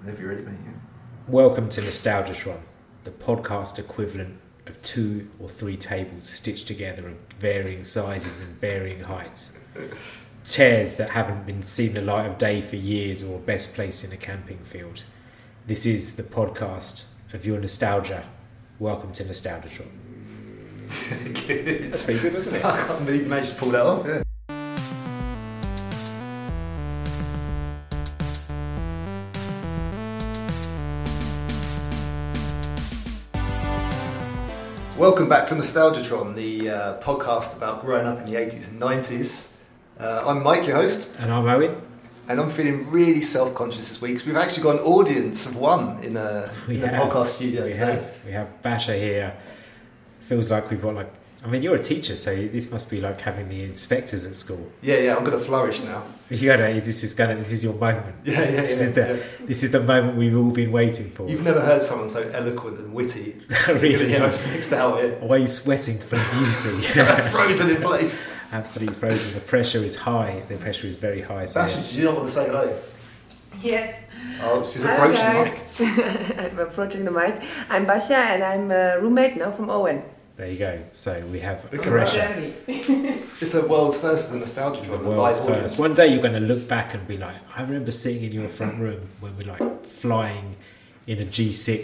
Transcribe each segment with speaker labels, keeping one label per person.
Speaker 1: Whenever you're ready, mate. Yeah.
Speaker 2: Welcome to Nostalgiatron, the podcast equivalent of two or three tables stitched together of varying sizes and varying heights. Chairs that haven't been seen the light of day for years or best placed in a camping field. This is the podcast of your nostalgia. Welcome to Nostalgiatron.
Speaker 1: Good.
Speaker 2: It's pretty good, isn't
Speaker 1: I can't believe you managed to pull that off. Yeah. Welcome back to Nostalgiatron, the uh, podcast about growing up in the 80s and 90s. Uh, I'm Mike, your host,
Speaker 2: And I'm Owen.
Speaker 1: and I'm feeling really self conscious this week because we've actually got an audience of one in, uh
Speaker 2: We
Speaker 1: in the
Speaker 2: have.
Speaker 1: podcast studio
Speaker 2: we
Speaker 1: today.
Speaker 2: have we have Basher here. Feels like we've got like I mean you're a teacher, so this must be like having the inspectors at school.
Speaker 1: Yeah, yeah, I'm going to flourish now.
Speaker 2: You gotta this is gonna this is your moment.
Speaker 1: Yeah, yeah,
Speaker 2: This
Speaker 1: yeah,
Speaker 2: is the
Speaker 1: yeah.
Speaker 2: this is the moment we've all been waiting for.
Speaker 1: You've never heard someone so eloquent and witty.
Speaker 2: really
Speaker 1: Yeah, next hour, yeah.
Speaker 2: Why are you sweating profusely?
Speaker 1: Frozen in place.
Speaker 2: Absolutely frozen. The pressure is high. The pressure is very high. So
Speaker 1: Sasha, did you not want to say hello?
Speaker 3: Yes.
Speaker 1: Oh, she's
Speaker 3: Hi,
Speaker 1: approaching
Speaker 3: guys.
Speaker 1: Mike.
Speaker 3: I'm approaching the mic. I'm Basha and I'm a roommate now from Owen.
Speaker 2: there you go. So we have
Speaker 1: Look at
Speaker 2: pressure.
Speaker 1: It's the world's first for the nostalgia
Speaker 2: The
Speaker 1: drive, the live
Speaker 2: world's
Speaker 1: audience.
Speaker 2: first. One day you're going to look back and be like, I remember sitting in your front room when we're like flying in a G6,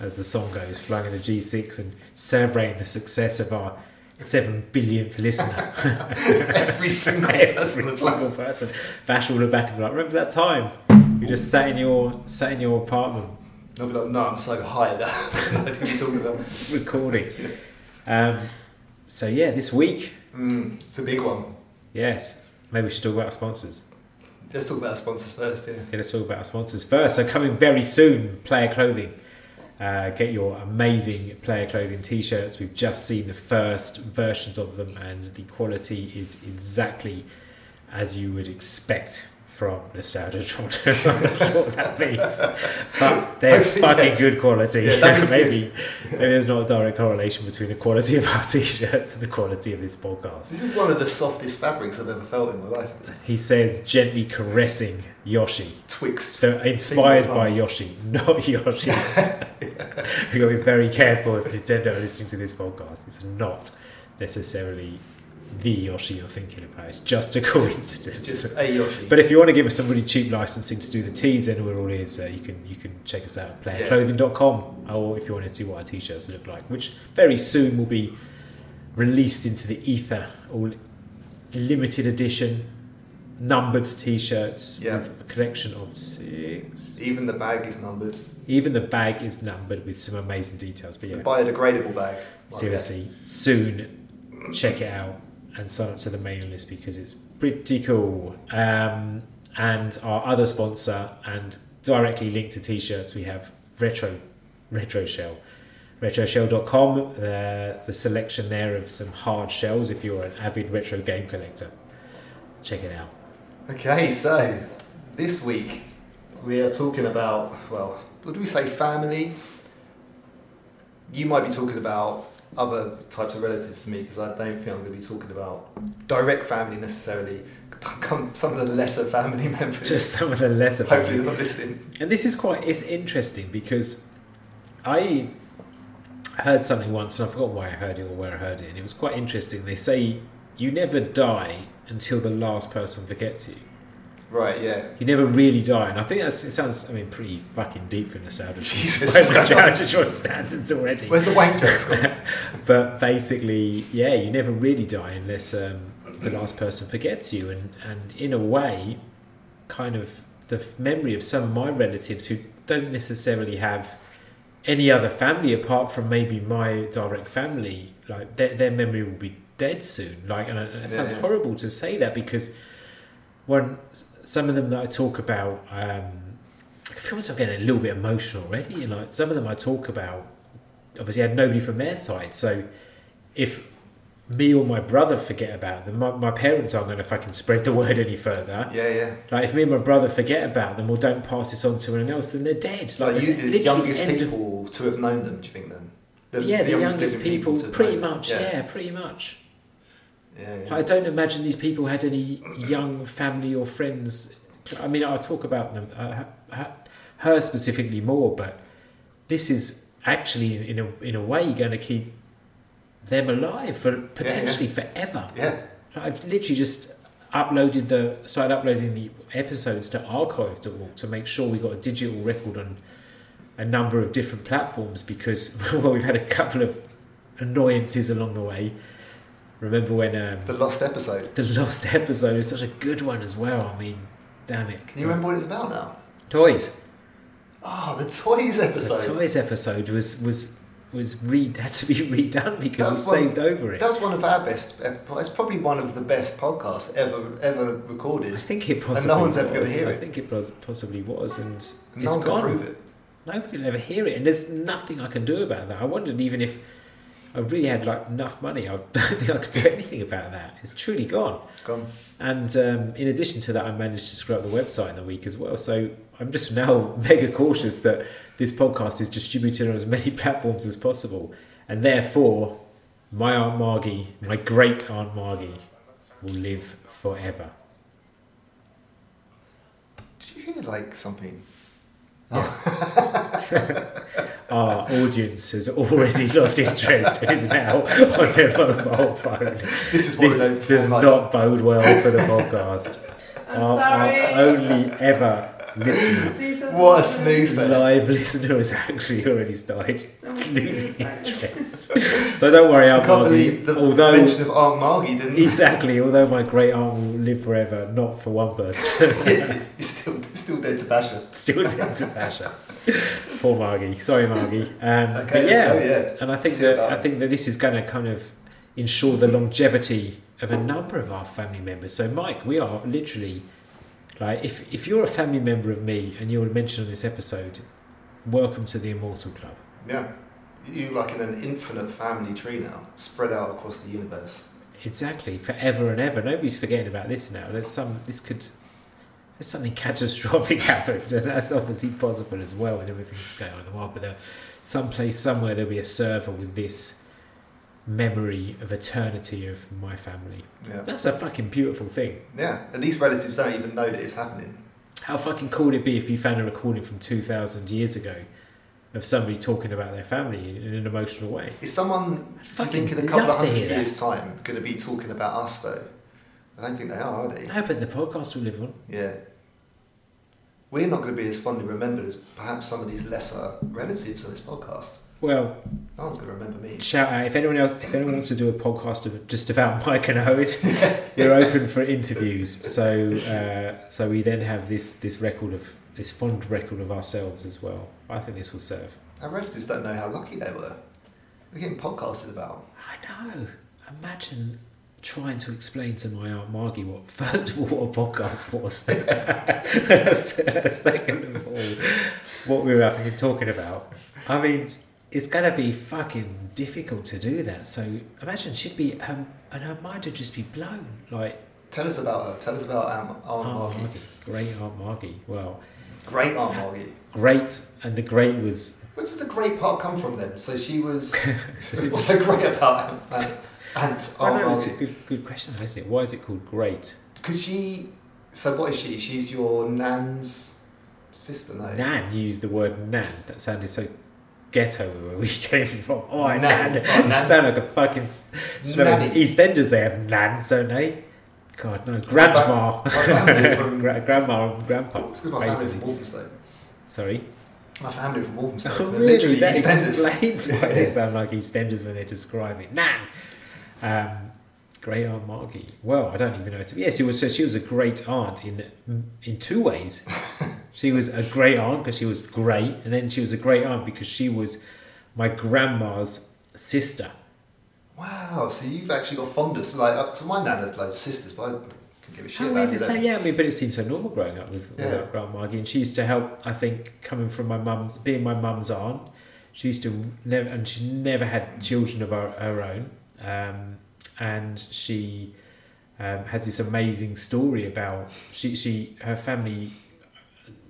Speaker 2: as the song goes, flying in a G6 and celebrating the success of our seven billionth listener.
Speaker 1: Every single person
Speaker 2: Every
Speaker 1: that's like,
Speaker 2: single person. Vash will look back and be like, remember that time you just sat in your sat in your apartment
Speaker 1: they'll be like, no, I'm so high now. I don't know what you're talking about.
Speaker 2: recording. Um, so yeah, this week,
Speaker 1: Mm, it's a big one.
Speaker 2: yes, maybe we should talk about our sponsors.
Speaker 1: Let's talk about our sponsors first, yeah.
Speaker 2: Yeah, let's talk about our sponsors first. So coming very soon, Player Clothing. Uh, get your amazing Player Clothing t-shirts. We've just seen the first versions of them, and the quality is exactly as you would expect from Nostalgia Toronto. I'm not sure what that means, but they're
Speaker 1: Hopefully,
Speaker 2: fucking
Speaker 1: yeah.
Speaker 2: good quality.
Speaker 1: Yeah, that means
Speaker 2: maybe, maybe there's not a direct correlation between the quality of our t-shirts and the quality of this podcast.
Speaker 1: This is one of the softest fabrics I've ever felt in my life. I think.
Speaker 2: He says, gently caressing Yoshi.
Speaker 1: Twixt.
Speaker 2: So inspired
Speaker 1: Single
Speaker 2: by
Speaker 1: thumb.
Speaker 2: Yoshi, not Yoshi. We've got to be very careful if Nintendo are listening to this podcast. It's not necessarily the Yoshi you're thinking about. It's just a coincidence.
Speaker 1: It's just a Yoshi.
Speaker 2: but if you want to give us some really cheap licensing to do the teas, then we're all ears. So you can you can check us out at
Speaker 1: Yeah.
Speaker 2: playerclothing.com or if you want to see what our t-shirts look like, which very soon will be released into the ether. All limited edition, numbered t-shirts
Speaker 1: Yeah.
Speaker 2: with a collection of six.
Speaker 1: Even the bag is numbered.
Speaker 2: Even the bag is numbered with some amazing details. But yeah,
Speaker 1: Biodegradable bag. Like
Speaker 2: seriously, soon check it out and sign up to the mailing list because it's pretty cool. Um, and our other sponsor and directly linked to t-shirts, we have Retro Retro Shell. RetroShell.com, uh, the selection there of some hard shells if you're an avid retro game collector. Check it out.
Speaker 1: that. Okay, so this week we are talking about, well, what do we say, family? You might be talking about other types of relatives to me because I don't think I'm going to be talking about direct family necessarily. Come- Some of the lesser family members.
Speaker 2: Just some of the lesser
Speaker 1: Hopefully they're not listening.
Speaker 2: And this is quite it's interesting because I heard something once and I forgot why I heard it or where I heard it, and it was quite interesting. They say you never die until the last person forgets you.
Speaker 1: Right, yeah.
Speaker 2: You never really die, and I think that's it sounds I mean pretty fucking deep for nostalgia.
Speaker 1: Jesus.
Speaker 2: Where's the judge standards already?
Speaker 1: Where's the wank jokes gone?
Speaker 2: but basically, yeah, you never really die unless um, the last person forgets you, and and in a way, kind of the f- memory of some of my relatives who don't necessarily have any other family apart from maybe my direct family, like their their memory will be dead soon. Like, and it- it sounds
Speaker 1: Yeah.
Speaker 2: horrible to say that because one s- some of them that I talk about. Um, I feel as I'm getting a little bit emotional already. You know, some of them I talk about obviously had nobody from their side. So if me or my brother forget about them, my, my parents aren't going to fucking spread the word any further.
Speaker 1: Yeah, yeah.
Speaker 2: Like if me and my brother forget about them or don't pass this on to anyone else, then they're dead. Like,
Speaker 1: Like,
Speaker 2: it's
Speaker 1: you, the
Speaker 2: literally
Speaker 1: youngest
Speaker 2: end of-
Speaker 1: people to have known them, do you think then?
Speaker 2: yeah, the
Speaker 1: youngest
Speaker 2: youngest,
Speaker 1: living
Speaker 2: people,
Speaker 1: to have
Speaker 2: pretty
Speaker 1: known them.
Speaker 2: much. Yeah. pretty much.
Speaker 1: Yeah, yeah.
Speaker 2: I don't imagine these people had any young family or friends. I mean, I talk about them. I ha- ha- uh, her specifically more, but this is actually in, in a in a way going to keep them alive for potentially forever.
Speaker 1: Yeah.
Speaker 2: Like, I've literally just uploaded the started uploading the episodes to archive.org to make sure we got a digital record on a number of different platforms because well we've had a couple of annoyances along the way. Remember when um,
Speaker 1: The lost episode.
Speaker 2: the last episode was such a good one as well. I mean, damn it.
Speaker 1: Can you remember what it's about now?
Speaker 2: Toys.
Speaker 1: Oh, the toys
Speaker 2: The
Speaker 1: episode.
Speaker 2: toys episode was was was re- had to be redone
Speaker 1: That
Speaker 2: because
Speaker 1: was
Speaker 2: it
Speaker 1: one-
Speaker 2: saved over it.
Speaker 1: That was one of our best. ep- It's probably one of the best podcasts ever ever
Speaker 2: I
Speaker 1: recorded.
Speaker 2: think it possibly
Speaker 1: one's ever gonna
Speaker 2: was.
Speaker 1: hear
Speaker 2: I
Speaker 1: it.
Speaker 2: think it pos- possibly was, and it's
Speaker 1: No one can
Speaker 2: gone.
Speaker 1: prove it.
Speaker 2: Nobody will ever hear it, and there's nothing I can do about that. I wondered even if I really had like enough money, I don't think I could do anything about that. It's truly gone.
Speaker 1: It's gone.
Speaker 2: And um, in addition to that, I managed to screw up the website in the week as well. So I'm just now mega cautious that this podcast is distributed on as many platforms as possible. And therefore, my Aunt Margie, my great Aunt Margie, will live forever.
Speaker 1: Did you hear like something?
Speaker 2: Our audience has already lost interest and is now on their mobile phone.
Speaker 1: This is what we don't
Speaker 2: This does
Speaker 1: perform
Speaker 2: not bode well for the podcast.
Speaker 1: Uh,
Speaker 3: I'm
Speaker 2: Our-
Speaker 3: sorry.
Speaker 2: Our only ever listener
Speaker 3: Please
Speaker 1: like.
Speaker 3: don't-
Speaker 1: uh, What a snooze fest.
Speaker 2: live listener has actually already started
Speaker 3: Oh,
Speaker 2: losing
Speaker 3: yes.
Speaker 2: interest. so don't worry,
Speaker 1: I
Speaker 2: Aunt
Speaker 1: can't
Speaker 2: Margie.
Speaker 1: believe the
Speaker 2: although
Speaker 1: mention of Aunt Margie didn't.
Speaker 2: exactly, although my great aunt will live forever, not for one person,
Speaker 1: You're still, you're still dead to bash her.
Speaker 2: still dead to Pasha. Poor Margie. Sorry, Margie. Um,
Speaker 1: Okay,
Speaker 2: but
Speaker 1: let's
Speaker 2: yeah,
Speaker 1: go, yeah.
Speaker 2: and I think
Speaker 1: See you
Speaker 2: that
Speaker 1: about
Speaker 2: I
Speaker 1: it.
Speaker 2: think that this is going to kind of ensure the longevity of a number of our family members. So, Mike, we are literally like if if you're a family member of me and you're mentioned on this episode, welcome to the Immortal Club.
Speaker 1: Yeah. You're like in an infinite family tree now, spread out across the universe.
Speaker 2: Exactly, forever and ever. Nobody's forgetting about this now. There's some. This could. There's something catastrophic happened, and that's obviously possible as well. And everything that's going on in the world, but there, someplace, somewhere, there'll be a server with this memory of eternity of my family.
Speaker 1: Yeah.
Speaker 2: That's a fucking beautiful thing.
Speaker 1: Yeah. At least relatives don't even know that it's happening.
Speaker 2: How fucking cool would it be if you found a recording from two thousand years ago of somebody talking about their family in an emotional way?
Speaker 1: Is someone,
Speaker 2: I'd
Speaker 1: do you think,
Speaker 2: fucking
Speaker 1: in a couple
Speaker 2: love
Speaker 1: of
Speaker 2: to
Speaker 1: hundred
Speaker 2: hear that.
Speaker 1: years' time, going to be talking about us, though? I don't think they are, are they?
Speaker 2: No, but the podcast will live on.
Speaker 1: Yeah. We're not going to be as fondly remembered as perhaps some of these lesser relatives on this podcast.
Speaker 2: Well,
Speaker 1: No one's going to remember me.
Speaker 2: Shout out if anyone else if anyone wants to do a podcast of just about Mike and Owen, we're open for interviews. So uh, so we then have this this record of this fond record of ourselves as well. I think this will serve.
Speaker 1: Our relatives don't know how lucky they were. They're getting podcasted about.
Speaker 2: I know. Imagine trying to explain to my aunt Margie what first of all what a podcast was, second of all what we were fucking talking about. I mean, it's gonna be fucking difficult to do that. So imagine she'd be um, and her mind would just be blown. Like
Speaker 1: Tell us about her. Tell us about Aunt, Aunt
Speaker 2: Aunt
Speaker 1: Margie.
Speaker 2: Margie, great Aunt Margie. Well,
Speaker 1: Great Aunt Margie.
Speaker 2: great and the great was
Speaker 1: Where does the great part come from then? So she was. what's so great about Aunt, Aunt, Aunt
Speaker 2: I know it's
Speaker 1: Margie?
Speaker 2: a good good question, though, isn't it? Why is it called great?
Speaker 1: Because she. So what is she? She's your nan's sister, no?
Speaker 2: Nan used the word nan. That sounded so ghetto where we came from. Oh,
Speaker 1: Nan.
Speaker 2: nan.
Speaker 1: Oh,
Speaker 2: You
Speaker 1: nan.
Speaker 2: sound like a fucking. s- you know,
Speaker 1: Nanny.
Speaker 2: EastEnders, they have nans, don't they? God, no. Grandma.
Speaker 1: My family from-
Speaker 2: Gra- grandma and grandpa,
Speaker 1: It's 'cause my family
Speaker 2: basically.
Speaker 1: from Walthamstow.
Speaker 2: Sorry.
Speaker 1: My family from Walthamstow.
Speaker 2: Oh,
Speaker 1: They're
Speaker 2: really? That
Speaker 1: EastEnders.
Speaker 2: explains why
Speaker 1: Yeah.
Speaker 2: they sound like EastEnders when they describe it. Nan. Um, great Aunt Margie. Well, I don't even know. It's, yes, she was. So she was a great aunt in in two ways. she was a great aunt because she was great, and then she was a great aunt because she was my grandma's sister.
Speaker 1: Wow, so you've actually got fondness. Like, up to my nan had loads of sisters, but I couldn't give a shit
Speaker 2: How
Speaker 1: about
Speaker 2: weird is
Speaker 1: them.
Speaker 2: that? Yeah, I mean, but it seemed so normal growing up with
Speaker 1: Yeah.
Speaker 2: without Grandma Margie. And she used to help, I think, coming from my mum's, being my mum's aunt. She used to never, and she never had children of her, her own. Um, and she um, has this amazing story about she, she, her family.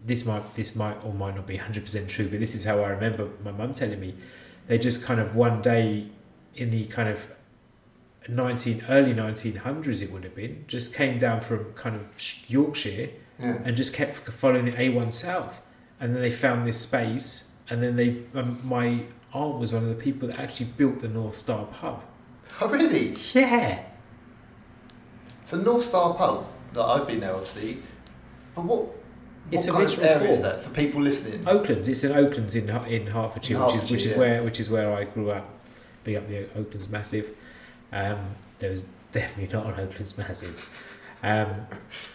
Speaker 2: This might, this might or might not be hundred percent true, but this is how I remember my mum telling me. They just kind of one day in the kind of 19 early 1900s it would have been just came down from kind of Yorkshire
Speaker 1: Yeah.
Speaker 2: and just kept following the A1 south and then they found this space, and then they um, my aunt was one of the people that actually built the North Star pub.
Speaker 1: Oh, really?
Speaker 2: Yeah,
Speaker 1: So North Star Pub that I've been there, obviously. But what? what
Speaker 2: It's
Speaker 1: kind of
Speaker 2: original
Speaker 1: area is
Speaker 2: form.
Speaker 1: that for people listening?
Speaker 2: Oakland. It's in Oakland's in Har- in Hertfordshire,
Speaker 1: In
Speaker 2: which is which
Speaker 1: Hertfordshire,
Speaker 2: is
Speaker 1: yeah.
Speaker 2: where which is where I grew up. Big up the Oakland's massive. Um, there was definitely not an Oakland's massive. Um,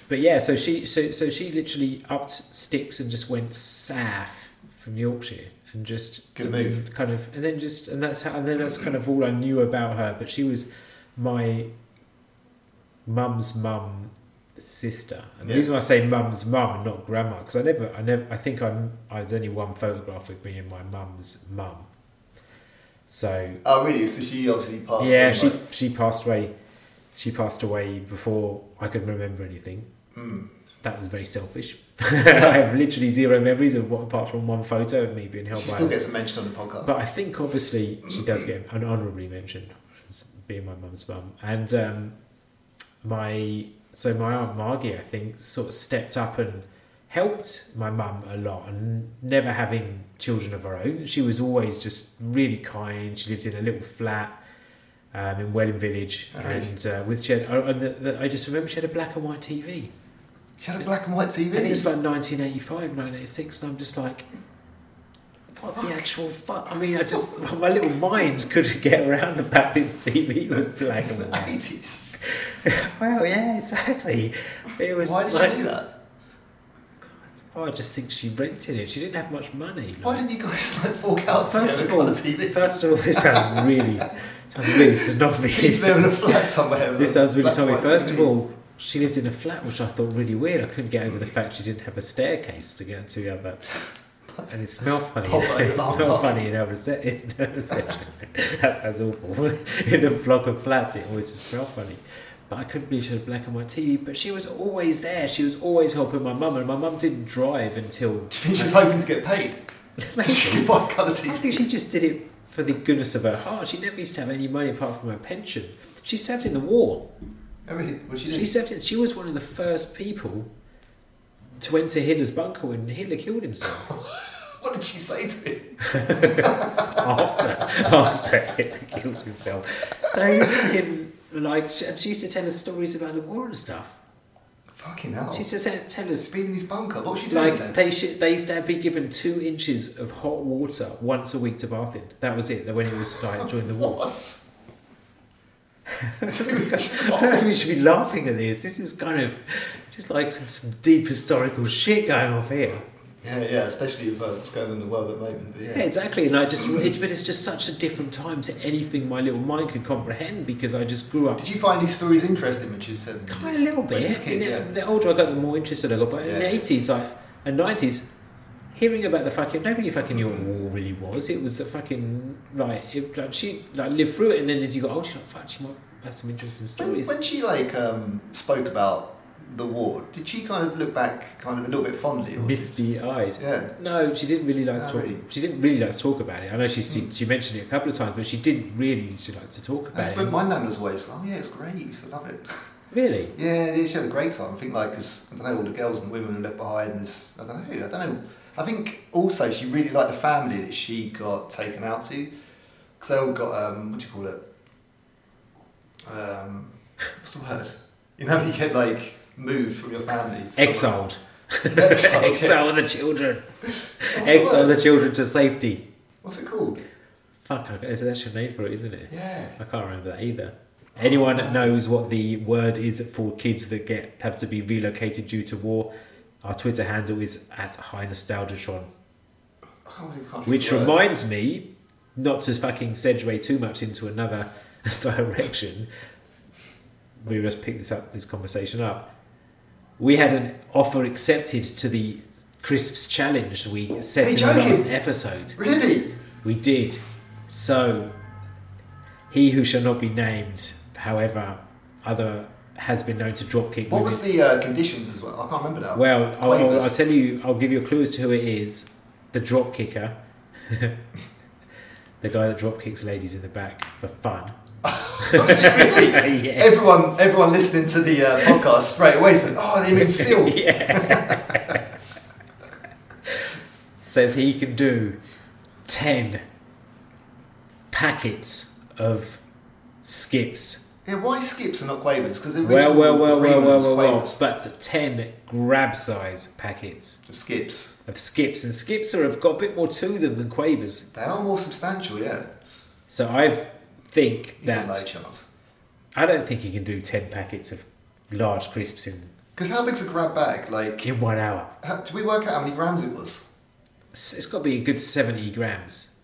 Speaker 2: but yeah, so she so so she literally upped sticks and just went south from Yorkshire and just
Speaker 1: Good move.
Speaker 2: kind of and then just and that's how and then that's kind of all I knew about her. But she was my mum's mum sister. And the
Speaker 1: Yeah.
Speaker 2: reason why I say mum's mum and not grandma, because I never, I never, I think I'm, I was only one photograph with me and my mum's mum. So
Speaker 1: Oh, really? So she obviously passed.
Speaker 2: yeah,
Speaker 1: on,
Speaker 2: she
Speaker 1: like-
Speaker 2: she passed away. She passed away before I could remember anything.
Speaker 1: Hmm.
Speaker 2: That was very selfish. I have literally zero memories of what, apart from one photo of me being held
Speaker 1: she
Speaker 2: by.
Speaker 1: still
Speaker 2: her.
Speaker 1: gets a mention on the podcast.
Speaker 2: But I think obviously she does get an honorably mentioned as being my mum's mum. And um, my so my aunt Margie, I think, sort of stepped up and helped my mum a lot. And never having children of her own, she was always just really kind. She lived in a little flat. Um, in Welling Village,
Speaker 1: Oh, really?
Speaker 2: and uh, with she had, oh, and the, the, I just remember she had a black and white TV.
Speaker 1: she had a black and white TV.
Speaker 2: I think it was like 1985, 1986, and I'm just like, what the actual fuck? I mean, I just, my little mind couldn't get around the fact this TV was black and white.
Speaker 1: Eighties.
Speaker 2: Well, yeah, exactly. It was
Speaker 1: Why did
Speaker 2: like,
Speaker 1: she do that?
Speaker 2: oh, I just think she rented it. She didn't have much money.
Speaker 1: Why
Speaker 2: like-
Speaker 1: didn't you guys like fork out
Speaker 2: First
Speaker 1: together
Speaker 2: of all-
Speaker 1: on TV?
Speaker 2: First of all, this sounds really, sounds really, this is not
Speaker 1: Keep
Speaker 2: really,
Speaker 1: them in a flat somewhere. with
Speaker 2: this sounds really
Speaker 1: black
Speaker 2: sorry.
Speaker 1: and white
Speaker 2: First
Speaker 1: TV.
Speaker 2: of all, she lived in a flat, which I thought really weird. I couldn't get over the fact she didn't have a staircase to get to the other And it's not funny.
Speaker 1: Pop over
Speaker 2: it's
Speaker 1: the
Speaker 2: not
Speaker 1: hole.
Speaker 2: funny in our rece- in our reception. that's, that's awful. in a block of flats, it always just smelled funny. But I couldn't believe she had a black and white TV. But she was always there. She was always helping my mum, and my mum didn't drive until.
Speaker 1: Do you think she was hoping to get paid? So she could buy colour
Speaker 2: I
Speaker 1: TV.
Speaker 2: think she just did it for the goodness of her heart. She never used to have any money apart from her pension. She served in the war.
Speaker 1: Oh, really? What she
Speaker 2: She
Speaker 1: did?
Speaker 2: served. In, she was one of the first people to enter Hitler's bunker when Hitler killed himself.
Speaker 1: What did she say to him?
Speaker 2: after after Hitler killed himself. So he's fucking like, sh- and she used to tell us stories about the war and stuff.
Speaker 1: Fucking hell.
Speaker 2: She used to tell- tell us
Speaker 1: Speed in his bunker. What was Oh. she doing
Speaker 2: like
Speaker 1: then?
Speaker 2: they should they used to be given two inches of hot water once a week to bath in. That was it. That when it was like during the war.
Speaker 1: What? Two inches.
Speaker 2: we should be laughing at this. This is kind of this is like some, some deep historical shit going off here.
Speaker 1: Yeah, yeah, especially with uh, what's going on in the world at the moment. But
Speaker 2: Yeah,
Speaker 1: yeah.
Speaker 2: exactly. And I just it's but it's just such a different time to anything my little mind could comprehend because I just grew up
Speaker 1: Did you find these stories interesting when she was seven?
Speaker 2: Kind of a little
Speaker 1: When you was a
Speaker 2: bit.
Speaker 1: kid,
Speaker 2: You know,
Speaker 1: yeah.
Speaker 2: The older I got, the more interested I got. But in
Speaker 1: Yeah.
Speaker 2: the eighties, like and nineties, hearing about the fucking nobody fucking knew what war really was. It was a fucking like, it, like she like lived through it, and then as you got older, you're like fuck, she might have some interesting
Speaker 1: When,
Speaker 2: stories.
Speaker 1: when she like um, spoke about the war, did she kind of look back, kind of a little bit fondly? Or
Speaker 2: Misty eyed.
Speaker 1: Yeah.
Speaker 2: No, she didn't really like to
Speaker 1: Ah,
Speaker 2: talk.
Speaker 1: really?
Speaker 2: She didn't really like to talk about it. I know she she, she mentioned it a couple of times, but she didn't really used to like to talk about
Speaker 1: That's
Speaker 2: it.
Speaker 1: when my nan was always. Oh yeah, it's great. I love it.
Speaker 2: Really,
Speaker 1: Yeah, yeah, she had a great time. I think like because I don't know all the girls and women were left behind. and This I don't know. I don't know. I think also she really liked the family that she got taken out to because they all got um, what do you call it? Um, what's the word? You know, when you get like moved from your family. to
Speaker 2: exiled.
Speaker 1: someone else. Exiled. yeah.
Speaker 2: Exile the children.
Speaker 1: What's the
Speaker 2: Exile
Speaker 1: word?
Speaker 2: the children to safety.
Speaker 1: What's it called?
Speaker 2: Fuck, I- there's an actual name for it, isn't it?
Speaker 1: Yeah.
Speaker 2: I can't remember that either. Anyone that knows what the word is for kids that get have to be relocated due to war, our Twitter handle is at High Nostalgiatron.
Speaker 1: I can't believe I can't think
Speaker 2: Which
Speaker 1: of the word.
Speaker 2: reminds me, not to fucking segue too much into another direction, we must pick this up this conversation up. We had an offer accepted to the Crisps challenge we set
Speaker 1: Are you
Speaker 2: in the last
Speaker 1: joking?
Speaker 2: episode.
Speaker 1: Really?
Speaker 2: We did. So, he who shall not be named, however, other has been known to dropkick.
Speaker 1: What
Speaker 2: women.
Speaker 1: was the uh, conditions as well? I can't remember that.
Speaker 2: well, I'll, I'll,
Speaker 1: Quavers.
Speaker 2: I'll tell you. I'll give you clues to who it is. The drop kicker, the guy that drop kicks ladies in the back for fun.
Speaker 1: Was it really?
Speaker 2: Yes.
Speaker 1: Everyone, everyone listening to the uh, podcast straight away has been, oh, they mean seal.
Speaker 2: yeah. says he can do 10 packets of skips.
Speaker 1: Yeah, why skips and not quavers? Because the
Speaker 2: Well,
Speaker 1: original
Speaker 2: well, well, well,
Speaker 1: agreement
Speaker 2: well,
Speaker 1: was
Speaker 2: well, well.
Speaker 1: quavers.
Speaker 2: But 10 grab size packets
Speaker 1: Skips.
Speaker 2: of skips. And skips are, have got a bit more to them than quavers.
Speaker 1: They are more substantial, yeah.
Speaker 2: So I think
Speaker 1: He's a low
Speaker 2: that.
Speaker 1: chance.
Speaker 2: I don't think you can do 10 packets of large crisps in,
Speaker 1: Because how big's a grab bag? Like,
Speaker 2: in one hour.
Speaker 1: how, did we work out how many grams it was?
Speaker 2: It's, it's got to be a good 70 grams.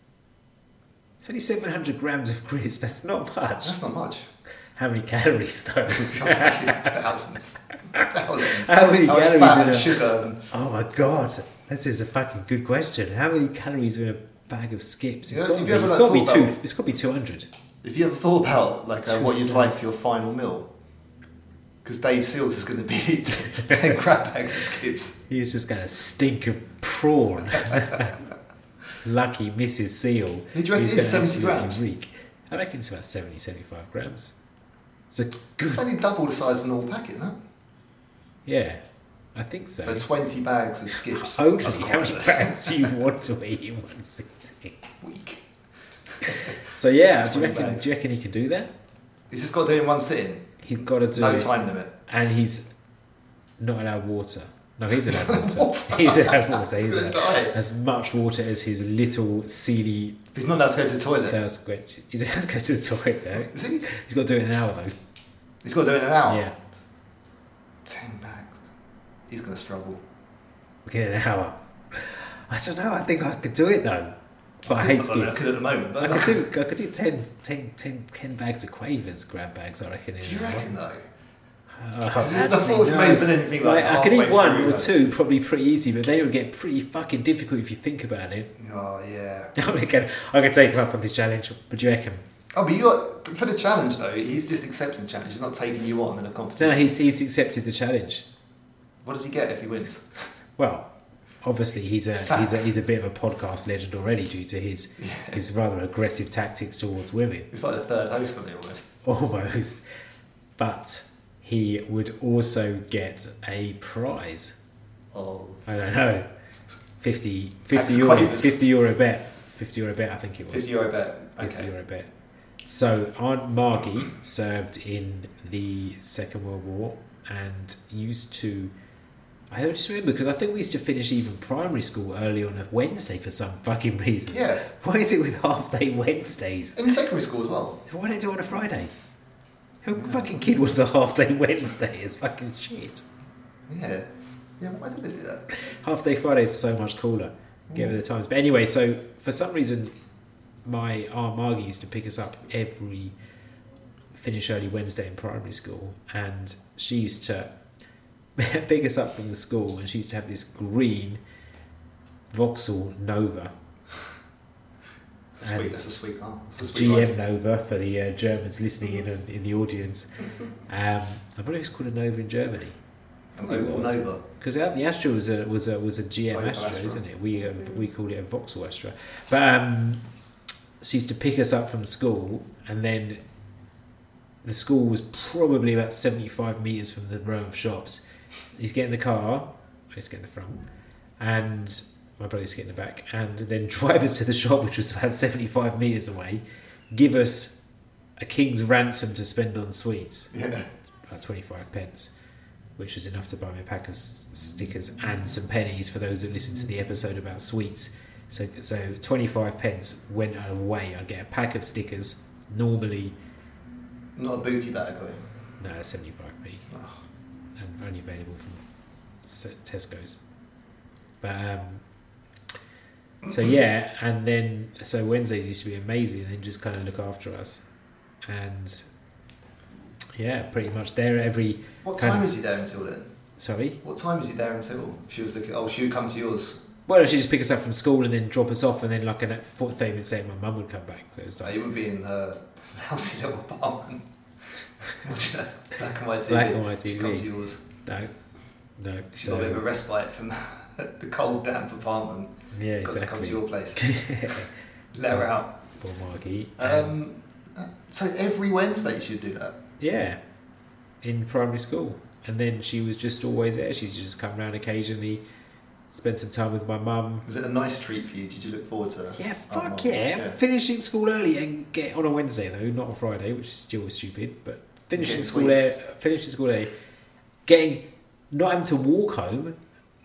Speaker 2: It's only 700 grams of crisps. That's not much.
Speaker 1: That's not much.
Speaker 2: How many calories though?
Speaker 1: thousands. Thousands.
Speaker 2: How many
Speaker 1: I was
Speaker 2: calories
Speaker 1: fat
Speaker 2: in
Speaker 1: and
Speaker 2: a-
Speaker 1: sugar and
Speaker 2: oh my god, this is a fucking good question. How many calories are in a bag of skips? It's
Speaker 1: Yeah,
Speaker 2: got to
Speaker 1: if
Speaker 2: be,
Speaker 1: you have,
Speaker 2: it's
Speaker 1: like,
Speaker 2: got to be
Speaker 1: full
Speaker 2: two.
Speaker 1: belt.
Speaker 2: It's got to be two hundred.
Speaker 1: Have you ever thought about like uh,
Speaker 2: Two
Speaker 1: what you'd like for your final meal? Because Dave Seals is going to be ten crab bags of skips.
Speaker 2: He's just gonna stink of prawn. Lucky Mrs. Seal.
Speaker 1: Did you reckon
Speaker 2: who's
Speaker 1: it is 70
Speaker 2: gonna absolutely
Speaker 1: grams?
Speaker 2: reek. I reckon it's about 70, 75 grams. It's a
Speaker 1: It's
Speaker 2: good.
Speaker 1: only double the size of a normal packet, no?
Speaker 2: Yeah, I think
Speaker 1: So
Speaker 2: so.
Speaker 1: twenty bags of skips.
Speaker 2: Only
Speaker 1: That's
Speaker 2: how
Speaker 1: quite
Speaker 2: many bags do you want to eat in one sitting?
Speaker 1: a week.
Speaker 2: So yeah,
Speaker 1: That's
Speaker 2: do you
Speaker 1: pretty
Speaker 2: reckon?
Speaker 1: bad.
Speaker 2: Do you reckon he can do that?
Speaker 1: He's just got to do it in one sitting.
Speaker 2: He's got to do
Speaker 1: No
Speaker 2: it.
Speaker 1: time limit.
Speaker 2: and he's not allowed water. No, he's allowed water.
Speaker 1: Water.
Speaker 2: he's allowed water.
Speaker 1: He's
Speaker 2: He's
Speaker 1: going to
Speaker 2: allowed
Speaker 1: die.
Speaker 2: as much water as his little seely
Speaker 1: If he's not allowed to go to the toilet,
Speaker 2: thousand quench. He's allowed to go to the toilet though.
Speaker 1: is he?
Speaker 2: He's got to do it in an hour though.
Speaker 1: He's got to do it in an hour.
Speaker 2: Yeah,
Speaker 1: Ten bags. He's going to struggle.
Speaker 2: okay, in an hour. I don't know. I think I could do it though, but I
Speaker 1: I'm
Speaker 2: hate
Speaker 1: not allowed to
Speaker 2: skips.
Speaker 1: at the moment,
Speaker 2: I
Speaker 1: but
Speaker 2: could do. I could do 10, 10, 10, 10 bags of quavers, grab bags. I reckon. In
Speaker 1: do you
Speaker 2: an hour.
Speaker 1: reckon though?
Speaker 2: Oh,
Speaker 1: That's what was
Speaker 2: actually,
Speaker 1: amazing
Speaker 2: no.
Speaker 1: than anything. Like,
Speaker 2: Like, I could
Speaker 1: halfway
Speaker 2: eat one
Speaker 1: through,
Speaker 2: or
Speaker 1: like-
Speaker 2: two, probably pretty easy, but then it would get pretty fucking difficult if you think about it.
Speaker 1: Oh yeah.
Speaker 2: I'm gonna, I'm gonna take him up on this challenge. Would you reckon?
Speaker 1: Oh, but you got for the challenge though. He's just accepting the challenge. He's not taking you on in a competition.
Speaker 2: No, he's he's accepted the challenge.
Speaker 1: What does he get if he wins?
Speaker 2: Well, obviously he's a
Speaker 1: Fuck.
Speaker 2: he's a he's a bit of a podcast legend already due to his his rather aggressive tactics towards women,
Speaker 1: It's like the third host on the almost.
Speaker 2: almost. But he would also get a prize.
Speaker 1: Oh,
Speaker 2: I don't know, 50, 50
Speaker 1: That's
Speaker 2: euros,
Speaker 1: quite-
Speaker 2: fifty euro bet, fifty euro bet. I think it was.
Speaker 1: 50 euro bet.
Speaker 2: okay.
Speaker 1: Okay.
Speaker 2: euro bet. So Aunt Margie served in the Second World War and used to. I just remember because I think we used to finish even primary school early on a Wednesday for some fucking reason.
Speaker 1: Yeah,
Speaker 2: Why is it with half day Wednesdays?
Speaker 1: in secondary school as well.
Speaker 2: Why don't do it on a Friday? Who fucking kid wants a half day Wednesday? It's fucking shit.
Speaker 1: Yeah. Yeah, why did they do that?
Speaker 2: Half Day Friday is so much cooler, given the times. But anyway, so for some reason, my aunt Margie used to pick us up every finish early Wednesday in primary school, and she used to pick us up from the school, and she used to have this green Vauxhall Nova,
Speaker 1: That's sweet.
Speaker 2: And
Speaker 1: That's a sweet car. That's a sweet
Speaker 2: GM
Speaker 1: ride.
Speaker 2: Nova for the uh, Germans listening in in the audience. Um, I wonder if it's called a Nova in Germany.
Speaker 1: An Opel Nova.
Speaker 2: Because the Astra was a was a was a GM
Speaker 1: Oh, yeah,
Speaker 2: Astra,
Speaker 1: Astra.
Speaker 2: isn't it? We uh, we called it a Vauxhall Astra. But um, she used to pick us up from school, and then the school was probably about seventy five meters from the row of shops. He's getting the car. He's getting the front, and my brother's getting the back, and then drive us to the shop, which was about seventy five meters away. Give us a king's ransom to spend on sweets
Speaker 1: Yeah.
Speaker 2: about 25 uh, pence, which was enough to buy me a pack of s- stickers and some pennies for those that listened to the episode about sweets. So, so 25 pence went away. I'd get a pack of stickers. Normally,
Speaker 1: Not a booty bag, though.
Speaker 2: no, 75p.
Speaker 1: Oh.
Speaker 2: And only available from Se- Tesco's. But, um, so yeah, and then, so Wednesdays used to be amazing and just kind of look after us. And, yeah, pretty much there every,
Speaker 1: What
Speaker 2: Kind
Speaker 1: time
Speaker 2: of.
Speaker 1: is he there until then?
Speaker 2: sorry?
Speaker 1: What time is he there until? She was looking. Oh, she would come to yours.
Speaker 2: Well, she'd just pick us up from school and then drop us off, and then like an four thirty minutes later, my mum would come back. So it's
Speaker 1: No,
Speaker 2: like
Speaker 1: you would be in her lousy little apartment. Watching that black and white TV.
Speaker 2: black and white
Speaker 1: She'd come to
Speaker 2: TV.
Speaker 1: yours.
Speaker 2: No, no.
Speaker 1: She's got a bit of a
Speaker 2: So,
Speaker 1: respite from the, cold, damp apartment.
Speaker 2: yeah,
Speaker 1: Got to come to
Speaker 2: exactly.
Speaker 1: your place. Let her out.
Speaker 2: Poor Margie. Um,
Speaker 1: Um, uh, so every Wednesday she'd do that.
Speaker 2: yeah, in primary school, and then she was just always there. She'd just come round occasionally, spend some time with my mum.
Speaker 1: Was it a nice treat for you? Did you look forward to that?
Speaker 2: Yeah,
Speaker 1: Oh,
Speaker 2: fuck
Speaker 1: no.
Speaker 2: yeah. Finishing school early and get on a Wednesday though, not on Friday, which is still stupid. But finishing
Speaker 1: Getting
Speaker 2: school,
Speaker 1: squeezed.
Speaker 2: early, finishing school early, getting not having to walk home,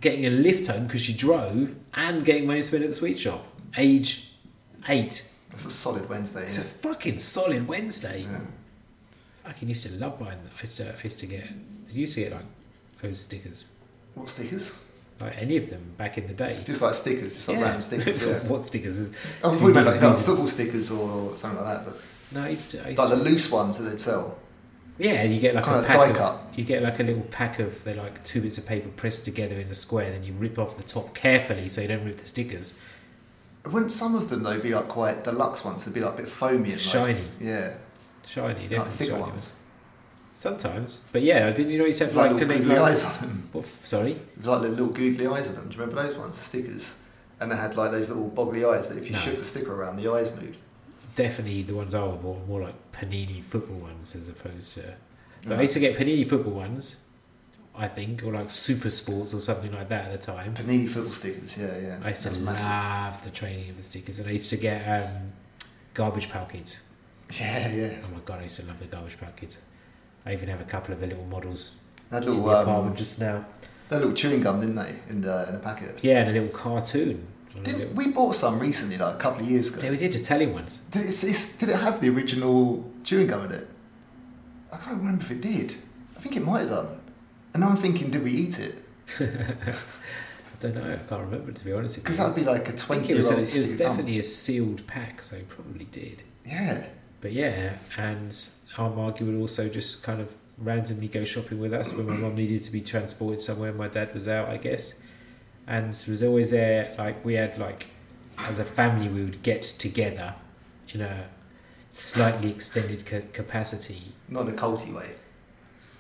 Speaker 2: getting a lift home because she drove, and getting money to spend at the sweet shop. Age eight.
Speaker 1: That's a solid Wednesday.
Speaker 2: It's a
Speaker 1: isn't
Speaker 2: fucking solid Wednesday.
Speaker 1: it? Yeah.
Speaker 2: Fucking used to love buying. That. I used to, I used to get, I used to get like those stickers,
Speaker 1: What stickers?
Speaker 2: like any of them back in the day.
Speaker 1: Just like stickers, just like
Speaker 2: Yeah.
Speaker 1: random stickers. Yeah.
Speaker 2: what stickers?
Speaker 1: I was
Speaker 2: Too
Speaker 1: talking about like
Speaker 2: many reasons.
Speaker 1: football stickers or something like that, but
Speaker 2: No, I used to. I used
Speaker 1: like
Speaker 2: to
Speaker 1: the loose ones that they'd sell.
Speaker 2: Yeah, you get like
Speaker 1: Kind
Speaker 2: a
Speaker 1: of
Speaker 2: pack
Speaker 1: die
Speaker 2: of,
Speaker 1: cut.
Speaker 2: you get like a little pack of they're like two bits of paper pressed together in a square, then you rip off the top carefully so you don't rip the stickers.
Speaker 1: Wouldn't some of them though be like quite deluxe ones? They'd be like a bit foamy and like,
Speaker 2: Shiny,
Speaker 1: yeah,
Speaker 2: shiny,
Speaker 1: like
Speaker 2: definitely
Speaker 1: thicker
Speaker 2: shiny.
Speaker 1: ones.
Speaker 2: Sometimes, but yeah, didn't you know you said
Speaker 1: Like
Speaker 2: like,
Speaker 1: little
Speaker 2: can they
Speaker 1: googly
Speaker 2: like
Speaker 1: eyes on them.
Speaker 2: what, f- sorry?
Speaker 1: Like the little googly eyes on them. Do you remember those ones? The stickers. And they had like those little boggly eyes that if you
Speaker 2: No.
Speaker 1: shook the sticker around, the eyes moved.
Speaker 2: Definitely the ones I would more more like panini football ones as opposed to.
Speaker 1: Uh-huh.
Speaker 2: But I
Speaker 1: Right.
Speaker 2: used to get panini football ones, I think, or like super sports or something like that at the time.
Speaker 1: Panini football stickers, yeah, yeah.
Speaker 2: I used to
Speaker 1: That's
Speaker 2: love the training of the stickers, and I used to get um, garbage pail kids.
Speaker 1: Yeah, yeah.
Speaker 2: Oh my god, I used to love the Garbage Pail Kids. I even have a couple of the little models
Speaker 1: That
Speaker 2: in
Speaker 1: little,
Speaker 2: the apartment
Speaker 1: um,
Speaker 2: just now.
Speaker 1: that little chewing gum, didn't they, in the in the packet?
Speaker 2: Yeah, and a little cartoon. On a
Speaker 1: Didn't
Speaker 2: little-
Speaker 1: we bought some recently, like a couple of years ago?
Speaker 2: Yeah, we did Italian ones.
Speaker 1: Did it, it's, did it have the original chewing gum in it? I can't remember if it did. I think it might have done. And I'm thinking, did we eat it?
Speaker 2: I don't know. I can't remember to be honest. with
Speaker 1: Because
Speaker 2: you.
Speaker 1: that'd be like a
Speaker 2: I think
Speaker 1: 20
Speaker 2: it
Speaker 1: year
Speaker 2: was, a,
Speaker 1: old
Speaker 2: it was
Speaker 1: stick of gum.
Speaker 2: definitely a sealed pack, so it probably did.
Speaker 1: Yeah.
Speaker 2: But yeah, and our Margie would also just kind of randomly go shopping with us when my mum needed to be transported somewhere. My dad was out, I guess, and was always there. Like we had like as a family, we would get together in a slightly extended ca- capacity.
Speaker 1: Not in a culty way.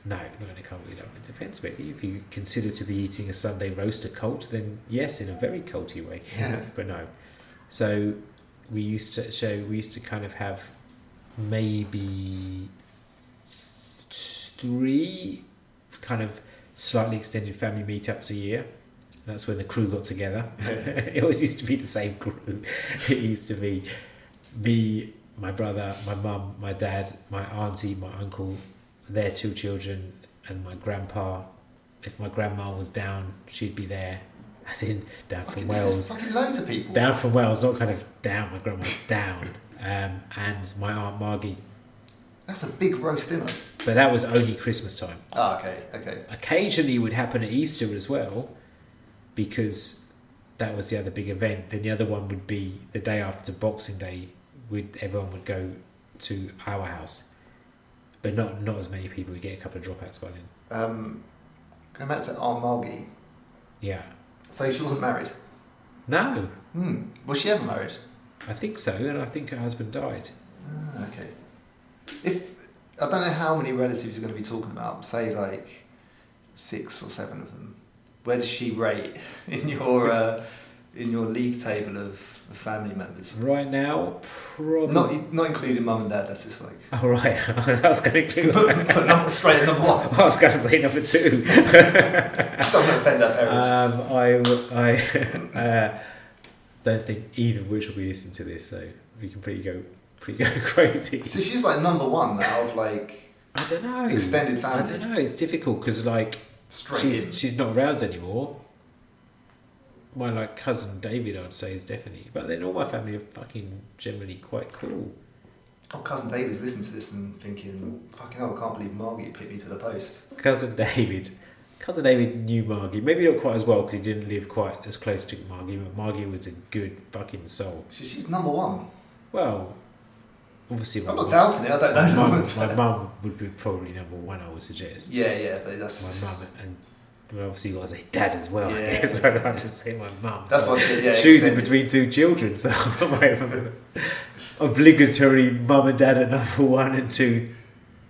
Speaker 2: No, not in a cult. You know, it depends really. If you consider to be eating a Sunday roast a cult, then yes, in a very culty way
Speaker 1: Yeah.
Speaker 2: but no. So we used to so we used to kind of have maybe three kind of slightly extended family meetups a year. That's when the crew got together. it always used to be the same crew. It used to be me, my brother, my mum, my dad, my auntie, my uncle, their two children, and my grandpa. If my grandma was down, she'd be there. As in down from
Speaker 1: Fucking,
Speaker 2: Wales
Speaker 1: this is fucking loads of people.
Speaker 2: down from Wales, not kind of down. My grandma's down, um, and my aunt Margie.
Speaker 1: That's a big roast dinner.
Speaker 2: But that was only Christmas time.
Speaker 1: Ah, okay, okay.
Speaker 2: Occasionally, it would happen at Easter as well, because that was the other big event. Then the other one would be the day after Boxing Day. Would everyone would go to our house, but not not as many people. We get a couple of dropouts by then.
Speaker 1: Um, going back to Aunt Margie.
Speaker 2: Yeah.
Speaker 1: So she wasn't married.
Speaker 2: No,
Speaker 1: Hmm. Was she ever married?
Speaker 2: I think so, and I think her husband died.
Speaker 1: Ah, okay. If I don't know how many relatives you're going to be talking about, say like six or seven of them. Where does she rate in your uh, in your league table of of family members?
Speaker 2: Right now, probably.
Speaker 1: Not not including mum and dad. That's just like
Speaker 2: oh, right. I was going to
Speaker 1: put, put number straight at number one.
Speaker 2: I was going to say number two.
Speaker 1: Don't want to offend our
Speaker 2: Um,
Speaker 1: parents.
Speaker 2: I, w- I uh, don't think either of which will be listening to this, so we can pretty go pretty go crazy.
Speaker 1: so she's like number one out of like
Speaker 2: I don't know.
Speaker 1: extended
Speaker 2: I
Speaker 1: family.
Speaker 2: don't know. It's difficult because like
Speaker 1: Straight in.
Speaker 2: she's she's not around anymore. My like cousin David, I'd say, is definitely. But then all my family are fucking generally quite cool.
Speaker 1: Oh, cousin David's listening to this and thinking, "Fucking hell, I can't believe Margie picked me to the post."
Speaker 2: Cousin David. Cousin David knew Margie. Maybe not quite as well because he didn't live quite as close to Margie, but Margie was a good fucking soul.
Speaker 1: She, she's number one.
Speaker 2: Well, obviously, my
Speaker 1: I'm not
Speaker 2: mum,
Speaker 1: doubting it. I don't
Speaker 2: my,
Speaker 1: know.
Speaker 2: mum, my mum would be probably number one, I would suggest.
Speaker 1: Yeah, yeah, but that's
Speaker 2: My mum, and well, obviously, you've got to say dad as well, I
Speaker 1: Yeah.
Speaker 2: guess. I'd have to say my mum.
Speaker 1: that's
Speaker 2: so
Speaker 1: what I said. Yeah,
Speaker 2: choosing
Speaker 1: extended.
Speaker 2: between two children, so I'm like, obligatory mum and dad at number one and two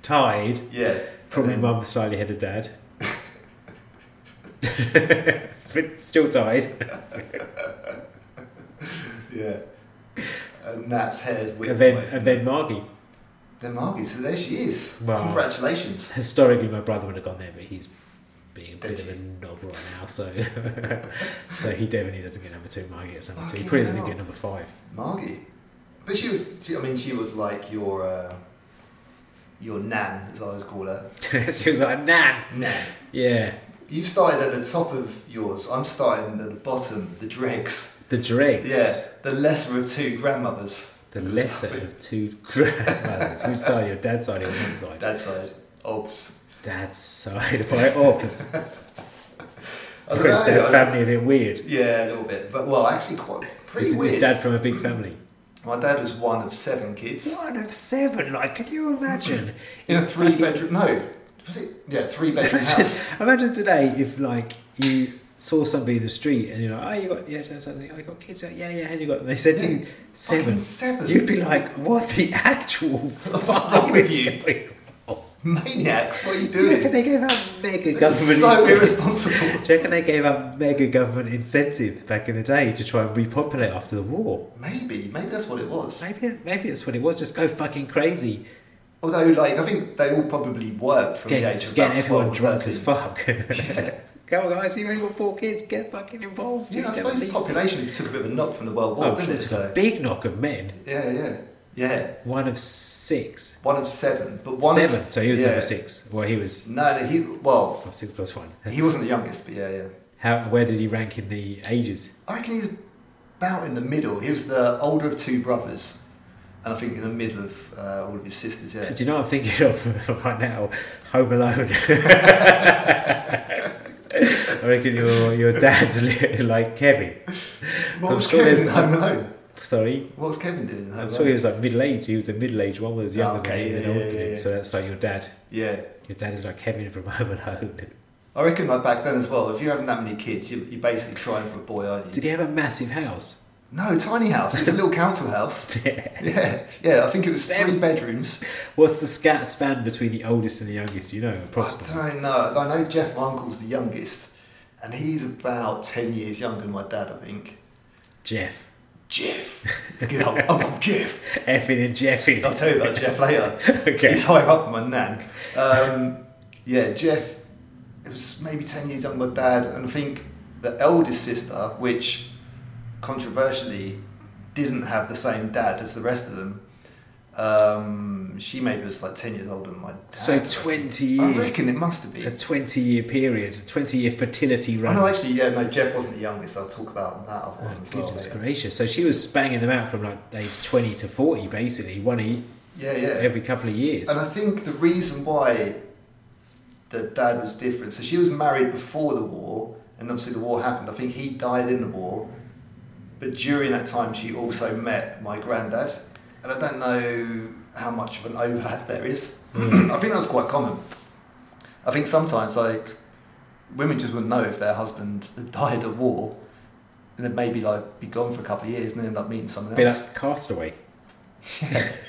Speaker 2: tied.
Speaker 1: Yeah,
Speaker 2: Probably
Speaker 1: And then-
Speaker 2: mum slightly ahead of dad. but still tied.
Speaker 1: yeah. And that's hair's width.
Speaker 2: And then,
Speaker 1: away.
Speaker 2: and then Margie.
Speaker 1: then Margie. So there she is.
Speaker 2: Wow.
Speaker 1: Congratulations.
Speaker 2: Historically, my brother would have gone there, but he's being a
Speaker 1: Did
Speaker 2: bit of a
Speaker 1: you?
Speaker 2: knob right now, so so he definitely doesn't get number two. Margie gets number two. He
Speaker 1: Fucking
Speaker 2: probably doesn't
Speaker 1: hell.
Speaker 2: get number five.
Speaker 1: Margie. But she was, she, I mean, she was like your, uh, your nan, as I would call her.
Speaker 2: she was like, Nan.
Speaker 1: Nan.
Speaker 2: Yeah,
Speaker 1: You've started at the top of yours. I'm starting at the bottom, the dregs.
Speaker 2: the dregs.
Speaker 1: Yeah, the lesser of two grandmothers.
Speaker 2: The lesser of two grandmothers. Which side? Your dad's side or your mum's side?
Speaker 1: Dad's side. Obs.
Speaker 2: Dad's side. Why? Oh, because
Speaker 1: I don't know,
Speaker 2: dad's
Speaker 1: I-
Speaker 2: family a bit weird.
Speaker 1: Yeah, a little bit. But, well, actually, quite pretty
Speaker 2: Is
Speaker 1: weird.
Speaker 2: his dad from a big family?
Speaker 1: My dad was one of seven kids.
Speaker 2: One of seven. Like, can you imagine?
Speaker 1: In a three bedroom, no, was it? Yeah, three bedroom
Speaker 2: Imagine,
Speaker 1: house.
Speaker 2: imagine today if like you saw somebody in the street and you're like, oh, you got yeah, that's something. Oh, you got kids. Oh, Yeah, yeah, and you got. And they said to you
Speaker 1: Fucking
Speaker 2: seven.
Speaker 1: Oh, seven.
Speaker 2: You'd be like, what the actual
Speaker 1: What's
Speaker 2: fuck
Speaker 1: wrong with
Speaker 2: is
Speaker 1: you?
Speaker 2: going on?
Speaker 1: maniacs. What are you
Speaker 2: Do you reckon
Speaker 1: doing?
Speaker 2: they gave out mega government?
Speaker 1: It's so
Speaker 2: incentives?
Speaker 1: irresponsible.
Speaker 2: Do you reckon they gave out mega government incentives back in the day to try and repopulate after the war?
Speaker 1: Maybe, maybe that's what it was.
Speaker 2: Maybe, maybe that's what it was. Just go fucking crazy.
Speaker 1: Although, like, I think they all probably worked
Speaker 2: Just
Speaker 1: from the
Speaker 2: getting,
Speaker 1: age
Speaker 2: just
Speaker 1: of
Speaker 2: getting
Speaker 1: about
Speaker 2: everyone
Speaker 1: 12
Speaker 2: drunk as
Speaker 1: 13.
Speaker 2: fuck. Come on, guys, you've only got four kids. Get fucking involved.
Speaker 1: You know, I
Speaker 2: You've
Speaker 1: suppose
Speaker 2: done
Speaker 1: the
Speaker 2: these-
Speaker 1: population took a bit of a knock from the World War,
Speaker 2: Oh,
Speaker 1: didn't
Speaker 2: sure,
Speaker 1: it?
Speaker 2: it's a
Speaker 1: So,
Speaker 2: big knock of men.
Speaker 1: yeah, yeah, yeah.
Speaker 2: One of six.
Speaker 1: One of seven, but one
Speaker 2: Seven.
Speaker 1: Of,
Speaker 2: so he was
Speaker 1: yeah.
Speaker 2: number six. Well, he was
Speaker 1: No, no, he well,
Speaker 2: oh, six plus one.
Speaker 1: he wasn't the youngest, but yeah, yeah.
Speaker 2: How? Where did he rank in the ages?
Speaker 1: I reckon he's about in the middle. He was the older of two brothers, and I think in the middle of uh, all of his sisters. Yeah,
Speaker 2: Do you know what I'm thinking of right now? Home Alone. I reckon your your dad's li- like Kevin.
Speaker 1: what
Speaker 2: I'm
Speaker 1: was
Speaker 2: sure
Speaker 1: Kevin
Speaker 2: there's-
Speaker 1: in Home Alone?
Speaker 2: Sorry,
Speaker 1: What was Kevin doing in Home
Speaker 2: I'm
Speaker 1: Alone? Ah,
Speaker 2: sure he was like middle aged. He was the middle aged one, was younger
Speaker 1: okay,
Speaker 2: than
Speaker 1: yeah,
Speaker 2: the older
Speaker 1: yeah,
Speaker 2: than him.
Speaker 1: yeah.
Speaker 2: So that's like your dad.
Speaker 1: Yeah,
Speaker 2: Your dad is like Kevin from Home Alone.
Speaker 1: I reckon like back then as well. If you're having that many kids, you, you're basically trying for a boy, aren't you?
Speaker 2: Did he have a massive house?
Speaker 1: no, tiny house. It's a little council house. Yeah, yeah. I think it was
Speaker 2: Seven.
Speaker 1: three bedrooms.
Speaker 2: What's the scat span between the oldest and the youngest? You know,
Speaker 1: I
Speaker 2: approximately.
Speaker 1: don't know. I know Jeff, my uncle's the youngest, and he's about ten years younger than my dad. I think.
Speaker 2: Jeff.
Speaker 1: Jeff, good old Uncle Jeff.
Speaker 2: Effing and Jeffing.
Speaker 1: I'll tell you about Jeff later.
Speaker 2: Okay.
Speaker 1: He's higher up than my nan. Um, yeah, Jeff, it was maybe 10 years younger than my dad, and I think the eldest sister, which controversially didn't have the same dad as the rest of them, um, she maybe was like 10 years older than my dad.
Speaker 2: So 20
Speaker 1: I
Speaker 2: years.
Speaker 1: reckon it must have been.
Speaker 2: a 20 year period, a 20 year fertility
Speaker 1: Oh,
Speaker 2: run.
Speaker 1: no, actually, yeah, no, Jeff wasn't the youngest. I'll talk about that other
Speaker 2: Oh,
Speaker 1: one as well.
Speaker 2: goodness
Speaker 1: later.
Speaker 2: gracious. So she was spanging them out from like age 20 to 40, basically, one e-
Speaker 1: Yeah, yeah.
Speaker 2: every couple of years.
Speaker 1: And I think the reason why the dad was different, so she was married before the war, and obviously the war happened. I think he died in the war, but during that time she also met my granddad, and I don't know how much of an overlap there is. I think that was quite common. I think sometimes like women just wouldn't know if their husband had died at war, and then maybe like be gone for a couple of years and then end up meeting someone
Speaker 2: Bit
Speaker 1: else.
Speaker 2: like Castaway.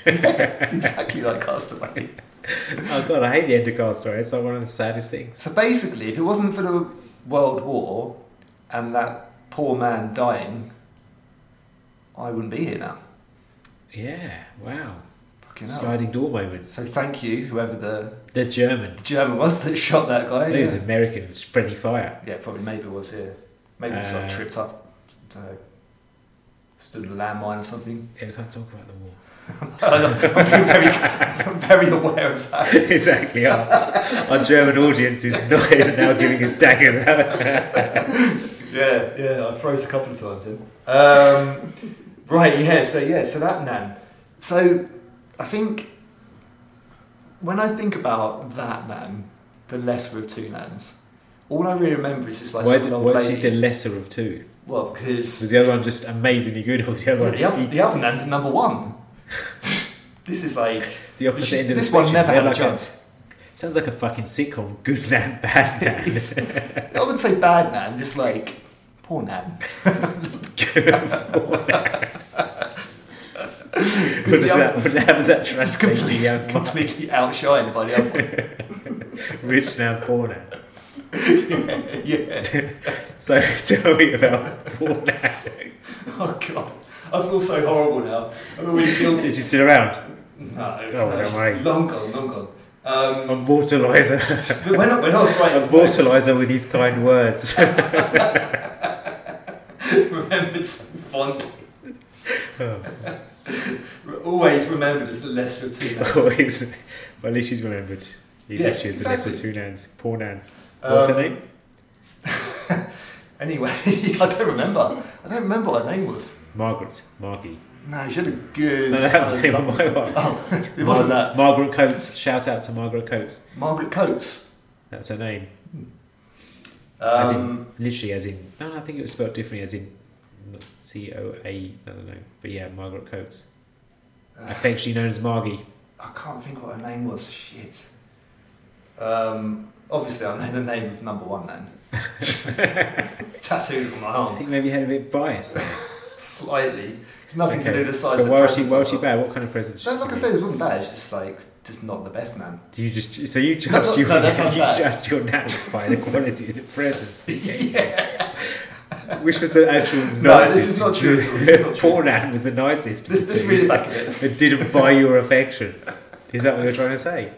Speaker 1: exactly like Castaway.
Speaker 2: Oh, God, I hate the end of Castaway. It's like one of the saddest things.
Speaker 1: So basically, if it wasn't for the World War and that poor man dying, I wouldn't be here now.
Speaker 2: Yeah, wow.
Speaker 1: Fucking hell.
Speaker 2: Sliding door moment.
Speaker 1: So thank you, whoever the,
Speaker 2: The German.
Speaker 1: the German was that shot that guy.
Speaker 2: He was
Speaker 1: Yeah,
Speaker 2: American, it's friendly fire.
Speaker 1: yeah probably maybe it was, yeah. Maybe it was
Speaker 2: Uh,
Speaker 1: like tripped up, don't know, stood in a landmine or something.
Speaker 2: Yeah, we can't talk about the war.
Speaker 1: I'm being very, I'm very aware of that.
Speaker 2: exactly. Our, our German audience is, not, is now giving us daggers out.
Speaker 1: Yeah, yeah, I froze a couple of times in. Um, right, yeah, so yeah, so that nan. So I think when I think about that nan, the lesser of two nans, all I really remember is this like
Speaker 2: Why
Speaker 1: little
Speaker 2: did,
Speaker 1: old
Speaker 2: why is she
Speaker 1: lady-
Speaker 2: the lesser of two?
Speaker 1: well, because
Speaker 2: Was the other one just amazingly good, or was the other
Speaker 1: well,
Speaker 2: one
Speaker 1: the, other, the other nan's number one. this is like
Speaker 2: the opposite
Speaker 1: she-
Speaker 2: end of the
Speaker 1: this one
Speaker 2: spectrum?
Speaker 1: never
Speaker 2: They're
Speaker 1: had a
Speaker 2: like
Speaker 1: chance.
Speaker 2: Sounds like a fucking sitcom. Good nan, bad nan.
Speaker 1: It's- I wouldn't say bad nan, just like poor nan.
Speaker 2: what, does
Speaker 1: the
Speaker 2: that,
Speaker 1: other-
Speaker 2: what, how does that
Speaker 1: It's
Speaker 2: translate to
Speaker 1: completely,
Speaker 2: the outcome?
Speaker 1: completely outshined by the other one.
Speaker 2: Rich nan, poor nan.
Speaker 1: yeah.
Speaker 2: So tell me about poor nan.
Speaker 1: Oh god, I feel so horrible now. I'm really
Speaker 2: Is
Speaker 1: guilty.
Speaker 2: she still around?
Speaker 1: No,
Speaker 2: Oh,
Speaker 1: no,
Speaker 2: don't worry.
Speaker 1: long gone, long gone.
Speaker 2: A
Speaker 4: Um,
Speaker 2: mortalizer.
Speaker 4: but when, I, when I was
Speaker 2: A
Speaker 4: writing notes,
Speaker 2: mortalizer with these kind words.
Speaker 4: remembered so fondly.
Speaker 2: Oh,
Speaker 4: Always remembered as the lesser of two. men.
Speaker 2: Always. Oh, But at least she's remembered. Even
Speaker 4: Yeah,
Speaker 2: if she was the next
Speaker 1: exactly. Um,
Speaker 2: of two nans. Poor nan. What's her name?
Speaker 1: Anyway, I don't remember. I don't remember what her name was.
Speaker 2: Margaret. Margie.
Speaker 1: No, she had a good.
Speaker 2: No, that's the name of my wife.
Speaker 1: Oh, it wasn't that.
Speaker 2: Margaret Coates. Shout out to Margaret Coates.
Speaker 1: Margaret Coates.
Speaker 2: That's her name. As
Speaker 1: Um,
Speaker 2: in, literally as in, no, no, I think it was spelled differently as in C O A, I don't know. But yeah, Margaret Coates.
Speaker 1: Uh,
Speaker 2: Affectionately known as Margie.
Speaker 1: I can't think what her name was. Shit. Um, obviously, I know the name of number one then. it's tattooed on my
Speaker 2: I
Speaker 1: arm.
Speaker 2: think maybe you had a bit biased there.
Speaker 1: Slightly. It's nothing to do with the size
Speaker 2: But
Speaker 1: of the
Speaker 2: why was she,
Speaker 1: presents
Speaker 2: why
Speaker 1: I've
Speaker 2: was she
Speaker 1: got.
Speaker 2: bad? What kind of present?
Speaker 1: No,
Speaker 2: she
Speaker 1: like I
Speaker 2: give
Speaker 1: said, it wasn't bad. It's just like, just not the best man.
Speaker 2: Do you just so you judge
Speaker 1: no,
Speaker 2: your
Speaker 1: that's not
Speaker 2: you
Speaker 1: bad.
Speaker 2: judged your nats by the quality of the presents they gave you? Which was the actual
Speaker 1: No,
Speaker 2: nicest?
Speaker 1: this is not true at all. This is not true.
Speaker 2: Poor Nan was the nicest.
Speaker 1: This, this really back a bit.
Speaker 2: It didn't buy your affection. Is that what you're trying to say?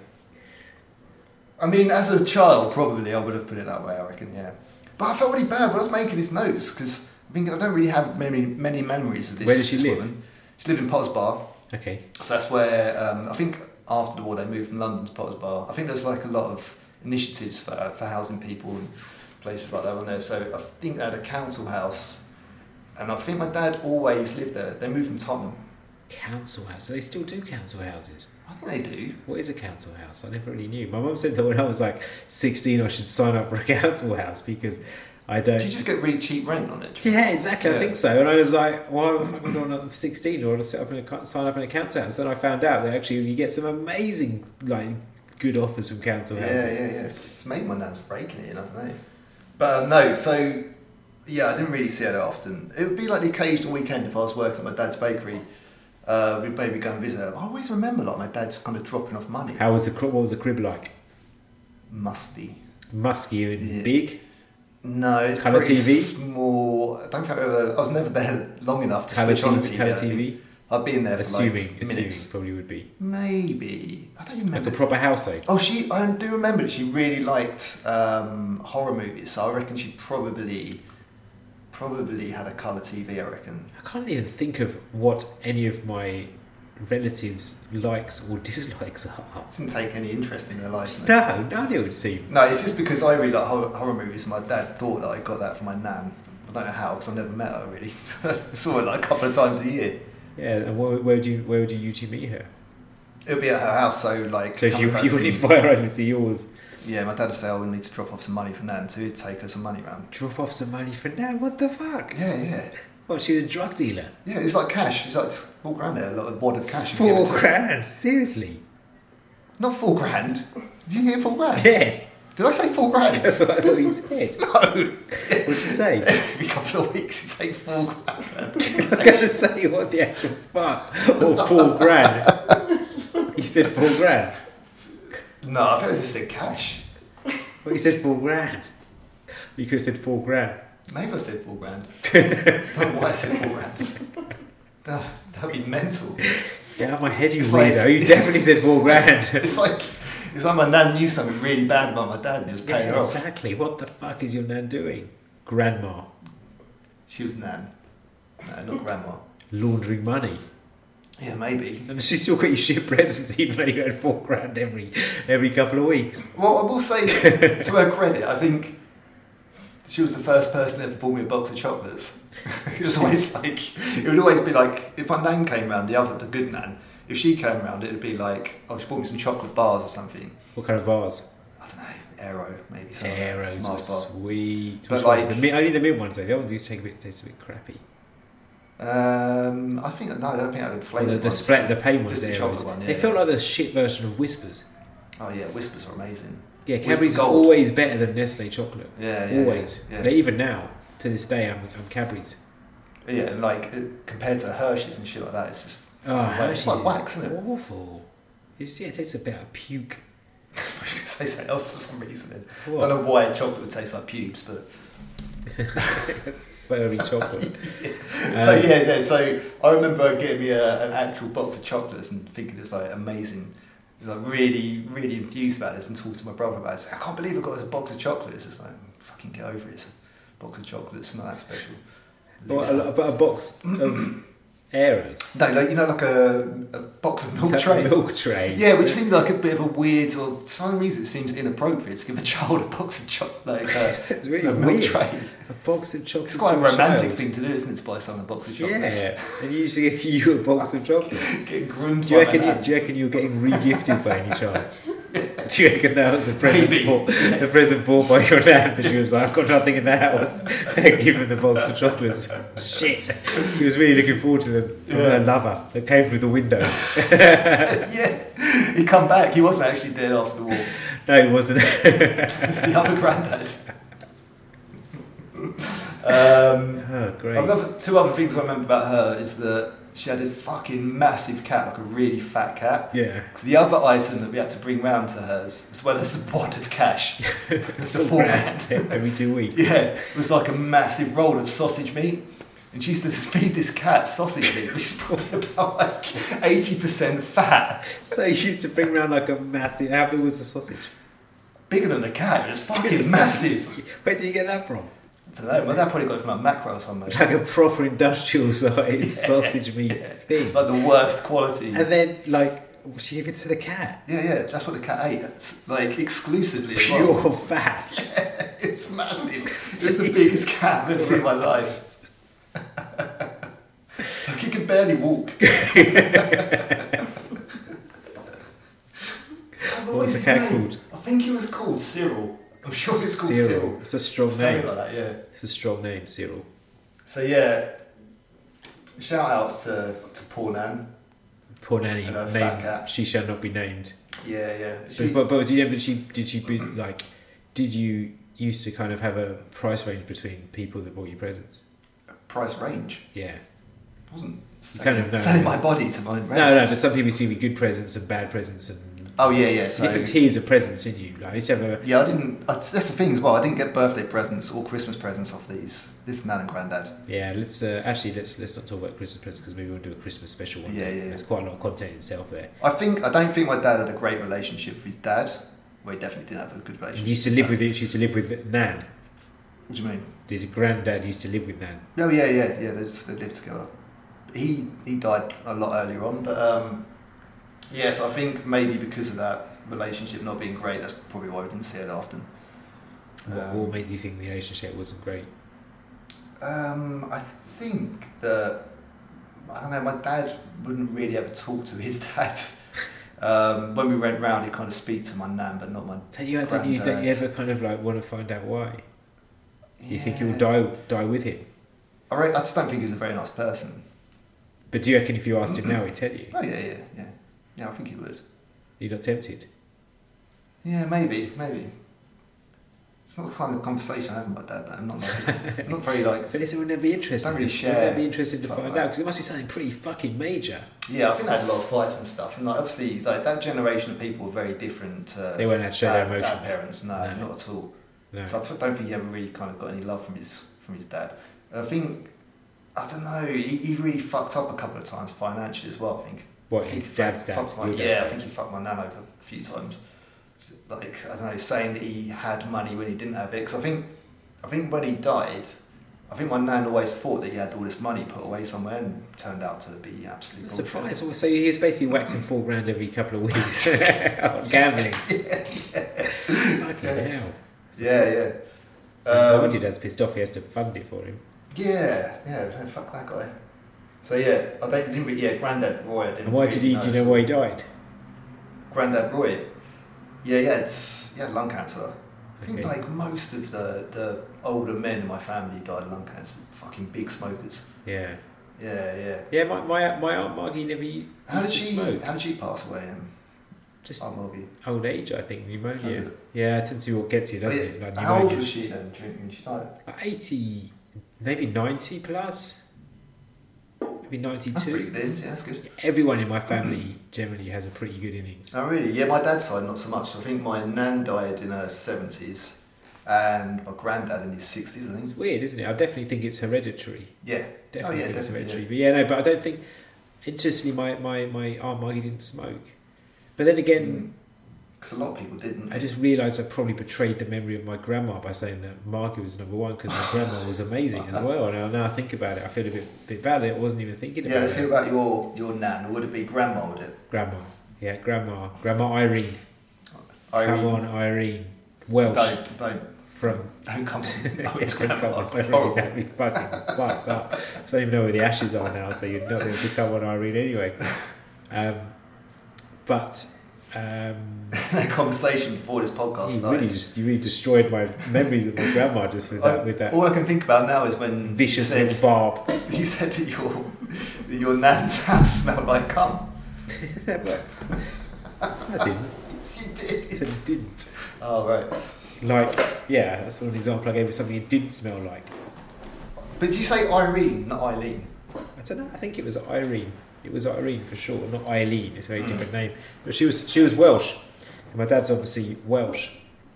Speaker 1: I mean, as a child, probably I would have put it that way. I reckon, yeah. But I felt really bad when I was making these notes because I'm thinking I don't really have many many memories of this.
Speaker 2: Where did she
Speaker 1: this
Speaker 2: live?
Speaker 1: Woman. She lived in Potters Bar,
Speaker 2: Okay.
Speaker 1: so that's where um, I think after the war they moved from London to Potters Bar. I think there's like a lot of initiatives for for housing people and places like that on there. So I think they had a council house, and I think my dad always lived there. They moved from Tottenham.
Speaker 2: Council house. So they still do council houses.
Speaker 1: I think they do.
Speaker 2: What is a council house? I never really knew. My mum said that when I was like 16, I should sign up for a council house because I don't.
Speaker 1: Do you just get really cheap rent on it?
Speaker 2: Yeah, exactly. I
Speaker 1: Yeah.
Speaker 2: think so. And I was like, why the fuck am I going up 16 in order to set up an account, sign up an account house? Then I found out that actually you get some amazing, like, good offers from council
Speaker 1: Yeah,
Speaker 2: houses.
Speaker 1: yeah, yeah. It's maybe my nan's breaking it in, I don't know. But um, no, so yeah, I didn't really see her that often. It would be like the occasional weekend if I was working at my dad's bakery. Uh, we'd maybe go and visit her. I always remember like my dad's kind of dropping off money.
Speaker 2: How was the cri- what was the crib like?
Speaker 1: Musty.
Speaker 2: Musky and
Speaker 1: Yeah.
Speaker 2: big.
Speaker 1: No, it's
Speaker 2: Colour
Speaker 1: pretty
Speaker 2: TV?
Speaker 1: small. I don't think I ever. I was never there long enough to
Speaker 2: Colour
Speaker 1: switch on the
Speaker 2: TV.
Speaker 1: TV.
Speaker 2: Colour
Speaker 1: I think.
Speaker 2: TV.
Speaker 1: I'd be in there for
Speaker 2: Assuming,
Speaker 1: like
Speaker 2: assuming
Speaker 1: minutes.
Speaker 2: probably would be
Speaker 1: Maybe I don't even
Speaker 2: like
Speaker 1: remember.
Speaker 2: a proper house though.
Speaker 1: Oh, she. I do remember that she really liked um, horror movies, so I reckon she probably, probably had a colour TV. I reckon.
Speaker 2: I can't even think of what any of my relatives' likes or dislikes are.
Speaker 1: Didn't take any interest in their life. No.
Speaker 2: No, none it would seem.
Speaker 1: no, it's just because I really like horror, horror movies. My dad thought that I got that from my nan. I don't know how because I never met her really. Saw her like a couple of times a year.
Speaker 2: Yeah, and where, where do you where would you usually meet her?
Speaker 1: It would be at her house, so like.
Speaker 2: So
Speaker 1: coming
Speaker 2: you,
Speaker 1: back
Speaker 2: you would
Speaker 1: from-
Speaker 2: invite her over to yours.
Speaker 1: Yeah, my dad would say I would need to drop off some money for nan, so he'd take her some money round.
Speaker 2: drop off some money for now. What the fuck?
Speaker 1: Yeah, yeah,
Speaker 2: Well, she's a drug dealer.
Speaker 1: yeah. It's like cash. It's like just walk around there, like a wad of cash. and give
Speaker 2: Four
Speaker 1: it to her.
Speaker 2: grand, seriously?
Speaker 1: Not four grand. Did you hear four grand?
Speaker 2: Yes,
Speaker 1: Did I say four grand?
Speaker 2: that's what I thought you said.
Speaker 1: No.
Speaker 2: What'd you say?
Speaker 1: Every couple of weeks it takes four grand.
Speaker 2: I was going to say what the actual fuck or four grand. You said four grand.
Speaker 1: No, I think I just said cash.
Speaker 2: Well, you said four grand. You could have said four grand.
Speaker 1: Maybe I said four grand. Don't know why I said four grand. That would be mental.
Speaker 2: Get out of my head, you
Speaker 1: It's like-
Speaker 2: weirdo. you definitely said four grand.
Speaker 1: It's like it's like my nan knew something really bad about my dad and he was paying her
Speaker 2: yeah,
Speaker 1: off.
Speaker 2: exactly. What the fuck is your nan doing? Grandma
Speaker 1: She was nan. No, not grandma.
Speaker 2: laundering money.
Speaker 1: Yeah, maybe.
Speaker 2: And she still got you shit presents even though you had four grand every every couple of weeks.
Speaker 1: Well, I will say to her credit, I think she was the first person that ever bought me a box of chocolates. it was always like it would always be like if my nan came round, the other the good nan, if she came round, it would be like oh she bought me some chocolate bars or something.
Speaker 2: What kind of bars?
Speaker 1: I don't know, Aero maybe something. like that.
Speaker 2: Arrows were
Speaker 1: Mars bar.
Speaker 2: sweet.
Speaker 1: But
Speaker 2: Which ones?
Speaker 1: like-
Speaker 2: the, mint- only the mint ones though. The other ones used to take a bit taste a bit crappy.
Speaker 1: Um, I think no, I don't think I had
Speaker 2: Well,
Speaker 1: flavour.
Speaker 2: the the, spray, the plain ones.
Speaker 1: Just the
Speaker 2: the
Speaker 1: chocolate
Speaker 2: Aeros.
Speaker 1: one, yeah,
Speaker 2: they felt
Speaker 1: yeah.
Speaker 2: like the shit version of Whispers.
Speaker 1: Oh yeah, whispers are amazing.
Speaker 2: Yeah,
Speaker 1: Whisper
Speaker 2: Cadbury's is
Speaker 1: Gold.
Speaker 2: always better than Nestle chocolate.
Speaker 1: Yeah, yeah,
Speaker 2: always.
Speaker 1: yeah, yeah.
Speaker 2: They- even now to this day, I'm, I'm Cadbury's.
Speaker 1: Yeah, and like uh, compared to Hershey's and shit like that, it's just
Speaker 2: Oh,
Speaker 1: like-
Speaker 2: Hershey's
Speaker 1: it's like
Speaker 2: is
Speaker 1: wax, isn't it?
Speaker 2: awful. You just, yeah, it tastes a bit of puke.
Speaker 1: say something else for some reason. I
Speaker 2: What?
Speaker 1: don't know why chocolate tastes like pubes, but
Speaker 2: Furry chocolate.
Speaker 1: so
Speaker 2: Um,
Speaker 1: yeah, yeah, so I remember getting me a, an actual box of chocolates and thinking it's like amazing. like really, really enthused about this and talked to my brother about it. It's like, I can't believe I got this box of chocolates. It's like, fucking get over it. It's a box of chocolates. It's not that special.
Speaker 2: But
Speaker 1: Loser.
Speaker 2: a, but a box of arrows.
Speaker 1: No, like you know, like a, a box of milk
Speaker 2: That
Speaker 1: tray.
Speaker 2: Milk tray.
Speaker 1: Yeah, which seems like a bit of a weird or for some reason it seems inappropriate to give a child a box of chocolate like uh,
Speaker 2: It's really
Speaker 1: a milk
Speaker 2: weird.
Speaker 1: tray.
Speaker 2: A box of chocolates.
Speaker 1: It's quite a
Speaker 2: for
Speaker 1: romantic
Speaker 2: child.
Speaker 1: thing to do, isn't it, to buy someone a box of chocolates?
Speaker 2: Yeah, and usually if you a box of chocolates.
Speaker 1: Get groomed
Speaker 2: Do you,
Speaker 1: by my
Speaker 2: reckon you,
Speaker 1: dad.
Speaker 2: do you reckon you're getting re-gifted by any chance? Do you reckon that was a present
Speaker 4: Maybe.
Speaker 2: bought, a present bought by your dad? But she was like, I've got nothing in the house. Give him the box of chocolates. Shit. He was really looking forward to them from her lover that came through the window.
Speaker 1: yeah, he'd come back. He wasn't actually dead after the war.
Speaker 2: No, he wasn't.
Speaker 1: the other granddad. um,
Speaker 2: Oh, great.
Speaker 1: I've got two other things I remember about her is that she had a fucking massive cat, like a really fat cat.
Speaker 2: Yeah.
Speaker 1: So the other item that we had to bring round to hers, as well as a wad of cash, was the four
Speaker 2: Grand every two weeks.
Speaker 1: Yeah, it was like a massive roll of sausage meat. And she used to feed this cat sausage meat, which is probably about like 80% fat.
Speaker 2: So he used to bring around like a massive. How big was the sausage?
Speaker 1: Bigger than a cat, it was fucking massive.
Speaker 2: Where did you get that from?
Speaker 1: I don't know, my dad probably got it from like macro or something.
Speaker 2: Like a proper industrial size sausage meat thing.
Speaker 1: Like the worst quality.
Speaker 2: And then, like, she gave it to the cat.
Speaker 1: Yeah, yeah, that's what the cat ate. It's like exclusively as well.
Speaker 2: Pure fat.
Speaker 1: It was massive. It was the biggest cat I've ever seen in my life. like he could barely walk.
Speaker 2: What was the cat called?
Speaker 1: I think he was called Cyril. I'm sure it's called Cyril.
Speaker 2: It's a strong
Speaker 1: Something
Speaker 2: name.
Speaker 1: like that, yeah.
Speaker 2: It's a strong name, Cyril.
Speaker 1: So yeah, shout outs to, to poor Nan.
Speaker 2: Poor nanny.
Speaker 1: And a fat
Speaker 2: Name,
Speaker 1: cat.
Speaker 2: she shall not be named.
Speaker 1: Yeah, yeah. She,
Speaker 2: But, but, but do you know, but she, did she be like, did you used to kind of have a price range between people that bought you presents?
Speaker 1: price range
Speaker 2: Yeah.
Speaker 1: wasn't. Selling,
Speaker 2: kind of know.
Speaker 1: selling my body to my
Speaker 2: No, no,
Speaker 1: relatives.
Speaker 2: but some people used to give you good presents and bad presents and
Speaker 1: Oh yeah, yeah. So
Speaker 2: different tiers of presents, didn't you? Like, I used to have a,
Speaker 1: yeah, I didn't. I, that's the thing as well. I didn't get birthday presents or Christmas presents off these. This Nan and Granddad.
Speaker 2: Yeah, let's uh, actually let's let's not talk about Christmas presents because maybe we'll do a Christmas special one.
Speaker 1: Yeah, yeah, yeah.
Speaker 2: There's quite a lot of content itself there.
Speaker 1: I think I don't think my dad had a great relationship with his dad. Well, he definitely didn't have a good
Speaker 2: And
Speaker 1: relationship.
Speaker 2: you used to
Speaker 1: with
Speaker 2: live
Speaker 1: his
Speaker 2: with it. She used to live with Nan.
Speaker 1: dad. What do you mean?
Speaker 2: Did granddad used to live with Nan?
Speaker 1: No, yeah, yeah, yeah. They, just, they lived together. He he died a lot earlier on, but um, yes, I think maybe because of that relationship not being great, that's probably why we didn't see it often.
Speaker 2: What,
Speaker 1: Um,
Speaker 2: what made you think the relationship wasn't great?
Speaker 1: um, I think that I don't know. My dad wouldn't really ever talk to his dad. Um, when we went round, he'd kind of speak to my nan, but not my.
Speaker 2: Don't you, don't you, don't you
Speaker 1: Granddad.
Speaker 2: ever kind of like want to find out why? You think
Speaker 1: Yeah.
Speaker 2: you'll die die with him?
Speaker 1: I, re- I just don't think he was a very nice person.
Speaker 2: But do you reckon if you asked him now, he'd tell you?
Speaker 1: Oh yeah, yeah, yeah. Yeah, I think he would.
Speaker 2: You're not tempted.
Speaker 1: Yeah, maybe, maybe. It's not the kind of conversation I have with my dad. Though. I'm not. Like, I'm not very like.
Speaker 2: But listen, wouldn't that be interesting?
Speaker 1: Don't really
Speaker 2: to-
Speaker 1: share
Speaker 2: Wouldn't that be interesting to
Speaker 1: stuff
Speaker 2: find out?
Speaker 1: like
Speaker 2: 'Cause out?
Speaker 1: that.
Speaker 2: Because it must be something pretty fucking major.
Speaker 1: Yeah, I think they had a lot of fights and stuff, and like obviously, like that generation of people were very different. To
Speaker 2: They weren't allowed to show their
Speaker 1: our- our
Speaker 2: emotions.
Speaker 1: parents, no,
Speaker 2: No.
Speaker 1: not at all.
Speaker 2: No.
Speaker 1: So I don't think he ever really kind of got any love from his from his dad. I think. I don't know. He, he really fucked up a couple of times financially as well. I think.
Speaker 2: What?
Speaker 1: I
Speaker 2: Your
Speaker 1: think he
Speaker 2: dad's dad.
Speaker 1: fucked- fucked my-
Speaker 2: your dad's
Speaker 1: yeah, I
Speaker 2: dad.
Speaker 1: think he fucked my nan over a few times. Like I don't know, saying that he had money when he didn't have it. 'Cause I think, I think when he died, I think my nan always thought that he had all this money put away somewhere, and turned out to be absolutely.
Speaker 2: A surprise! So he was basically waxing four grand every couple of weeks on gambling. Fucking
Speaker 1: Yeah.
Speaker 2: hell!
Speaker 1: Yeah, yeah.
Speaker 2: no wonder
Speaker 1: Um,
Speaker 2: your dad's pissed off. He has to fund it for him.
Speaker 1: yeah, yeah. no, Fuck that guy. So yeah, I don't, didn't. re- Yeah, Grandad Roy. I didn't.
Speaker 2: And why did
Speaker 1: really
Speaker 2: he? Do you know
Speaker 1: notice.
Speaker 2: why he died?
Speaker 1: Grandad Roy. Yeah, yeah. It's yeah, lung cancer. I think
Speaker 2: Okay.
Speaker 1: like most of the, the older men in my family died of lung cancer. Fucking big smokers.
Speaker 2: Yeah,
Speaker 1: Yeah, yeah.
Speaker 2: yeah. My my my aunt Margie never u-
Speaker 1: How
Speaker 2: used
Speaker 1: did
Speaker 2: to
Speaker 1: she?
Speaker 2: smoke.
Speaker 1: How did she pass away? Um,
Speaker 2: Just
Speaker 1: Aunt Margie.
Speaker 2: old age, I think
Speaker 1: Was
Speaker 2: pneumonia.
Speaker 1: it?
Speaker 2: Yeah, it tends to all get to you, doesn't
Speaker 1: Yeah,
Speaker 2: it? Like
Speaker 1: How old
Speaker 2: pneumonia.
Speaker 1: was she then? do you think, When she died?
Speaker 2: Like Eighty, maybe ninety plus, maybe
Speaker 1: That's pretty
Speaker 2: ninety-two.
Speaker 1: good. innings, Yeah, that's good.
Speaker 2: Everyone in my family generally has a pretty good innings.
Speaker 1: Oh really? Yeah, my dad's side not so much. I think my nan died in her seventies, and my granddad in his sixties. I
Speaker 2: It's
Speaker 1: think.
Speaker 2: weird, isn't it? I definitely think it's hereditary.
Speaker 1: Yeah.
Speaker 2: Definitely
Speaker 1: oh yeah,
Speaker 2: think it's
Speaker 1: definitely.
Speaker 2: hereditary. But yeah, no, but I don't think. Interestingly, my my my aunt Margie didn't smoke, But then again,
Speaker 1: Because a lot of people didn't.
Speaker 2: I just realised I probably betrayed the memory of my grandma by saying that Margaret was number one because my grandma was amazing as well. And now, now I think about it, I feel a bit, bit bad. that I wasn't even thinking
Speaker 1: yeah,
Speaker 2: about
Speaker 1: let's hear
Speaker 2: it.
Speaker 1: about your your nan. Would it be grandma? Would it?
Speaker 2: Grandma. Yeah, grandma. Grandma Irene. Come
Speaker 1: Irene.
Speaker 2: on, Irene. Welsh
Speaker 1: Don't don't
Speaker 2: from
Speaker 1: don't come on.
Speaker 2: Yeah,
Speaker 1: Oh, it's
Speaker 2: don't come
Speaker 1: grandma.
Speaker 2: on,
Speaker 1: It's
Speaker 2: Irene,
Speaker 1: horrible.
Speaker 2: That'd be fucking fucked up. I don't even know where the ashes are now, so you're not going to come on Irene anyway. Um, but um,
Speaker 1: that conversation before this podcast
Speaker 2: you
Speaker 1: started.
Speaker 2: really just you really destroyed my memories of my grandma just with that with that
Speaker 1: Oh, All I can think about now is when
Speaker 2: vicious
Speaker 1: you
Speaker 2: little
Speaker 1: said,
Speaker 2: barb.
Speaker 1: you said that your that your nan's house smelled like cum.
Speaker 2: I didn't.
Speaker 1: She
Speaker 2: I
Speaker 1: did.
Speaker 2: said didn't.
Speaker 1: Oh right.
Speaker 2: Like, yeah, that's one example I gave of something it didn't smell like.
Speaker 1: But did you say Irene, not Eileen?
Speaker 2: I don't know. I think it was Irene. It was Irene for sure, not Eileen. It's a very
Speaker 1: Mm.
Speaker 2: different name. But she was she was Welsh, and my dad's obviously Welsh,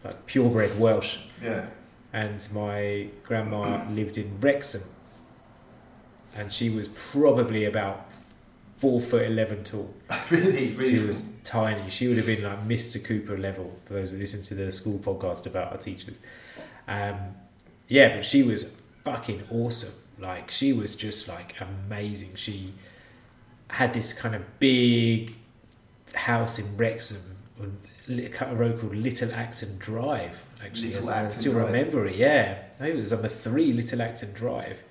Speaker 2: like purebred Welsh.
Speaker 1: Yeah.
Speaker 2: And my grandma lived in Wrexham, and she was probably about four foot eleven tall.
Speaker 1: really, really.
Speaker 2: She was tiny. She would have been like Mr. Cooper level for those that listen to the school podcast about our teachers. Um, yeah, but she was fucking awesome. Like she was just like amazing. She had this kind of big house in Wrexham, on li- a road called Little Acton Drive. Actually,
Speaker 1: Little
Speaker 2: as I
Speaker 1: Acton
Speaker 2: still
Speaker 1: Drive.
Speaker 2: remember it. Yeah, I think it was number three, Little Acton Drive.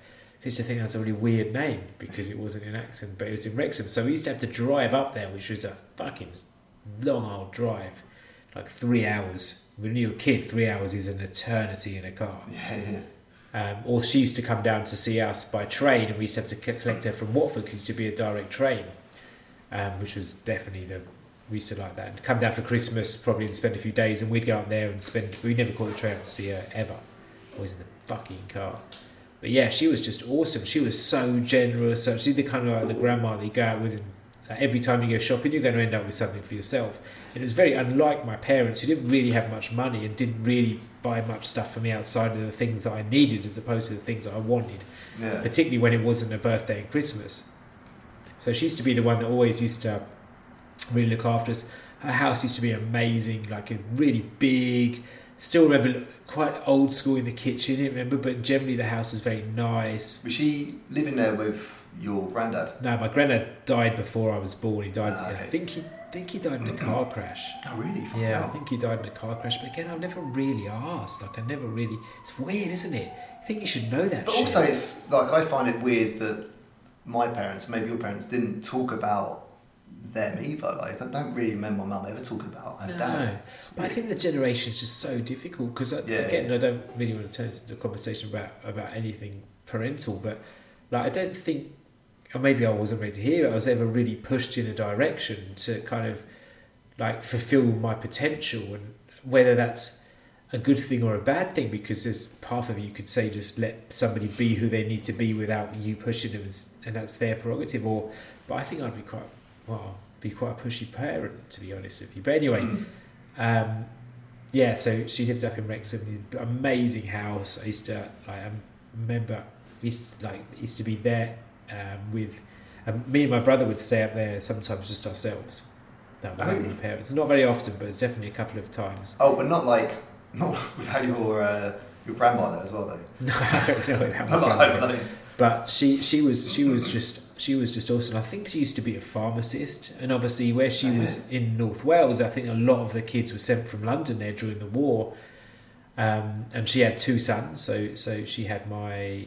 Speaker 2: I used to think that's a really weird name because it wasn't in Acton, but it was in Wrexham. So we used to have to drive up there, which was a fucking long old drive, like three hours. When you're a kid, three hours is an eternity in a car.
Speaker 1: Yeah, yeah.
Speaker 2: Um, or she used to come down to see us by train, and we used to have to c- collect her from Watford because it used to be a direct train, um, which was definitely the we used to like that. And come down for Christmas probably and spend a few days, and we'd go up there and spend. We never caught the train out to see her ever. Always in the fucking car. But yeah, she was just awesome. She was so generous. So she's the kind of like the grandma that you go out with, and like, every time you go shopping, you're going to end up with something for yourself. And it was very unlike my parents, who didn't really have much money and didn't really buy much stuff for me outside of the things that I needed, as opposed to the things that I wanted,
Speaker 1: yeah.
Speaker 2: particularly when it wasn't a birthday and Christmas. So she used to be the one that always used to really look after us. Her house used to be amazing, like a really big. Still remember quite old school in the kitchen, I remember, but generally the house was very nice.
Speaker 1: Was she living there with your granddad?
Speaker 2: No, my granddad died before I was born. He died.
Speaker 1: Ah,
Speaker 2: I
Speaker 1: okay.
Speaker 2: think he think he died in a car crash.
Speaker 1: Oh, really? Fuck
Speaker 2: Yeah, I
Speaker 1: hell.
Speaker 2: think he died in a car crash. But again, I've never really asked. Like, I never really. It's weird, isn't it? I think you should know that.
Speaker 1: But
Speaker 2: shit.
Speaker 1: also, it's like I find it weird that my parents, maybe your parents, didn't talk about them either. Like, I don't really remember my mum ever talking about her
Speaker 2: No.
Speaker 1: dad. It's
Speaker 2: But I
Speaker 1: weird.
Speaker 2: think the generation is just so difficult because
Speaker 1: Yeah,
Speaker 2: again,
Speaker 1: yeah.
Speaker 2: I don't really want to turn this into a conversation about about anything parental, but like I don't think, or maybe I wasn't ready to hear it. I was ever really pushed in a direction to kind of like fulfill my potential, and whether that's a good thing or a bad thing, because there's half of you could say just let somebody be who they need to be without you pushing them, is- and that's their prerogative. Or, but I think I'd be quite well, be quite a pushy parent to be honest with you. But anyway.
Speaker 1: Mm.
Speaker 2: Um, yeah, so she lived up in Wrexham, an amazing house. I used to, like, I remember, we used like used to be there um, with, and me and my brother would stay up there sometimes just ourselves. No,
Speaker 1: Oh,
Speaker 2: without
Speaker 1: really?
Speaker 2: my parents, not very often, but it's definitely a couple of times.
Speaker 1: Oh, but not like not without your uh, your grandma there as well, though.
Speaker 2: No, no, that
Speaker 1: Not
Speaker 2: one.
Speaker 1: like home alone.
Speaker 2: but she she was she was just she was just awesome. I think she used to be a pharmacist, and obviously where she was in North Wales, I think a lot of the kids were sent from London there during the war. Um, and she had two sons, so so she had my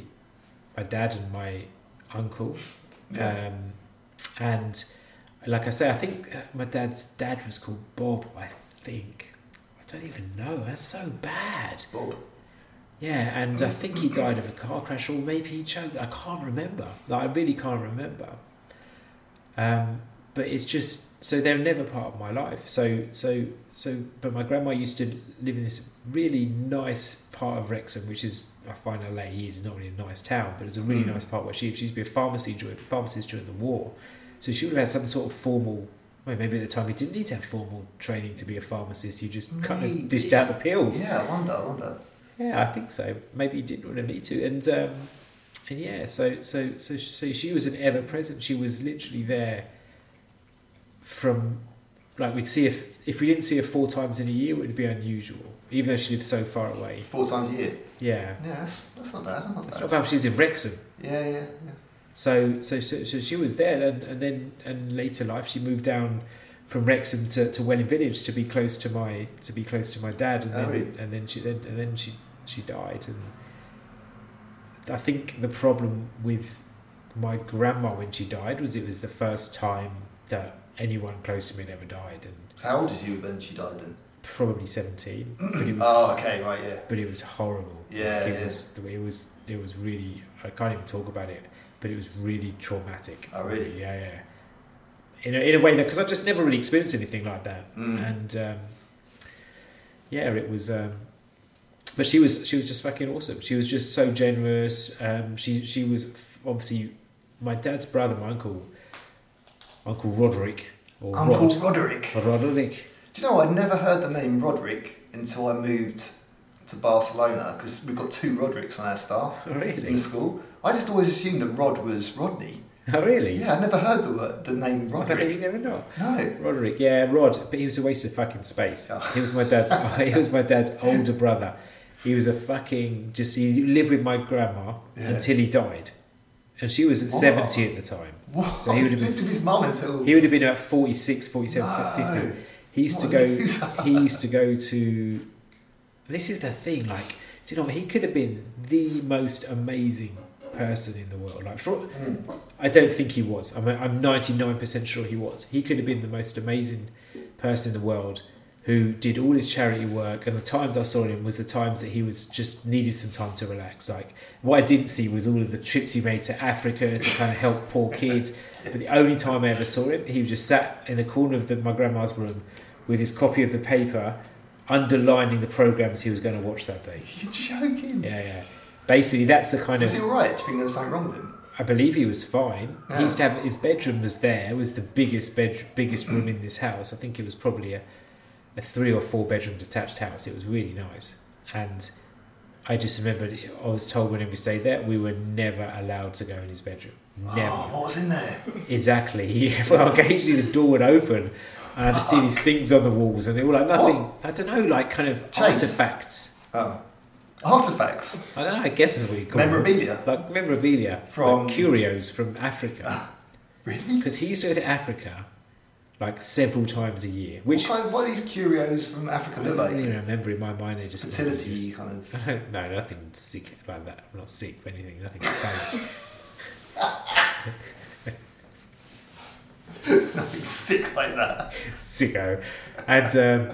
Speaker 2: my dad and my uncle,
Speaker 1: Yeah.
Speaker 2: um, and like I say, I think uh, my dad's dad was called Bob. I think I don't even know. That's so bad.
Speaker 1: Bob.
Speaker 2: Yeah, and I think he died of a car crash, or maybe he choked. I can't remember. Like, I really can't remember. Um, but it's just so they're never part of my life. So so so. But my grandma used to live in this really nice part of Wrexham, which is I find out later years is not really a nice town, but it's a really
Speaker 1: Mm.
Speaker 2: nice part where she she used to be a pharmacy during pharmacist during the war. So she would have had some sort of formal. Well, maybe at the time you didn't need to have formal training to be a pharmacist. You just kind
Speaker 1: Maybe.
Speaker 2: of dished out the pills.
Speaker 1: Yeah, I wonder, I wonder.
Speaker 2: Yeah, I think so. Maybe you didn't really need to, and um, and yeah, so so so so she was an ever present. She was literally there from like we'd see if if we didn't see her four times in a year, it would be unusual, even though she lived so far away.
Speaker 1: Four times a year.
Speaker 2: Yeah,
Speaker 1: Yeah, that's, that's not bad. That's not
Speaker 2: that's
Speaker 1: bad.
Speaker 2: not bad. She was in Wrexham,
Speaker 1: Yeah, yeah, yeah.
Speaker 2: so so so, so she was there, and, and then and later life she moved down from Wrexham to, to Welling Village to be close to my to be close to my dad, and
Speaker 1: Oh,
Speaker 2: then
Speaker 1: really?
Speaker 2: and then she then, and then she she died, and I think the problem with my grandma when she died was it was the first time that anyone close to me had ever died, and
Speaker 1: So how old is you when she died then?
Speaker 2: probably seventeen, but it was
Speaker 1: Oh, okay, right, yeah.
Speaker 2: but it was horrible.
Speaker 1: Yeah,
Speaker 2: Like, it
Speaker 1: yeah.
Speaker 2: was it was it was really. I can't even talk about it, but it was really traumatic.
Speaker 1: Oh, really?
Speaker 2: Yeah, yeah. In a, in a way that because I just never really experienced anything like that,
Speaker 1: Mm.
Speaker 2: and um, yeah, it was. Um, but she was she was just fucking awesome. She was just so generous. Um, she she was f- obviously my dad's brother, my uncle, Uncle Roderick or
Speaker 1: Uncle
Speaker 2: Rod.
Speaker 1: Roderick.
Speaker 2: Roderick.
Speaker 1: Do you know, I'd never heard the name Roderick until I moved to Barcelona because we've got two Rodericks on our staff
Speaker 2: Oh,
Speaker 1: in
Speaker 2: really?
Speaker 1: the school. I just always assumed that Rod was Rodney.
Speaker 2: Oh, really?
Speaker 1: Yeah, I never heard the word, the name
Speaker 2: Roderick. You
Speaker 1: Roderick.
Speaker 2: never know.
Speaker 1: No.
Speaker 2: Roderick, yeah, Rod, but he was a waste of fucking space.
Speaker 1: Oh.
Speaker 2: He was my dad's. he was my dad's older brother. He was a fucking just. He lived with my grandma
Speaker 1: Yeah. Oh.
Speaker 2: until he died, and she was
Speaker 1: Wow.
Speaker 2: seventy at the time.
Speaker 1: What?
Speaker 2: So he would've been-
Speaker 1: lived with his mum until.
Speaker 2: He would have been about 46, 47,
Speaker 1: No.
Speaker 2: 50. He used to
Speaker 1: What a
Speaker 2: go.
Speaker 1: loser.
Speaker 2: He used to go to. This is the thing. Like, do you know what? He could have been the most amazing person in the world. Like, for,
Speaker 1: Mm.
Speaker 2: I don't think he was. I'm, I'm 99% sure he was. He could have been the most amazing person in the world who did all his charity work. And the times I saw him was the times that he was just needed some time to relax. Like what I didn't see was all of the trips he made to Africa to kind of help poor kids. But the only time I ever saw him, he just sat in the corner of the, my grandma's room with his copy of the paper, underlining the programs he was going to watch that day.
Speaker 1: You're joking.
Speaker 2: Yeah, yeah. Basically, that's the kind of
Speaker 1: Was he alright? Do you think there was something wrong with him?
Speaker 2: I believe he was fine.
Speaker 1: Yeah.
Speaker 2: He used to have his bedroom was there. It was the biggest bed, biggest room in this house. I think it was probably a, a three or four bedroom detached house. It was really nice, and I just remember I was told whenever we stayed there, we were never allowed to go in his bedroom. Never.
Speaker 1: Oh, what was in there?
Speaker 2: Exactly. well, occasionally the door would open, and I'd just see these things on the walls, and they were like nothing. I don't know, like kind of
Speaker 1: Chains?
Speaker 2: artifacts.
Speaker 1: Oh. Artifacts.
Speaker 2: I don't know. I guess is what you call them.
Speaker 1: Memorabilia.
Speaker 2: Like memorabilia
Speaker 1: From-
Speaker 2: like curios from Africa.
Speaker 1: Really?
Speaker 2: because he used to go to Africa like several times a year, which
Speaker 1: what, kind, what are these curios from Africa
Speaker 2: I
Speaker 1: look
Speaker 2: don't
Speaker 1: like?
Speaker 2: really remember in my mind. They just
Speaker 1: Fertility kind of.
Speaker 2: no, nothing sick like that. I'm not sick or anything. Nothing. bad.
Speaker 1: Nothing sick like that.
Speaker 2: sicko, and um,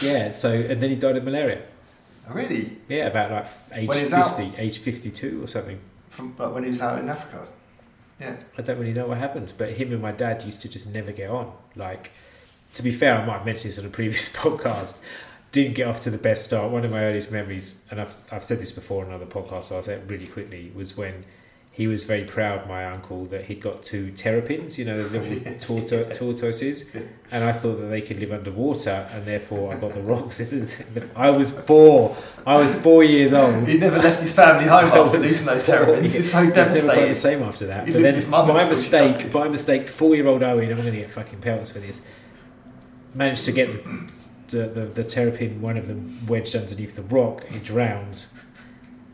Speaker 2: yeah. So and then he died of malaria.
Speaker 1: Oh, Really?
Speaker 2: Yeah, about like age
Speaker 1: When he was
Speaker 2: fifty,
Speaker 1: out?
Speaker 2: age fifty-two or something.
Speaker 1: From like, when he was out in Africa.
Speaker 2: I don't really know what happened, but him and my dad used to just never get on. Like, to be fair, I might have mentioned this on a previous podcast. Didn't get off to the best start. One of my earliest memories, and I've, I've said this before on another podcast, so I'll say it really quickly, was when he was very proud, my uncle, that he'd got two terrapins, you know, those little torto- tortoises, and I thought that they could live underwater, and therefore I got the wrongs. I was four. I was four years old.
Speaker 1: He never left his family home
Speaker 2: I
Speaker 1: after
Speaker 2: was
Speaker 1: losing those
Speaker 2: four
Speaker 1: terrapins. It's so
Speaker 2: He's never quite the
Speaker 1: devastating.
Speaker 2: same after that.
Speaker 1: He
Speaker 2: but
Speaker 1: lived
Speaker 2: then,
Speaker 1: with his mum
Speaker 2: by
Speaker 1: until she
Speaker 2: mistake,
Speaker 1: died.
Speaker 2: by mistake, four-year-old Owen, I'm going to get fucking pelts for this. Managed to get the, the, the, the terrapin, one of them, wedged underneath the rock. It drowned.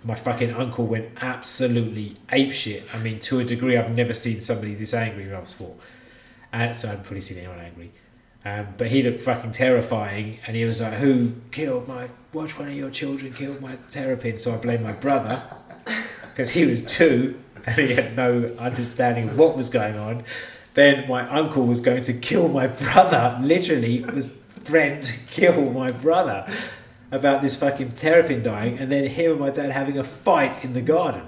Speaker 2: My fucking uncle went absolutely apeshit. I mean, to a degree, I've never seen somebody this angry when I was four. And Uh, so I've probably seen anyone angry. Um, but he looked fucking terrifying, and he was like, "Who killed my? Which one of your children killed my terrapin?" So I blame my brother because he was two and he had no understanding of what was going on. Then my uncle was going to kill my brother. Literally, was threatened to kill my brother about this fucking terrapin dying, and then him and my dad having a fight in the garden,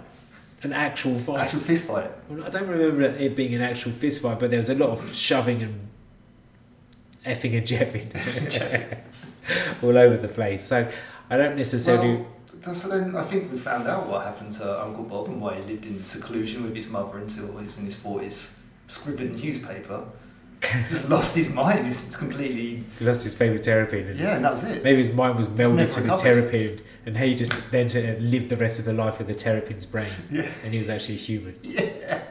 Speaker 2: an actual fight.
Speaker 1: Actual fist fight.
Speaker 2: Well, I don't remember it being an actual fist fight, but there was a lot of shoving and effing and jeffing all over the place. So I don't necessarily.
Speaker 1: Well, that's, then I think we found out what happened to Uncle Bob and why he lived in seclusion with his mother until he was in his 40s, scribbling newspaper. Just lost his mind. He's completely.
Speaker 2: he lost his favourite terrapin. And
Speaker 1: Yeah, and that was it.
Speaker 2: Maybe his mind was melded
Speaker 1: never
Speaker 2: to this
Speaker 1: recovered.
Speaker 2: terrapin, and he just then uh, lived the rest of the life with the terrapin's brain,
Speaker 1: Yeah.
Speaker 2: and he was actually a human.
Speaker 1: Yeah.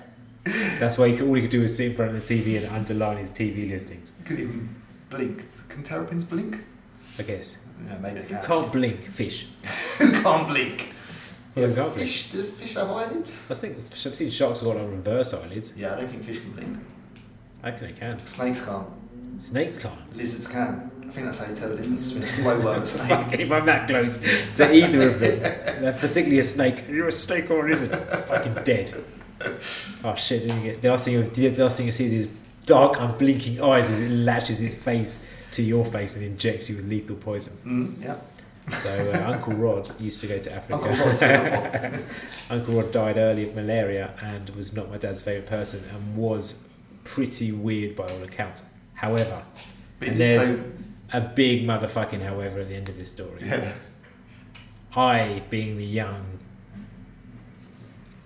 Speaker 2: That's why he could, all he could do was sit in front of the TV and underline his TV listings.
Speaker 1: You could even blink. Can terrapins blink?
Speaker 2: I guess.
Speaker 1: Yeah, maybe they
Speaker 2: You
Speaker 1: can.
Speaker 2: can't blink fish.
Speaker 1: Who can't blink?
Speaker 2: Yeah, you can't blink.
Speaker 1: Fish, do fish have eyelids?
Speaker 2: I think I've seen sharks have got on reverse eyelids.
Speaker 1: Yeah, I don't think fish can blink.
Speaker 2: I reckon they can.
Speaker 1: Snakes can't.
Speaker 2: Snakes can't.
Speaker 1: Lizards can. I think that's how you tell the difference between a slow worm and a snake.
Speaker 2: Fuck, if I'm that close to either of them, they're particularly a snake, you're a snake or a lizard. Fucking dead. Oh shit! Didn't get the last thing. The last thing you see is his dark, unblinking eyes as it lashes his face to your face and injects you with lethal poison.
Speaker 1: Mm, yeah.
Speaker 2: So uh, Uncle Rod used to go to Africa.
Speaker 1: Uncle Rod's terrible.
Speaker 2: Uncle Rod died early of malaria and was not my dad's favourite person and was pretty weird by all accounts. However,
Speaker 1: But he
Speaker 2: And
Speaker 1: did
Speaker 2: there's-
Speaker 1: so,
Speaker 2: a big motherfucking however at the end of this story.
Speaker 1: yeah.
Speaker 2: I, being the young,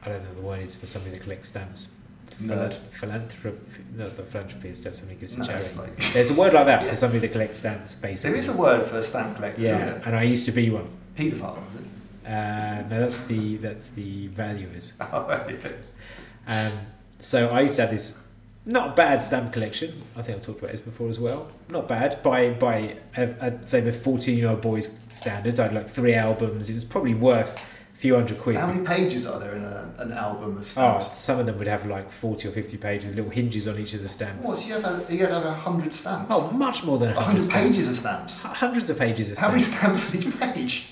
Speaker 2: I don't know the word is for somebody that collects stamps.
Speaker 1: Nerd.
Speaker 2: Philanthrop, no, the philanthropist. That's something gives to
Speaker 1: No,
Speaker 2: charity.
Speaker 1: it's like,
Speaker 2: There's a word like that
Speaker 1: Yeah.
Speaker 2: for somebody that collects stamps,
Speaker 1: there
Speaker 2: basically.
Speaker 1: is a word for a stamp collector,
Speaker 2: yeah,
Speaker 1: isn't
Speaker 2: and I used to be one.
Speaker 1: it? Paedophile, is it?
Speaker 2: Uh, no, that's the that's the valuers.
Speaker 1: Oh, yeah.
Speaker 2: Um, so I used to have this not bad stamp collection. I think I've talked about this before as well. Not bad by by uh, uh, they were fourteen year old boys standards. I had like three albums. It was probably worth a few hundred quid.
Speaker 1: How many pages are there in a, an album of
Speaker 2: Oh,
Speaker 1: stamps?
Speaker 2: some of them would have like 40 or 50 pages, little hinges on each of the stamps.
Speaker 1: What, so you had a, you had a hundred stamps?
Speaker 2: Oh, much more than
Speaker 1: a
Speaker 2: 100,
Speaker 1: hundred
Speaker 2: stamps.
Speaker 1: pages of stamps?
Speaker 2: H- Hundreds of pages of
Speaker 1: How many
Speaker 2: stamps.
Speaker 1: stamps on each page?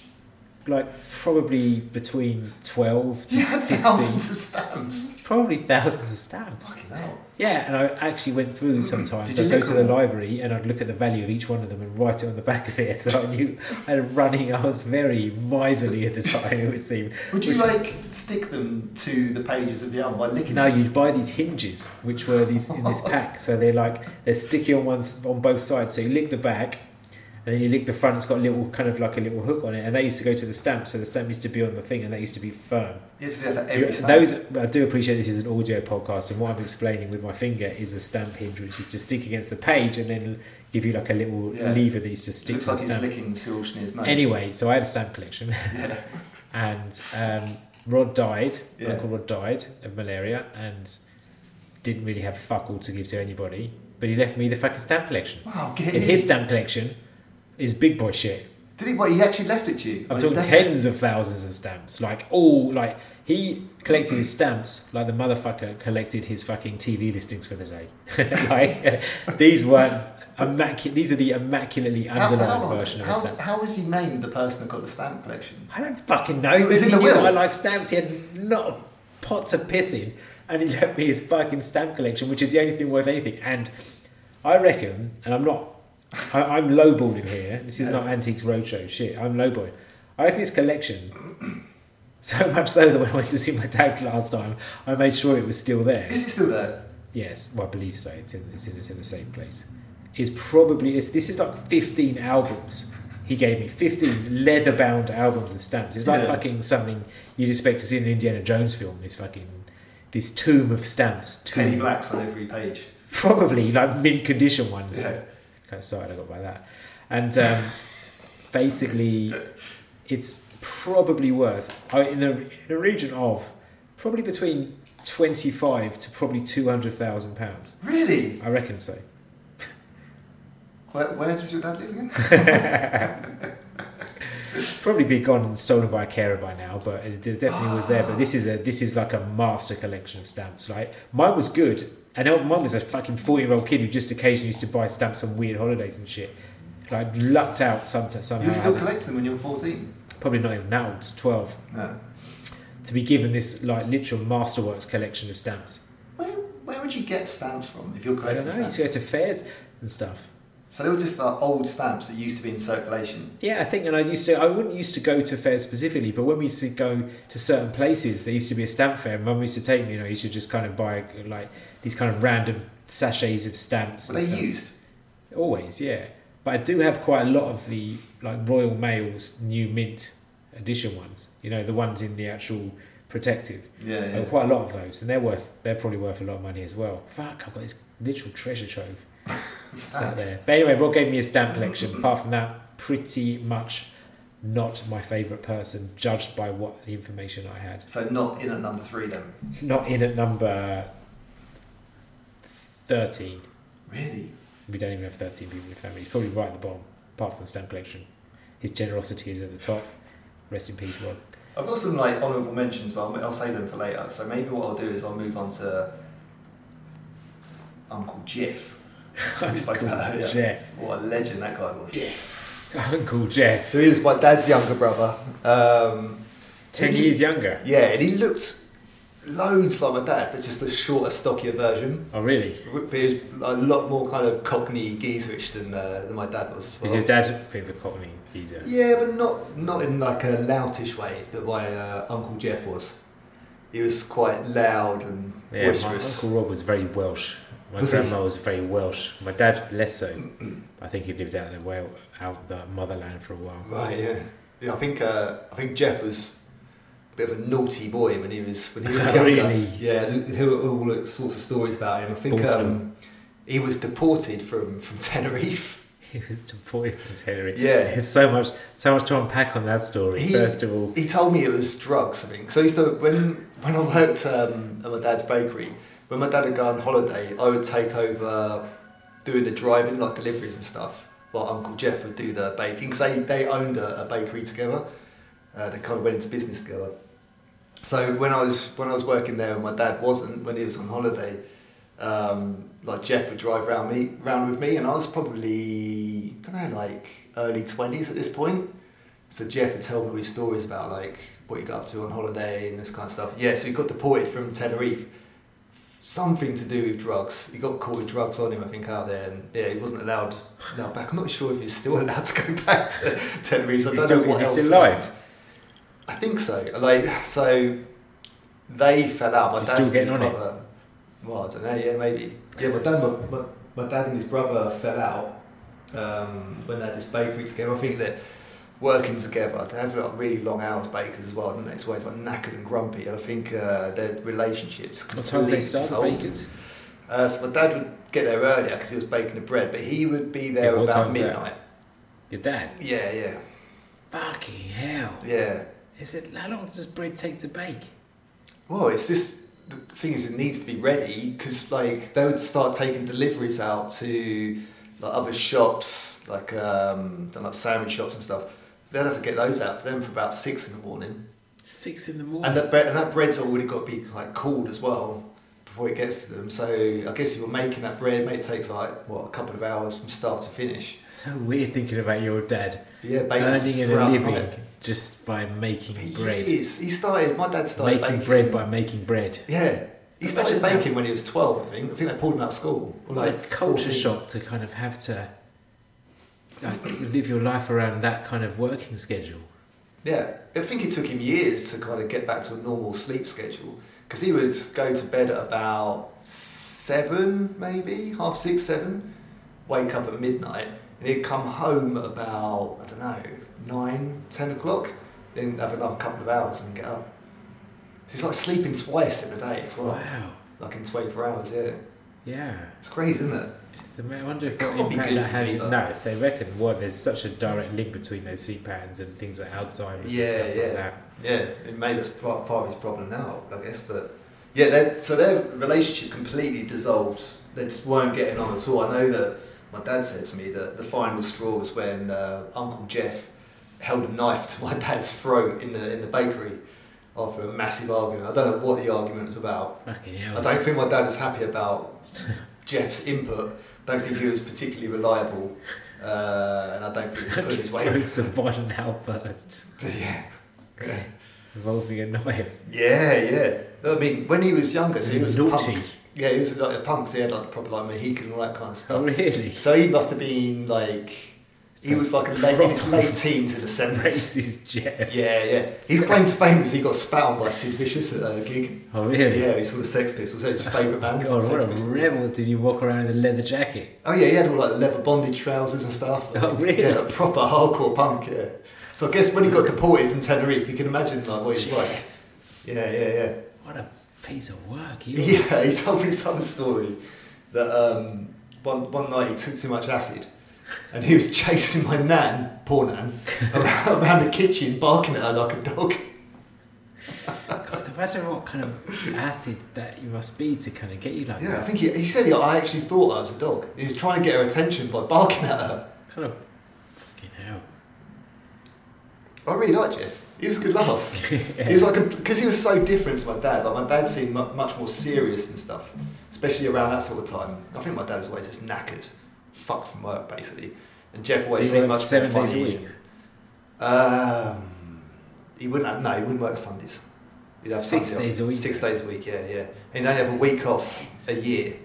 Speaker 2: Like, probably between 12 to
Speaker 1: You had
Speaker 2: 15.
Speaker 1: thousands of stamps.
Speaker 2: Probably thousands of stamps.
Speaker 1: Fucking hell.
Speaker 2: Yeah, and I actually went through sometimes.
Speaker 1: Did you
Speaker 2: I'd go
Speaker 1: look
Speaker 2: to
Speaker 1: at
Speaker 2: the
Speaker 1: them?
Speaker 2: library and I'd look at the value of each one of them and write it on the back of it. So I knew I had a running, I was very miserly at the time, it would seem.
Speaker 1: Would you
Speaker 2: Which-
Speaker 1: like stick them to the pages of the album by licking
Speaker 2: No,
Speaker 1: them?
Speaker 2: you'd buy these hinges, which were these in this pack. So they're like they're sticky on one s- on both sides. So you lick the back, and then you lick the front. It's got a little kind of like a little hook on it, and that used to go to the stamp. So the stamp used to be on the thing, and that used to be firm.
Speaker 1: You have to do that for
Speaker 2: You-
Speaker 1: every stamp.
Speaker 2: those I do appreciate. This is an audio podcast, and what I'm explaining with my finger is a stamp hinge, which is to stick against the page, and then give you like a little
Speaker 1: Yeah.
Speaker 2: lever that used to
Speaker 1: It
Speaker 2: stick
Speaker 1: Looks
Speaker 2: to
Speaker 1: like
Speaker 2: the
Speaker 1: he's
Speaker 2: stamp.
Speaker 1: licking Cyril Schneer's nose.
Speaker 2: Anyway, so I had a stamp collection
Speaker 1: Yeah.
Speaker 2: and um, Rod died.
Speaker 1: Yeah.
Speaker 2: Uncle Rod died of malaria and didn't really have fuck all to give to anybody. But he left me the fucking stamp collection.
Speaker 1: Wow,
Speaker 2: And
Speaker 1: get
Speaker 2: his stamp collection is big boy shit.
Speaker 1: Did he? What? He actually left it to you?
Speaker 2: I'm
Speaker 1: On his
Speaker 2: talking
Speaker 1: deathbed?
Speaker 2: tens of thousands of stamps. Like all like he collected his stamps like the motherfucker collected his fucking TV listings for the day. like these weren't immaculate. These are the immaculately
Speaker 1: How,
Speaker 2: underlined
Speaker 1: how,
Speaker 2: version of a stamp.
Speaker 1: how, how was he named the person that got the stamp collection?
Speaker 2: I don't fucking know.
Speaker 1: It was
Speaker 2: he
Speaker 1: in the
Speaker 2: knew
Speaker 1: will.
Speaker 2: I like stamps. He had not a pot to piss in, and he left me his fucking stamp collection, which is the only thing worth anything. And I reckon, and I'm not, I, I'm lowballing here. This is not Antiques Roadshow shit. I'm lowballing. I reckon his collection. So much so that when I went to see my dad last time, I made sure it was still there.
Speaker 1: Is it still there?
Speaker 2: Yes, well, I believe so. It's in, it's in, it's in the same place. It's probably it's, this is like fifteen albums. He gave me fifteen leather-bound albums of stamps. It's like
Speaker 1: Yeah.
Speaker 2: fucking something you'd expect to see in an Indiana Jones film. This fucking this tomb of stamps, tomb.
Speaker 1: Penny blacks on every page.
Speaker 2: probably like mint-condition ones.
Speaker 1: Yeah.
Speaker 2: Kind of sorry, I got by that. And um, basically, it's probably worth I- in the in the region of probably between twenty-five to probably two hundred thousand pounds.
Speaker 1: Really?
Speaker 2: I reckon so.
Speaker 1: Where, where does your dad live again?
Speaker 2: Probably be gone and stolen by a carer by now, but it de- definitely was there. But this is a this is like a master collection of stamps. Like mine was good. I know mine was a fucking forty year old kid who just occasionally used to buy stamps on weird holidays and shit. Like lucked out some, somehow.
Speaker 1: You still
Speaker 2: hadn't.
Speaker 1: collect them when you're 14?
Speaker 2: Probably not even that old, twelve.
Speaker 1: No.
Speaker 2: To be given this like literal masterworks collection of stamps.
Speaker 1: Where, where would you get stamps from if you're
Speaker 2: I don't
Speaker 1: collecting
Speaker 2: know. You
Speaker 1: stamps?
Speaker 2: used to go to fairs and stuff.
Speaker 1: So they were just like old stamps that used to be in circulation.
Speaker 2: Yeah, I think, and I used to. I wouldn't used to go to fairs specifically, but when we used to go to certain places, there used to be a stamp fair. and Mum used to take me, and I used to just kind of buy like these kind of random sachets of stamps.
Speaker 1: Were
Speaker 2: and
Speaker 1: they
Speaker 2: stuff.
Speaker 1: used?
Speaker 2: Always, yeah. But I do have quite a lot of the like Royal Mail's new mint edition ones. You know, the ones in the actual protective.
Speaker 1: Yeah,
Speaker 2: I
Speaker 1: yeah.
Speaker 2: have quite a lot of those, and they're worth. They're probably worth a lot of money as well. Fuck, I've got this literal treasure trove out
Speaker 1: Stamps.
Speaker 2: there. But anyway, Rob gave me a stamp collection. Apart from that, pretty much not my favourite person, judged by what the information I had.
Speaker 1: So not in at number three then.
Speaker 2: Not in at number 13.
Speaker 4: Really?
Speaker 2: We don't even have 13 people in the family. He's probably right at the bottom, apart from the stamp collection. His generosity is at the top. Rest in peace, Rod.
Speaker 1: I've got some like honourable mentions, but I'll, I'll save them for later. So maybe what I'll do is I'll move on to Uncle Jeff. Just like that, yeah.
Speaker 2: Jeff.
Speaker 1: What a legend that guy was.
Speaker 2: Jeff. Uncle Jeff.
Speaker 1: So he was my dad's younger brother. Um,
Speaker 2: 10 years younger.
Speaker 1: yeah, and he looked loads like my dad, but just a shorter, stockier version.
Speaker 2: Oh, really?
Speaker 1: But he was a lot more kind of cockney geezerish than, uh, than my dad was as well.
Speaker 2: Is your dad a bit of a cockney geezer?
Speaker 1: Yeah, but not not in like a loutish way that my uh, uncle Jeff was. He was quite loud and
Speaker 2: Yeah, my
Speaker 1: boisterous.
Speaker 2: Uncle Rob was very Welsh. My
Speaker 1: Was he?
Speaker 2: grandma was very Welsh. My dad less so. I think he lived out in the well, out the motherland for a while.
Speaker 1: Right, yeah, yeah. I think uh, I think Jeff was a bit of a naughty boy when he was when he was younger.
Speaker 2: Really?
Speaker 1: Yeah, there were all like, sorts of stories about him. I think
Speaker 2: Awesome.
Speaker 1: um, he was deported from from Tenerife.
Speaker 2: He was deported from Tenerife.
Speaker 1: Yeah.
Speaker 2: there's so much, so much to unpack on that story.
Speaker 1: He-
Speaker 2: First of all,
Speaker 1: He told me it was drugs. I think so. I used to when when I worked um, at my dad's bakery. When my dad would go on holiday, I would take over doing the driving, like deliveries and stuff, while Uncle Jeff would do the baking because they, they owned a, a bakery together. Uh, they kind of went into business together. So when I was when I was working there, and my dad wasn't when he was on holiday. Um, like Jeff would drive round me round with me, and I was probably I don't know like early twenties at this point. So Jeff would tell me all these stories about like what he got up to on holiday and this kind of stuff. Yeah, so he got deported from Tenerife. Something to do with drugs. He got caught with drugs on him, I think, out there, and yeah, he wasn't allowed allowed back. I'm not sure if he's still allowed to go back to Tenerife.
Speaker 2: is
Speaker 1: so I
Speaker 2: he
Speaker 1: don't
Speaker 2: still,
Speaker 1: know what
Speaker 2: is he
Speaker 1: else.
Speaker 2: still alive?
Speaker 1: I think so. Like so, they fell out. My
Speaker 2: He's
Speaker 1: dad
Speaker 2: still
Speaker 1: and
Speaker 2: getting
Speaker 1: his
Speaker 2: on it.
Speaker 1: brother. Well, I don't know. Yeah, maybe. Yeah, my dad, my, my, my dad and his brother fell out um, when they had this bakery together. I think they're working together. They have like really long hours bakers as well, didn't they? So always like knackered and grumpy. And I think uh, their relationships.
Speaker 2: What time
Speaker 1: completely
Speaker 2: did they start the
Speaker 1: dissolved.
Speaker 2: bakers?
Speaker 1: Uh, so my dad would get there earlier because he was baking the bread, but he would be there
Speaker 2: Yeah, what
Speaker 1: about
Speaker 2: time's that?
Speaker 1: midnight.
Speaker 2: Your dad?
Speaker 1: Yeah, yeah,
Speaker 2: Fucking hell!
Speaker 1: yeah.
Speaker 2: Is it how long does bread take to bake?
Speaker 1: Well, it's just the thing is, it needs to be ready because like they would start taking deliveries out to like other shops, like um, don't know, sandwich shops and stuff. They'd have to get those out to them for about six in the morning,
Speaker 2: Six in the morning.
Speaker 1: and that bread and that bread's already got to be like cooled as well before it gets to them. So I guess if you're making that bread, mate, it takes like what a couple of hours from start to finish.
Speaker 2: so weird thinking about your dad
Speaker 1: But yeah, bakers
Speaker 2: earning
Speaker 1: is
Speaker 2: and
Speaker 1: throughout the
Speaker 2: living
Speaker 1: night.
Speaker 2: just by making
Speaker 1: He
Speaker 2: bread.
Speaker 1: is. He started. My dad started
Speaker 2: Making
Speaker 1: baking
Speaker 2: bread by making bread.
Speaker 1: Yeah. He started
Speaker 2: Imagine
Speaker 1: baking when he was 12, I think. I think they pulled him out of school. Or
Speaker 2: like,
Speaker 1: like
Speaker 2: culture
Speaker 1: 14.
Speaker 2: shock to kind of have to like live your life around that kind of working schedule.
Speaker 1: Yeah. I think it took him years to kind of get back to a normal sleep schedule because he would go to bed at about seven, maybe half six, seven, wake up at midnight, and he'd come home at about, I don't know, nine, ten o'clock, then have another couple of hours and get up. So he's like sleeping twice in a day as well,
Speaker 2: Wow.
Speaker 1: like in 24 hours, yeah.
Speaker 2: Yeah.
Speaker 1: It's crazy, isn't it?
Speaker 2: It's ama- I wonder if
Speaker 1: It
Speaker 2: what
Speaker 1: can't be
Speaker 2: impact
Speaker 1: good
Speaker 2: that
Speaker 1: for
Speaker 2: has.
Speaker 1: me, though.
Speaker 2: No, if they reckon well, there's such a direct link between those sleep patterns and things like Alzheimer's
Speaker 1: Yeah,
Speaker 2: and stuff
Speaker 1: yeah.
Speaker 2: like that.
Speaker 1: Yeah, it made us part, part of his problem now, I guess. But yeah, their- so their relationship completely dissolved. They just weren't getting on at all. I know that my dad said to me that the final straw was when uh, Uncle Jeff held a knife to my dad's throat in the in the bakery after a massive argument. I don't know what the argument was about.
Speaker 2: Fucking
Speaker 1: I
Speaker 2: hell.
Speaker 1: don't think my dad was happy about Jeff's input. Don't think he was particularly reliable, uh, and I don't think he put his weight.
Speaker 2: Throats of violent outbursts
Speaker 1: yeah. yeah.
Speaker 2: involving a knife.
Speaker 1: Yeah, yeah. I mean, when he was younger, so he was a
Speaker 2: Naughty.
Speaker 1: punk. Yeah, he was like a punk. So he had like proper like Mohican and all that kind of
Speaker 2: Oh,
Speaker 1: stuff.
Speaker 2: really?
Speaker 1: So he must have been like, he
Speaker 2: So
Speaker 1: was like a late, in his
Speaker 2: proper
Speaker 1: late teens in the seventies.
Speaker 2: Racist Jeff.
Speaker 1: Yeah, yeah. He claimed to fame because he got spat on by Sid Vicious at a gig.
Speaker 2: Oh, really?
Speaker 1: Yeah, he saw the Sex Pistols. That was his favourite band.
Speaker 2: God,
Speaker 1: Sex
Speaker 2: what a
Speaker 1: Pistols.
Speaker 2: rebel did you walk around in a leather jacket?
Speaker 1: Oh yeah, he had all like leather bondage trousers and stuff.
Speaker 2: Oh, really?
Speaker 1: Yeah, like, proper hardcore punk. Yeah. So I guess when he got deported from Tenerife, you can imagine like what he was like. Yeah, yeah, yeah.
Speaker 2: What a piece of work you are.
Speaker 1: Yeah, he told me some story that um, one, one night he took too much acid and he was chasing my nan, poor nan, around, around the kitchen barking at her like a dog.
Speaker 2: God, the I don't know what kind of acid that you must be to kind of get you like
Speaker 1: Yeah, I
Speaker 2: that.
Speaker 1: think he, he said, I actually thought I was a dog. He was trying to get her attention by barking at her.
Speaker 2: Kind of fucking hell.
Speaker 1: I really liked Jeff. He was a good laugh.
Speaker 2: Yeah.
Speaker 1: He was like, because he was so different to my dad. Like my dad seemed mu- much more serious and stuff, especially around that sort of time. I think my dad was always just knackered, fucked from work basically. And Jeff
Speaker 2: Do you
Speaker 1: always seemed
Speaker 2: work
Speaker 1: much
Speaker 2: seven
Speaker 1: more
Speaker 2: days a
Speaker 1: funny.
Speaker 2: week?
Speaker 1: Um, he wouldn't. Have, no, he wouldn't work Sundays. He'd have
Speaker 2: Six
Speaker 1: Sunday off.
Speaker 2: days a week.
Speaker 1: Six days a week. Yeah, yeah. And he'd only have a week off a year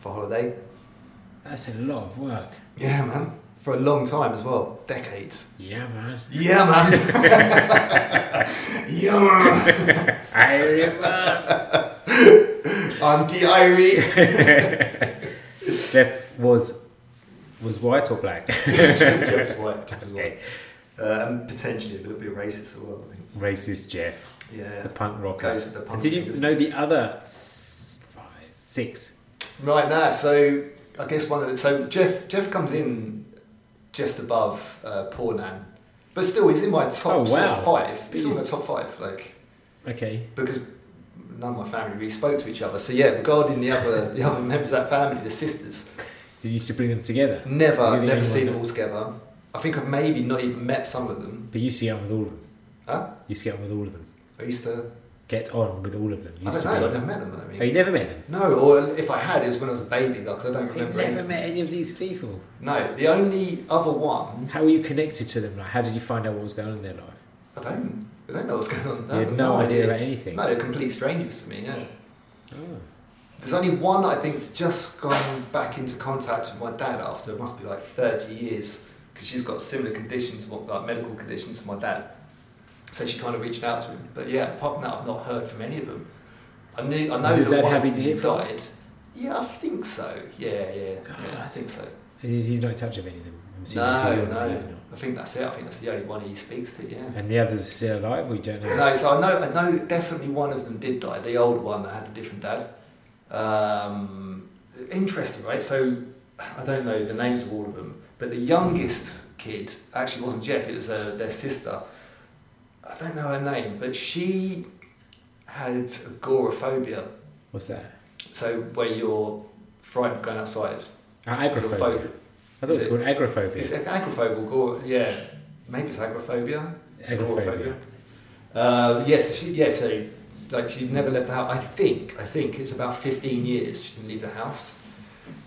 Speaker 1: for holiday.
Speaker 2: That's a lot of work.
Speaker 1: Yeah, man. For a long time as well, decades.
Speaker 2: Yeah, man.
Speaker 1: Yeah, man. yeah, man.
Speaker 2: I remember.
Speaker 1: I'm diary.
Speaker 2: Jeff was was white or black.
Speaker 1: Jeff's white. Jeff's white.
Speaker 2: Okay.
Speaker 1: Uh, and potentially a little bit racist as well. I think.
Speaker 2: Racist Jeff,
Speaker 1: Yeah.
Speaker 2: the punk rocker.
Speaker 1: Goes with the
Speaker 2: And
Speaker 1: punk
Speaker 2: did you
Speaker 1: thing, doesn't
Speaker 2: know the other s- five, six?
Speaker 1: Right now, so I guess one of the so Jeff Jeff comes in just above uh, poor Nan, but still he's in my top
Speaker 2: Oh,
Speaker 1: sort of
Speaker 2: wow.
Speaker 1: five. He's in
Speaker 2: He's-
Speaker 1: the top five, like
Speaker 2: Okay.
Speaker 1: because none of my family really spoke to each other. So yeah, regarding the other the other members of that family, the sisters,
Speaker 2: Did you used to bring them together?
Speaker 1: never
Speaker 2: Really
Speaker 1: never
Speaker 2: anyone
Speaker 1: seen them
Speaker 2: that-
Speaker 1: all together. I think I've maybe not even met some of them.
Speaker 2: But you used to get on with all of them.
Speaker 1: Huh?
Speaker 2: You used to get on with all of them.
Speaker 1: I used to.
Speaker 2: Get on with all of them. You
Speaker 1: I
Speaker 2: used
Speaker 1: don't
Speaker 2: to
Speaker 1: know.
Speaker 2: be
Speaker 1: I've never
Speaker 2: like-
Speaker 1: met them. I don't think.
Speaker 2: Oh, you never met them?
Speaker 1: No, or if I had, it was when I was a baby, like 'cause I don't
Speaker 2: You've
Speaker 1: remember.
Speaker 2: never
Speaker 1: any-
Speaker 2: met any of these people.
Speaker 1: No, the only other one,
Speaker 2: How were you connected to them? Like, how did you find out what was going on in their life?
Speaker 1: I don't, I don't know what's going on. I
Speaker 2: you
Speaker 1: have
Speaker 2: had no idea about anything.
Speaker 1: No, they're complete strangers to me. Yeah,
Speaker 2: Oh.
Speaker 1: there's only one that I think's just gone back into contact with my dad after it must be like 30 years because she's got similar conditions, what like medical conditions to my dad. So she kind of reached out to him. But yeah, apart from that, I've not heard from any of them. I knew, I know
Speaker 2: Was your
Speaker 1: that
Speaker 2: dad
Speaker 1: one
Speaker 2: happy to hear from
Speaker 1: died. Yeah, I think so. Yeah, yeah, yeah, I
Speaker 2: God.
Speaker 1: think so.
Speaker 2: And He's, he's not in touch with any of them. I'm assuming, because
Speaker 1: No,
Speaker 2: you're not, he's
Speaker 1: no.
Speaker 2: not.
Speaker 1: I think that's it. I think that's the only one he speaks to. Yeah.
Speaker 2: And the others are still alive, or you don't know?
Speaker 1: No, so I know, I know definitely one of them did die. The old one that had a different dad. Um, interesting, right? So I don't know the names of all of them, but the youngest kid actually wasn't Jeff. It was uh, their sister. I don't know her name, but she had agoraphobia.
Speaker 2: What's that?
Speaker 1: So where you're frightened of going outside.
Speaker 2: Uh, agoraphobia.
Speaker 1: Phobia.
Speaker 2: I thought it was
Speaker 1: Is it-
Speaker 2: called agoraphobia.
Speaker 1: It's agoraphobia. Or, yeah, maybe it's agoraphobia.
Speaker 2: agoraphobia.
Speaker 1: Uh, yes, she, yeah, so like she'd never left the house. I think, I think it's about 15 years she didn't leave the house.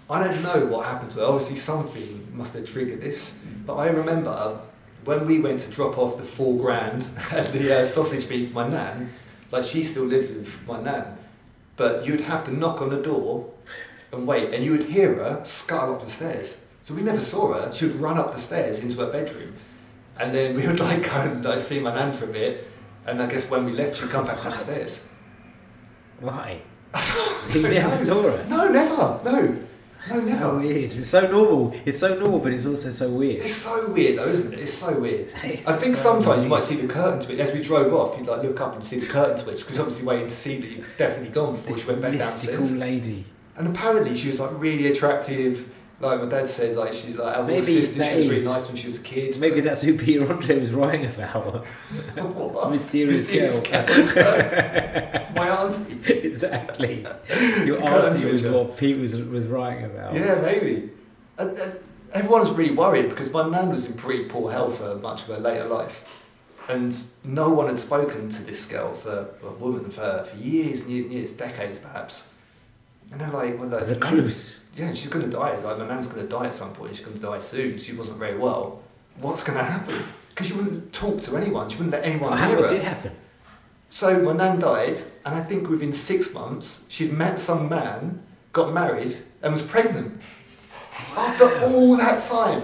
Speaker 1: I don't know what happened to her. Obviously, something must have triggered this. But I remember when we went to drop off the four grand at the uh, sausage beef for my nan, like she still lived with my nan, but you'd have to knock on the door and wait, and you would hear her scuttle up the stairs. So we never saw her. She would run up the stairs into her bedroom, and then we would like go and like see my nan for a bit. And I guess when we left, she'd come back downstairs.
Speaker 2: Why? Did you ever saw her?
Speaker 1: No, never. No, no,
Speaker 2: It's so
Speaker 1: never.
Speaker 2: weird. It's so normal. It's so normal, but it's also so weird.
Speaker 1: It's so weird, though, isn't it? It's so weird.
Speaker 2: It's
Speaker 1: I think
Speaker 2: so
Speaker 1: sometimes you
Speaker 2: weird.
Speaker 1: might see the curtain twitch. As we drove off, you'd like look up and see the curtain twitch because obviously waiting to see that you've definitely gone before
Speaker 2: This
Speaker 1: she went back
Speaker 2: mystical
Speaker 1: downstairs.
Speaker 2: lady.
Speaker 1: And apparently, she was like really attractive. Like my dad said, like she like our
Speaker 2: Maybe
Speaker 1: sister,
Speaker 2: that
Speaker 1: she was really
Speaker 2: is-
Speaker 1: nice when she was a kid.
Speaker 2: Maybe that's who Peter Andre was writing about.
Speaker 1: What?
Speaker 2: Mysterious girl.
Speaker 1: girl. my auntie.
Speaker 2: exactly. Your
Speaker 1: Curtain
Speaker 2: answer was
Speaker 1: twitcher.
Speaker 2: what Pete was was writing about.
Speaker 1: Yeah, maybe. Uh, uh, everyone was really worried because my nan was in pretty poor health for much of her later life. And no one had spoken to this girl for a woman for, for years and years and years, decades perhaps. And they're like, well,
Speaker 2: A
Speaker 1: like,
Speaker 2: recluse.
Speaker 1: yeah, she's going to die. Like, my nan's going to die at some point. She's going to die soon. She wasn't very well. What's going to happen? Because she wouldn't talk to anyone. She wouldn't let anyone
Speaker 2: What
Speaker 1: near
Speaker 2: happened?
Speaker 1: her.
Speaker 2: What did happen?
Speaker 1: So my nan died, and I think within six months she'd met some man, got married, and was pregnant. After all that time,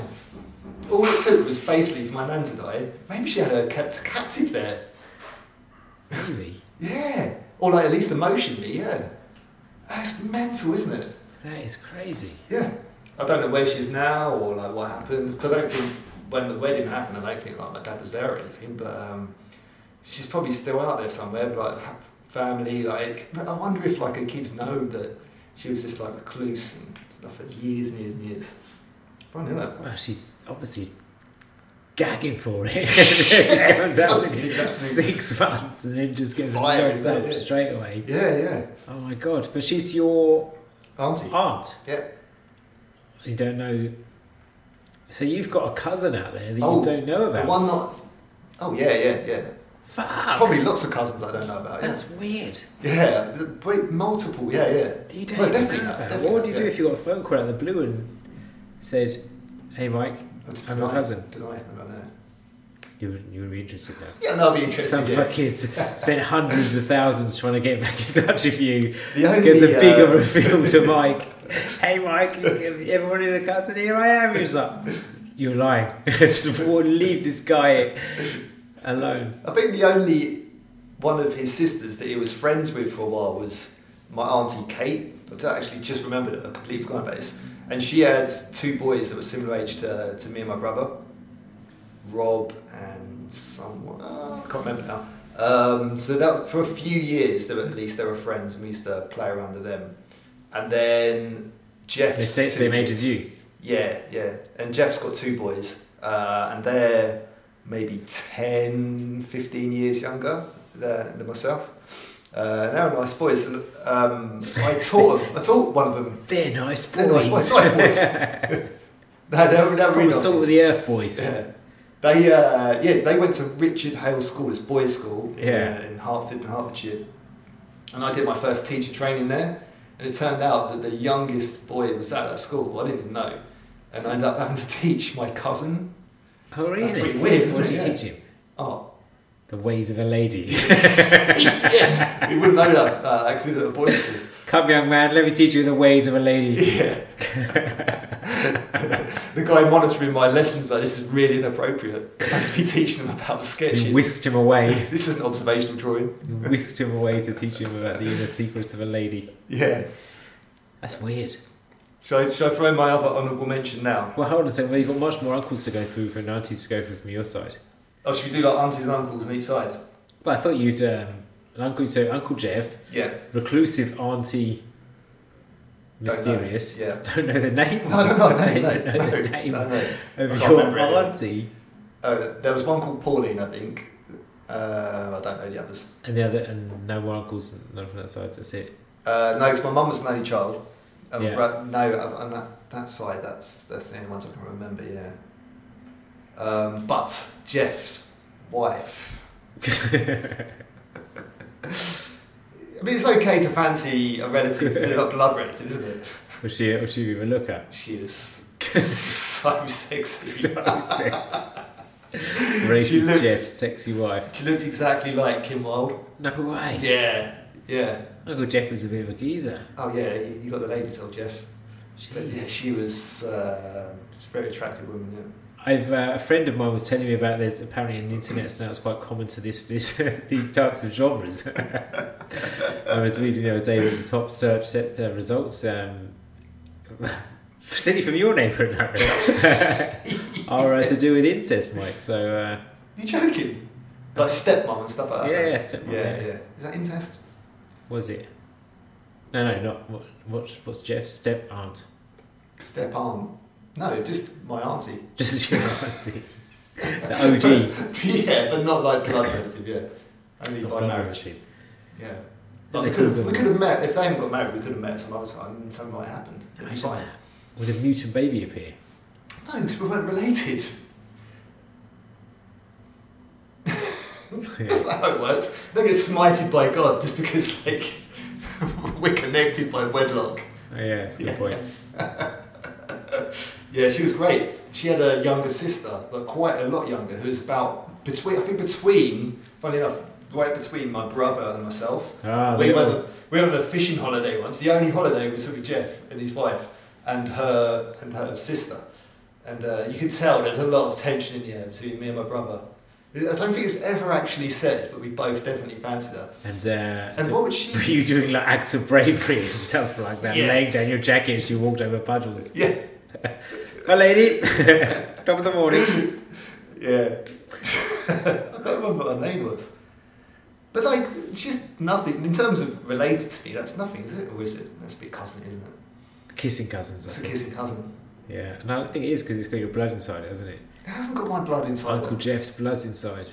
Speaker 1: all it took was basically for my nan to die. Maybe she had her kept captive there.
Speaker 2: Maybe.
Speaker 1: Yeah, or like at least emotionally, yeah. That's mental, isn't it?
Speaker 2: That is crazy.
Speaker 1: Yeah. I don't know where she is now or like what happened. 'cause I don't think when the wedding happened, I don't think like my dad was there or anything. But um, she's probably still out there somewhere, but, like ha- family. Like, but I wonder if like her kids know that she was just like recluse and stuff for years and years and years. Funny, isn't it?
Speaker 2: Well, she's obviously gagging for it. it comes out
Speaker 1: Doesn't keep happening.
Speaker 2: six months and then just gets
Speaker 1: Fire,
Speaker 2: knocked
Speaker 1: isn't
Speaker 2: up
Speaker 1: it?
Speaker 2: straight away.
Speaker 1: Yeah, yeah.
Speaker 2: Oh my god! But she's your
Speaker 1: Auntie.
Speaker 2: aunt.
Speaker 1: Yeah.
Speaker 2: You don't know. So you've got a cousin out there that
Speaker 1: Oh,
Speaker 2: you don't know
Speaker 1: The
Speaker 2: about.
Speaker 1: one not. Oh, yeah, yeah, yeah.
Speaker 2: Fuck.
Speaker 1: Probably lots of cousins I don't know about. Yeah.
Speaker 2: Ah, That's weird.
Speaker 1: Yeah, the- wait, multiple. Yeah, yeah.
Speaker 2: You don't
Speaker 1: Well, definitely
Speaker 2: even know
Speaker 1: have,
Speaker 2: about it.
Speaker 1: definitely
Speaker 2: What would you
Speaker 1: have,
Speaker 2: do
Speaker 1: yeah.
Speaker 2: if you got a phone call out of the blue and said, "Hey, Mike,
Speaker 1: I just
Speaker 2: And
Speaker 1: deny-
Speaker 2: a cousin.
Speaker 1: Deny it, I don't know.
Speaker 2: you would you would be interested now."
Speaker 1: Yeah, that'd be interesting.
Speaker 2: Some
Speaker 1: yeah.
Speaker 2: fucking spent hundreds of thousands trying to get back in touch with you.
Speaker 1: The only
Speaker 2: Get the
Speaker 1: uh,
Speaker 2: bigger reveal to Mike. hey, Mike, everyone in the cousin, here I am. He's like, you're lying. Just leave this guy alone.
Speaker 1: I think the only one of his sisters that he was friends with for a while was my auntie Kate. I actually just remembered it. I completely forgot about this. And she had two boys that were similar age to, to me and my brother, Rob and someone. ah, I can't remember now. Um, so that for a few years, they were, at least they were friends. and We used to play around with them. And then Jeff.
Speaker 2: They say it's the same age as you.
Speaker 1: Yeah, yeah. And Jeff's got two boys, uh, and they're maybe 10, 15 years younger than, than myself. Uh, they're nice boys. and, Um, I taught 'em- I taught one of them.
Speaker 2: They're nice
Speaker 1: They're nice
Speaker 2: boys.
Speaker 1: boys. Nice boys. no, they're, they're really
Speaker 2: From
Speaker 1: nice.
Speaker 2: Salt of the Earth boys.
Speaker 1: Yeah. They, uh, yeah, they went to Richard Hale School, it's boys' school in,
Speaker 2: Yeah.
Speaker 1: uh, in Hartford and Hertfordshire. And I did my first teacher training there. And it turned out that the youngest boy was at that school. I didn't even know. And I ended up having to teach my cousin
Speaker 2: Oh, really?
Speaker 1: That's pretty weird, isn't
Speaker 2: What did
Speaker 1: it?
Speaker 2: you
Speaker 1: Yeah.
Speaker 2: teach him?
Speaker 1: art.
Speaker 2: The ways of a lady.
Speaker 1: yeah, we wouldn't know that uh, because it was at a boys' school.
Speaker 2: Come, young man, let me teach you the ways of a lady.
Speaker 1: Yeah. the guy monitoring my lessons, though, this is really inappropriate. I'm supposed to be teaching them about sketches.
Speaker 2: You whisked him away.
Speaker 1: This is an observational drawing.
Speaker 2: You whisked him away to teach him about the inner secrets of a lady.
Speaker 1: Yeah.
Speaker 2: That's weird.
Speaker 1: Shall I, shall I throw in my other honourable mention now?
Speaker 2: Well, hold on a second. Well, you've got much more uncles to go through and aunties to go through from your side.
Speaker 1: Oh, should we do like aunties and uncles on each side?
Speaker 2: But I thought you'd um, uncle. So Uncle Jeff,
Speaker 1: Yeah.
Speaker 2: reclusive auntie, mysterious.
Speaker 1: Yeah.
Speaker 2: Don't know the name.
Speaker 1: No, no, no, no,
Speaker 2: Don't
Speaker 1: no,
Speaker 2: know
Speaker 1: no,
Speaker 2: the name
Speaker 1: no, no. I
Speaker 2: of
Speaker 1: can't
Speaker 2: your
Speaker 1: remember it.
Speaker 2: auntie.
Speaker 1: Uh, there was one called Pauline, I think. Uh, I don't know the others.
Speaker 2: And the other, and no more uncles, none from that side. That's it.
Speaker 1: Uh, no, because my mum was an only child. Um,
Speaker 2: Yeah.
Speaker 1: right, no, uh, on that, that side, that's that's the only ones I can remember. Yeah. Um, but Jeff's wife. I mean, it's okay to fancy a relative, a blood relative, isn't it?
Speaker 2: Would she? Would she even look at?
Speaker 1: She is so sexy.
Speaker 2: So sexy. Racist
Speaker 1: looks-
Speaker 2: Jeff, sexy wife.
Speaker 1: She looked exactly like Kim Wilde.
Speaker 2: No way.
Speaker 1: Yeah, yeah.
Speaker 2: Uncle Jeff was a bit of a geezer.
Speaker 1: Oh yeah, you, you got the lady told Jeff. But
Speaker 2: Jeez.
Speaker 1: yeah, she was uh, she's a very attractive woman.
Speaker 2: I've uh, a friend of mine was telling me about there's apparently on the internet so now it's quite common to this, this these types of genres. I was reading the other day that the top search set, uh, results, um, particularly from your neighbourhood, no, are uh, to do with incest, Mike. So uh,
Speaker 1: Yeah. You joking? Like stepmom and stuff like
Speaker 2: yeah,
Speaker 1: that.
Speaker 2: yeah,
Speaker 1: Yeah,
Speaker 2: stepmom,
Speaker 1: Uh-huh. yeah.
Speaker 2: yeah.
Speaker 1: Is that incest?
Speaker 2: was it? No, no, not what, what's what's Jeff's step aunt?
Speaker 1: Step aunt? No, just my auntie.
Speaker 2: Just your auntie, the OG.
Speaker 1: yeah, but not like blood relative. Yeah, only by
Speaker 2: Blood
Speaker 1: marriage.
Speaker 2: relative.
Speaker 1: Yeah. Like,
Speaker 2: Then
Speaker 1: we
Speaker 2: they could
Speaker 1: could
Speaker 2: have
Speaker 1: have we
Speaker 2: done-
Speaker 1: could have met if they hadn't got married. We could have met some other time, and something might have happened. It'd be
Speaker 2: Imagine
Speaker 1: fine.
Speaker 2: that. Would a mutant baby appear?
Speaker 1: No, because we weren't related. That's not how it works. They get smited by God just because, like, we're connected by wedlock.
Speaker 2: Oh, yeah, that's a good
Speaker 1: Yeah.
Speaker 2: point.
Speaker 1: Yeah, she was great. She had a younger sister, like quite a lot younger, who was about between. I think between, funny enough, right between my brother and myself.
Speaker 2: Ah,
Speaker 1: we
Speaker 2: the
Speaker 1: went.
Speaker 2: little-
Speaker 1: on- We went on a fishing holiday once. The only holiday we took with Jeff and his wife and her and her sister. And uh, you could tell there's a lot of tension in the air between me and my brother. I don't think it's ever actually said, but we both definitely fancied her.
Speaker 2: And, uh,
Speaker 1: And
Speaker 2: so
Speaker 1: what would she?
Speaker 2: were you doing like acts of bravery and stuff like that?
Speaker 1: Yeah.
Speaker 2: Laying down your jacket as you walked over puddles.
Speaker 1: Yeah,
Speaker 2: My lady, top of the morning.
Speaker 1: Yeah. I don't remember what her name was. But like, she's nothing. In terms of related to me, that's nothing, is it? Or is it? That's a bit cousin, isn't it?
Speaker 2: Kissing cousins. I
Speaker 1: That's a
Speaker 2: think.
Speaker 1: kissing cousin.
Speaker 2: Yeah, and I think it is because it's got your blood inside it, hasn't it?
Speaker 1: It hasn't got my blood inside.
Speaker 2: Uncle Jeff's blood's inside.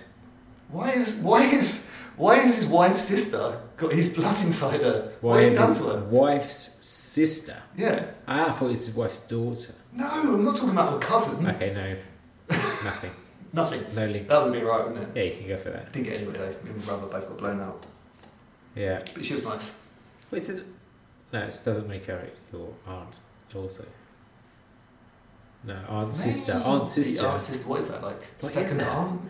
Speaker 1: Why is why is why has his wife's sister got his blood inside her? Why has
Speaker 2: Why
Speaker 1: he done
Speaker 2: his
Speaker 1: to her?
Speaker 2: wife's sister?
Speaker 1: Yeah.
Speaker 2: Ah, I thought it was his wife's daughter.
Speaker 1: No, I'm not talking about my cousin.
Speaker 2: Okay, no, nothing,
Speaker 1: Nothing.
Speaker 2: no link.
Speaker 1: That would be right, wouldn't it?
Speaker 2: Yeah, you can go for that.
Speaker 1: Didn't get anywhere though. Me and my brother both got blown out.
Speaker 2: Yeah,
Speaker 1: But she was nice.
Speaker 2: Wait, so th- no, it doesn't make her your aunt also. No, aunt sister, aunt sister.
Speaker 1: The Aunt sister. What is that like?
Speaker 2: What
Speaker 1: second
Speaker 2: is that?
Speaker 1: aunt.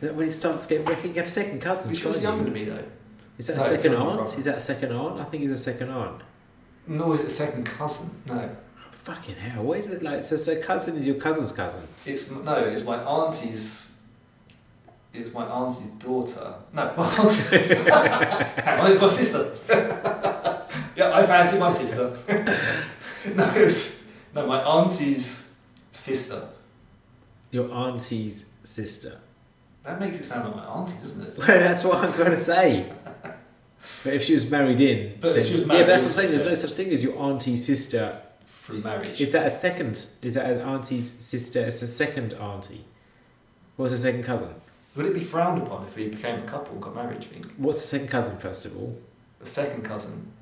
Speaker 2: That when it starts getting you have second cousins.
Speaker 1: She was
Speaker 2: can't
Speaker 1: younger than
Speaker 2: you?
Speaker 1: me though.
Speaker 2: Is that a
Speaker 1: No,
Speaker 2: second
Speaker 1: no, no,
Speaker 2: aunt?
Speaker 1: wrong.
Speaker 2: Is that a second aunt? I think it's a second aunt.
Speaker 1: Nor is it a second cousin. No.
Speaker 2: Fucking hell! What is it like? So, so cousin is your cousin's cousin.
Speaker 1: It's m- no. It's my auntie's. It's my auntie's daughter. No, my auntie. Hang on, it's my sister. yeah, I fancy my sister. no, it was no my auntie's sister.
Speaker 2: Your auntie's sister.
Speaker 1: That makes it sound like my auntie, doesn't it?
Speaker 2: Well, that's what I'm trying to say. But if she was married in,
Speaker 1: But if
Speaker 2: then-
Speaker 1: she was
Speaker 2: yeah,
Speaker 1: married,
Speaker 2: but that's what I'm saying. There's
Speaker 1: yeah.
Speaker 2: no such thing as your auntie's sister.
Speaker 1: Through marriage.
Speaker 2: Is that a second? Is that an auntie's sister? It's a second auntie. What's a second cousin?
Speaker 1: Would it be frowned upon if we became a couple and got married? Do you think
Speaker 2: What's a second cousin first of all?
Speaker 1: the second cousin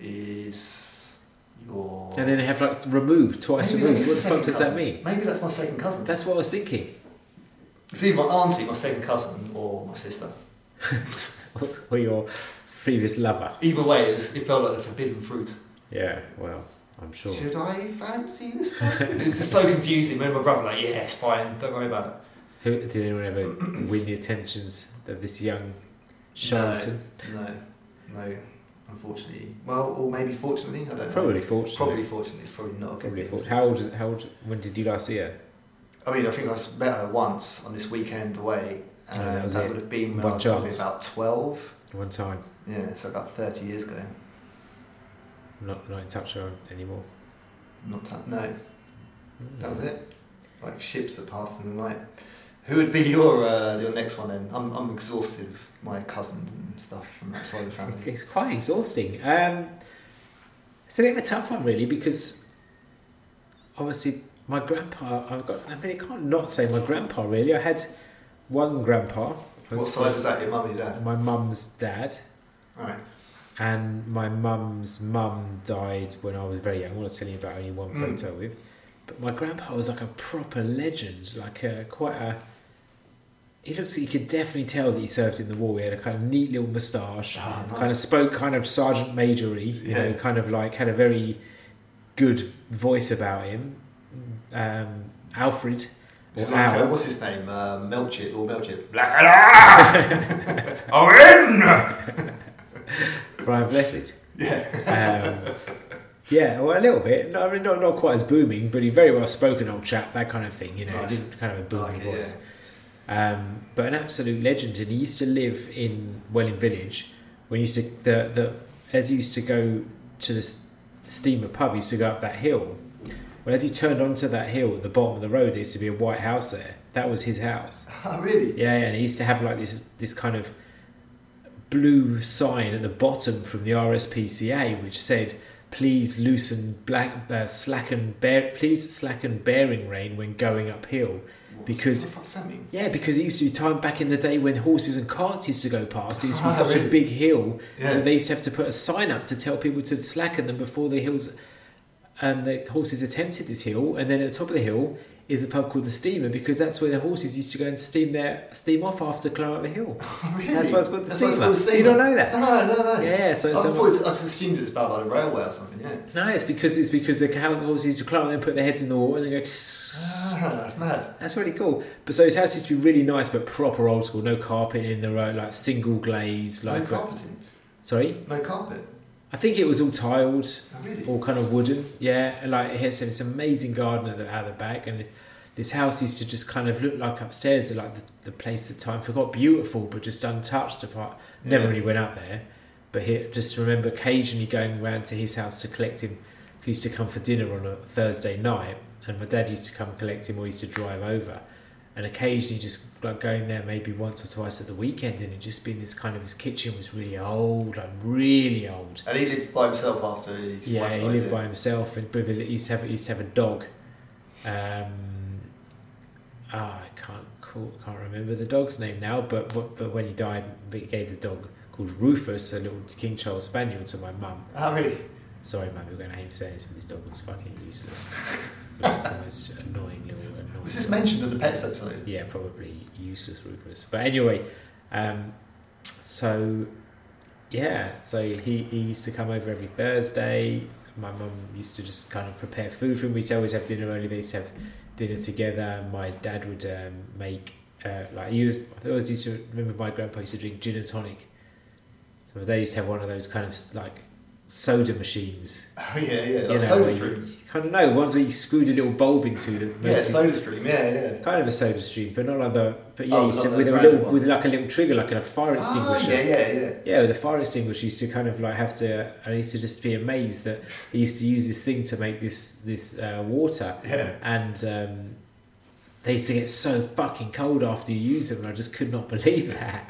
Speaker 1: is your?
Speaker 2: And then they have like removed twice
Speaker 1: Maybe that
Speaker 2: removed. What
Speaker 1: is
Speaker 2: the
Speaker 1: the
Speaker 2: fuck
Speaker 1: second
Speaker 2: does that
Speaker 1: cousin.
Speaker 2: mean?
Speaker 1: Maybe that's my second cousin.
Speaker 2: That's what I was thinking.
Speaker 1: It's either my auntie, my second cousin, or my sister.
Speaker 2: or your previous lover.
Speaker 1: Either way, it's, it felt like the forbidden fruit.
Speaker 2: Yeah, well, I'm sure.
Speaker 1: Should I fancy this person? it's just so confusing. Me and my brother were like, yeah, it's fine, don't worry about it.
Speaker 2: Who, did anyone ever win the attentions of this young charlatan?
Speaker 1: No, no, unfortunately. Well, or maybe fortunately, I don't know.
Speaker 2: Probably fortunately.
Speaker 1: Probably fortunately, it's probably not a good
Speaker 2: Probably
Speaker 1: thing.
Speaker 2: fortunate. How old? Is, how old? When did you last see her?
Speaker 1: I mean, I think I s- met her once on this weekend away, and
Speaker 2: Oh, that was
Speaker 1: that
Speaker 2: it.
Speaker 1: would have been
Speaker 2: Not a
Speaker 1: well, probably
Speaker 2: chance.
Speaker 1: about 12.
Speaker 2: One time.
Speaker 1: Yeah, so about 30 years ago.
Speaker 2: I'm not not in touch with her anymore.
Speaker 1: Not ta- No,
Speaker 2: Hmm.
Speaker 1: That was it. Like ships that passed in the night. Who would be your uh, your next one then? I'm I'm exhausted with my cousins and stuff from that side of the family.
Speaker 2: It's quite exhausting. Um, it's a bit of a tough one, really, because obviously my grandpa. I've got. I mean, I can't not say my grandpa. Really, I had one grandpa.
Speaker 1: What side is that? Your mum, or your dad?
Speaker 2: My mum's dad.
Speaker 1: All right.
Speaker 2: and my mum's mum died when I was very young. I want to tell you about only one
Speaker 1: Mm.
Speaker 2: photo with, but my grandpa was like a proper legend, like a quite a. He looks. You could definitely tell that he served in the war. He had a kind of neat little moustache,
Speaker 1: Ah, nice.
Speaker 2: kind of spoke kind of sergeant majory. You know,
Speaker 1: Yeah.
Speaker 2: kind of like had a very good voice about him. Um, Alfred or
Speaker 1: So like, uh,
Speaker 2: Al.
Speaker 1: what's his name? Uh, Melchit or Melchit? Black Oh,
Speaker 2: Brian Blessed.
Speaker 1: in! Yeah.
Speaker 2: um, yeah, well, a little bit. No, I mean, not not quite as booming, but he very well spoken old chap, that kind of thing. You know,
Speaker 1: Nice.
Speaker 2: didn't kind of a booming
Speaker 1: Like it,
Speaker 2: voice. Um, but an absolute legend, and he used to live in Welling Village. When he used to the the as he used to go to the s- steamer pub, he used to go up that hill. Well, as he turned onto that hill at the bottom of the road, there used to be a white house there. That was his house.
Speaker 1: Oh, really?
Speaker 2: Yeah, yeah, and he used to have like this this kind of blue sign at the bottom from the RSPCA which said, "Please loosen black uh, slacken bear, please slacken bearing rein when going uphill."
Speaker 1: What,
Speaker 2: Because-
Speaker 1: What the fuck does that mean?
Speaker 2: Yeah, because it used to be time back in the day when horses and carts used to go past. It used to be
Speaker 1: Ah,
Speaker 2: such a
Speaker 1: really?
Speaker 2: big hill
Speaker 1: Yeah.
Speaker 2: that they used to have to put a sign up to tell people to slacken them before the hills. And the horses attempted this hill, and then at the top of the hill is a pub called the Steamer because that's where the horses used to go and steam their steam off after climbing up the hill.
Speaker 1: Oh, really?
Speaker 2: That's why it's called the
Speaker 1: That's why
Speaker 2: Steamer.
Speaker 1: it's called the
Speaker 2: Do you
Speaker 1: steamer.
Speaker 2: don't know that?
Speaker 1: No, no, no.
Speaker 2: Yeah, yeah, so
Speaker 1: I,
Speaker 2: it's a-
Speaker 1: thought it's, I just assumed it was about like the railway or something, yeah.
Speaker 2: No, it's because it's because the cow- horses used to climb and then put their heads in the water and then go.
Speaker 1: Ah, that's mad.
Speaker 2: That's really cool. But so his house used to be really nice, but proper old school. No carpet in the road, like single glaze, like uh,
Speaker 1: no carpeting.
Speaker 2: sorry.
Speaker 1: No carpet.
Speaker 2: I think it was all tiled.
Speaker 1: Oh, really?
Speaker 2: all kind of wooden. Yeah, and like here's this amazing garden at the, at the back, and this house used to just kind of look like upstairs, they're like the, the place that time forgot, beautiful but just untouched. Apart, never
Speaker 1: Yeah.
Speaker 2: really went up there. But here, just remember occasionally going round to his house to collect him. He used to come for dinner on a Thursday night, and my dad used to come collect him, or he used to drive over. and occasionally just like going there maybe once or twice at the weekend and it just been this kind of his kitchen was really old, like really old.
Speaker 1: And he lived by himself after his
Speaker 2: yeah,
Speaker 1: wife
Speaker 2: he
Speaker 1: died,
Speaker 2: lived
Speaker 1: yeah.
Speaker 2: by himself and with he used to have he used to have a dog. Um, ah, I can't call, can't remember the dog's name now, but but, but when he died, he gave the dog called Rufus, a little King Charles Spaniel, to my mum.
Speaker 1: Ah, really?
Speaker 2: Sorry, mum, you're going to hate me saying this, but this dog was fucking useless. Like, the most annoying little annoying.
Speaker 1: Was this
Speaker 2: dog.
Speaker 1: mentioned in the Pets episode?
Speaker 2: Yeah, probably useless Rufus. But anyway, um, so yeah, so he, he used to come over every Thursday. My mum used to just kind of prepare food for him. We used to always have dinner early. They used to have dinner together. My dad would um, make uh, like he was. I always used to remember my grandpa used to drink gin and tonic. So they used to have one of those kind of like soda machines.
Speaker 1: Oh, yeah, yeah.
Speaker 2: you
Speaker 1: Like
Speaker 2: know, where
Speaker 1: Soda Stream.
Speaker 2: you, you kind of know ones where you screwed a little bulb into that.
Speaker 1: Yeah,
Speaker 2: most people-
Speaker 1: Soda Stream, yeah, yeah.
Speaker 2: kind of a soda stream, but not like the but yeah,
Speaker 1: Oh,
Speaker 2: used to,
Speaker 1: not the
Speaker 2: with a
Speaker 1: red
Speaker 2: little
Speaker 1: one.
Speaker 2: with like a little trigger, like a fire
Speaker 1: Ah,
Speaker 2: extinguisher.
Speaker 1: yeah, yeah, yeah.
Speaker 2: Yeah, with a fire extinguisher used to kind of like have to. I used to just be amazed that he used to use this thing to make this this uh, water,
Speaker 1: Yeah.
Speaker 2: and um, they used to get so fucking cold after you use them, and I just could not believe that.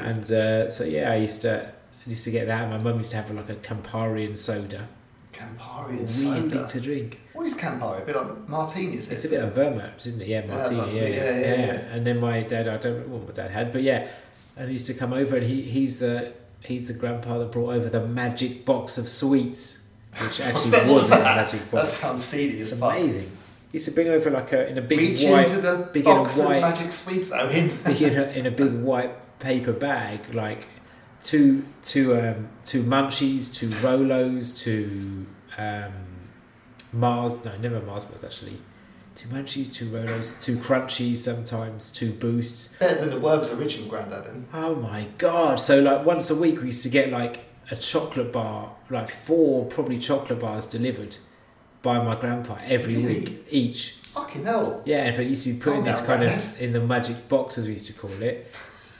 Speaker 2: and uh, so yeah, I used to I used to get that. My mum used to have like a Campari and soda,
Speaker 1: Campari
Speaker 2: weird
Speaker 1: and soda.
Speaker 2: thing to drink.
Speaker 1: What is Campari? A bit like martini, is it?
Speaker 2: It's a bit of vermouth, isn't it? Yeah, martini.
Speaker 1: lovely.
Speaker 2: Yeah yeah,
Speaker 1: Yeah, yeah, yeah.
Speaker 2: And then my dad, I don't remember what my dad had, but yeah, and he used to come over, and he he's the he's the grandpa that brought over the magic box of sweets, which
Speaker 1: What's
Speaker 2: actually
Speaker 1: that-
Speaker 2: was
Speaker 1: what's
Speaker 2: a
Speaker 1: that?
Speaker 2: magic
Speaker 1: That
Speaker 2: box.
Speaker 1: sounds seedy as
Speaker 2: It's
Speaker 1: fuck.
Speaker 2: amazing. He used to bring over like a in a big
Speaker 1: Reach
Speaker 2: white,
Speaker 1: into the
Speaker 2: big in a
Speaker 1: box of
Speaker 2: white-
Speaker 1: magic sweets, Owen.
Speaker 2: big in, a, in a big white paper bag, like two two um, two munchies, two Rolos, two um, Mars. No, never Mars bars actually. Two munchies, two Rolos, two crunchies. Sometimes two boosts.
Speaker 1: Better than the Werther's original granddad, then.
Speaker 2: Oh my god! So like once a week, we used to get like a chocolate bar, like four probably chocolate bars delivered by my grandpa every
Speaker 1: Really?
Speaker 2: week each.
Speaker 1: Fucking hell.
Speaker 2: Yeah, but it used to be put
Speaker 1: Oh,
Speaker 2: in this
Speaker 1: no,
Speaker 2: kind
Speaker 1: right.
Speaker 2: of in the magic box as we used to call it,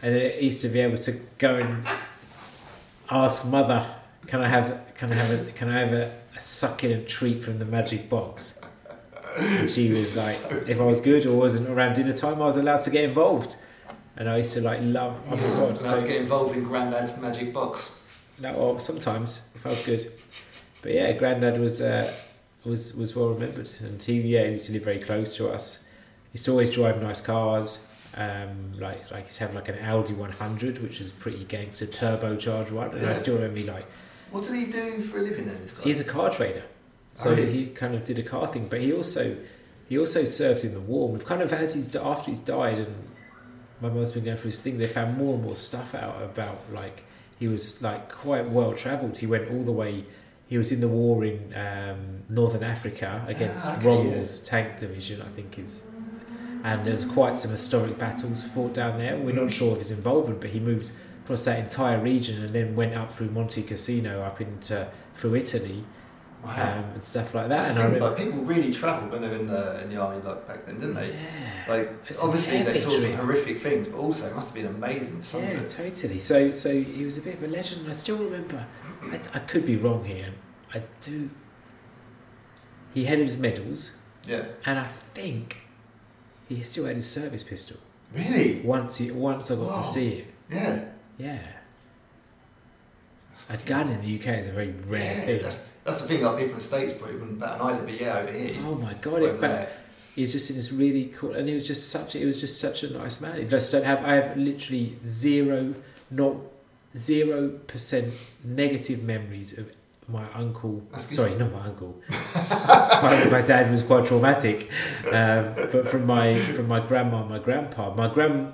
Speaker 2: and then it used to be able to go and ask mother, "Can I have can I have a can I have a, a succulent treat from the magic box?" And she was
Speaker 1: This
Speaker 2: like, "If I was good or wasn't around dinner time, I was allowed to get involved." And I used to like love. Oh my god!
Speaker 1: Let's
Speaker 2: So,
Speaker 1: get involved in granddad's magic box.
Speaker 2: no, well, sometimes if I was good, but yeah, Grandad was uh, was was well remembered, and he yeah he used to live very close to us. He used to always drive nice cars, um, like like he used to have like an Audi one hundred, which was pretty gangster turbocharged one, and I
Speaker 1: Yeah.
Speaker 2: still remember he, like
Speaker 1: What did he do for a living then, this guy?
Speaker 2: he's a car trader, so
Speaker 1: Oh, really?
Speaker 2: he kind of did a car thing, but he also he also served in the war. We've kind of as he's after he's died and my mum's been going through his things. They found more and more stuff out about like he was like quite well travelled. He went all the way. He was in the war in um, northern Africa against
Speaker 1: Ah, okay,
Speaker 2: Rommel's tank division, I think is. And there's quite some historic battles fought down there. We're not sure of his involvement, but he moved across that entire region and then went up through Monte Cassino up into through Italy
Speaker 1: wow.
Speaker 2: um, and stuff like that.
Speaker 1: That's
Speaker 2: and
Speaker 1: the
Speaker 2: I
Speaker 1: thing,
Speaker 2: remember,
Speaker 1: like, people really travelled when they were in the, in the army like, back then, didn't they?
Speaker 2: yeah,
Speaker 1: Like,
Speaker 2: It's
Speaker 1: obviously they
Speaker 2: epic
Speaker 1: saw some
Speaker 2: trip.
Speaker 1: horrific things, but also it must have been amazing for some of
Speaker 2: Yeah,
Speaker 1: it.
Speaker 2: totally. So, so he was a bit of a legend. and I still remember. I, I could be wrong here. I do. He had his medals,
Speaker 1: Yeah.
Speaker 2: and I think he still had his service pistol.
Speaker 1: Really?
Speaker 2: Once, he, once I got
Speaker 1: Wow.
Speaker 2: to see it,
Speaker 1: Yeah.
Speaker 2: yeah. A gun in the UK is a very rare
Speaker 1: yeah,
Speaker 2: thing.
Speaker 1: That's, that's the thing, like people in the States probably wouldn't bat an eye, but yeah, over here.
Speaker 2: Oh my god!
Speaker 1: over
Speaker 2: It, but
Speaker 1: there.
Speaker 2: he was just in this really cool, and he was just such. It was just such a nice man. I just don't have. I have literally zero, not zero percent negative memories of my uncle.
Speaker 1: That's good.
Speaker 2: Sorry, not my uncle. my, my dad was quite traumatic, um, but from my from my grandma, and my grandpa, my grandma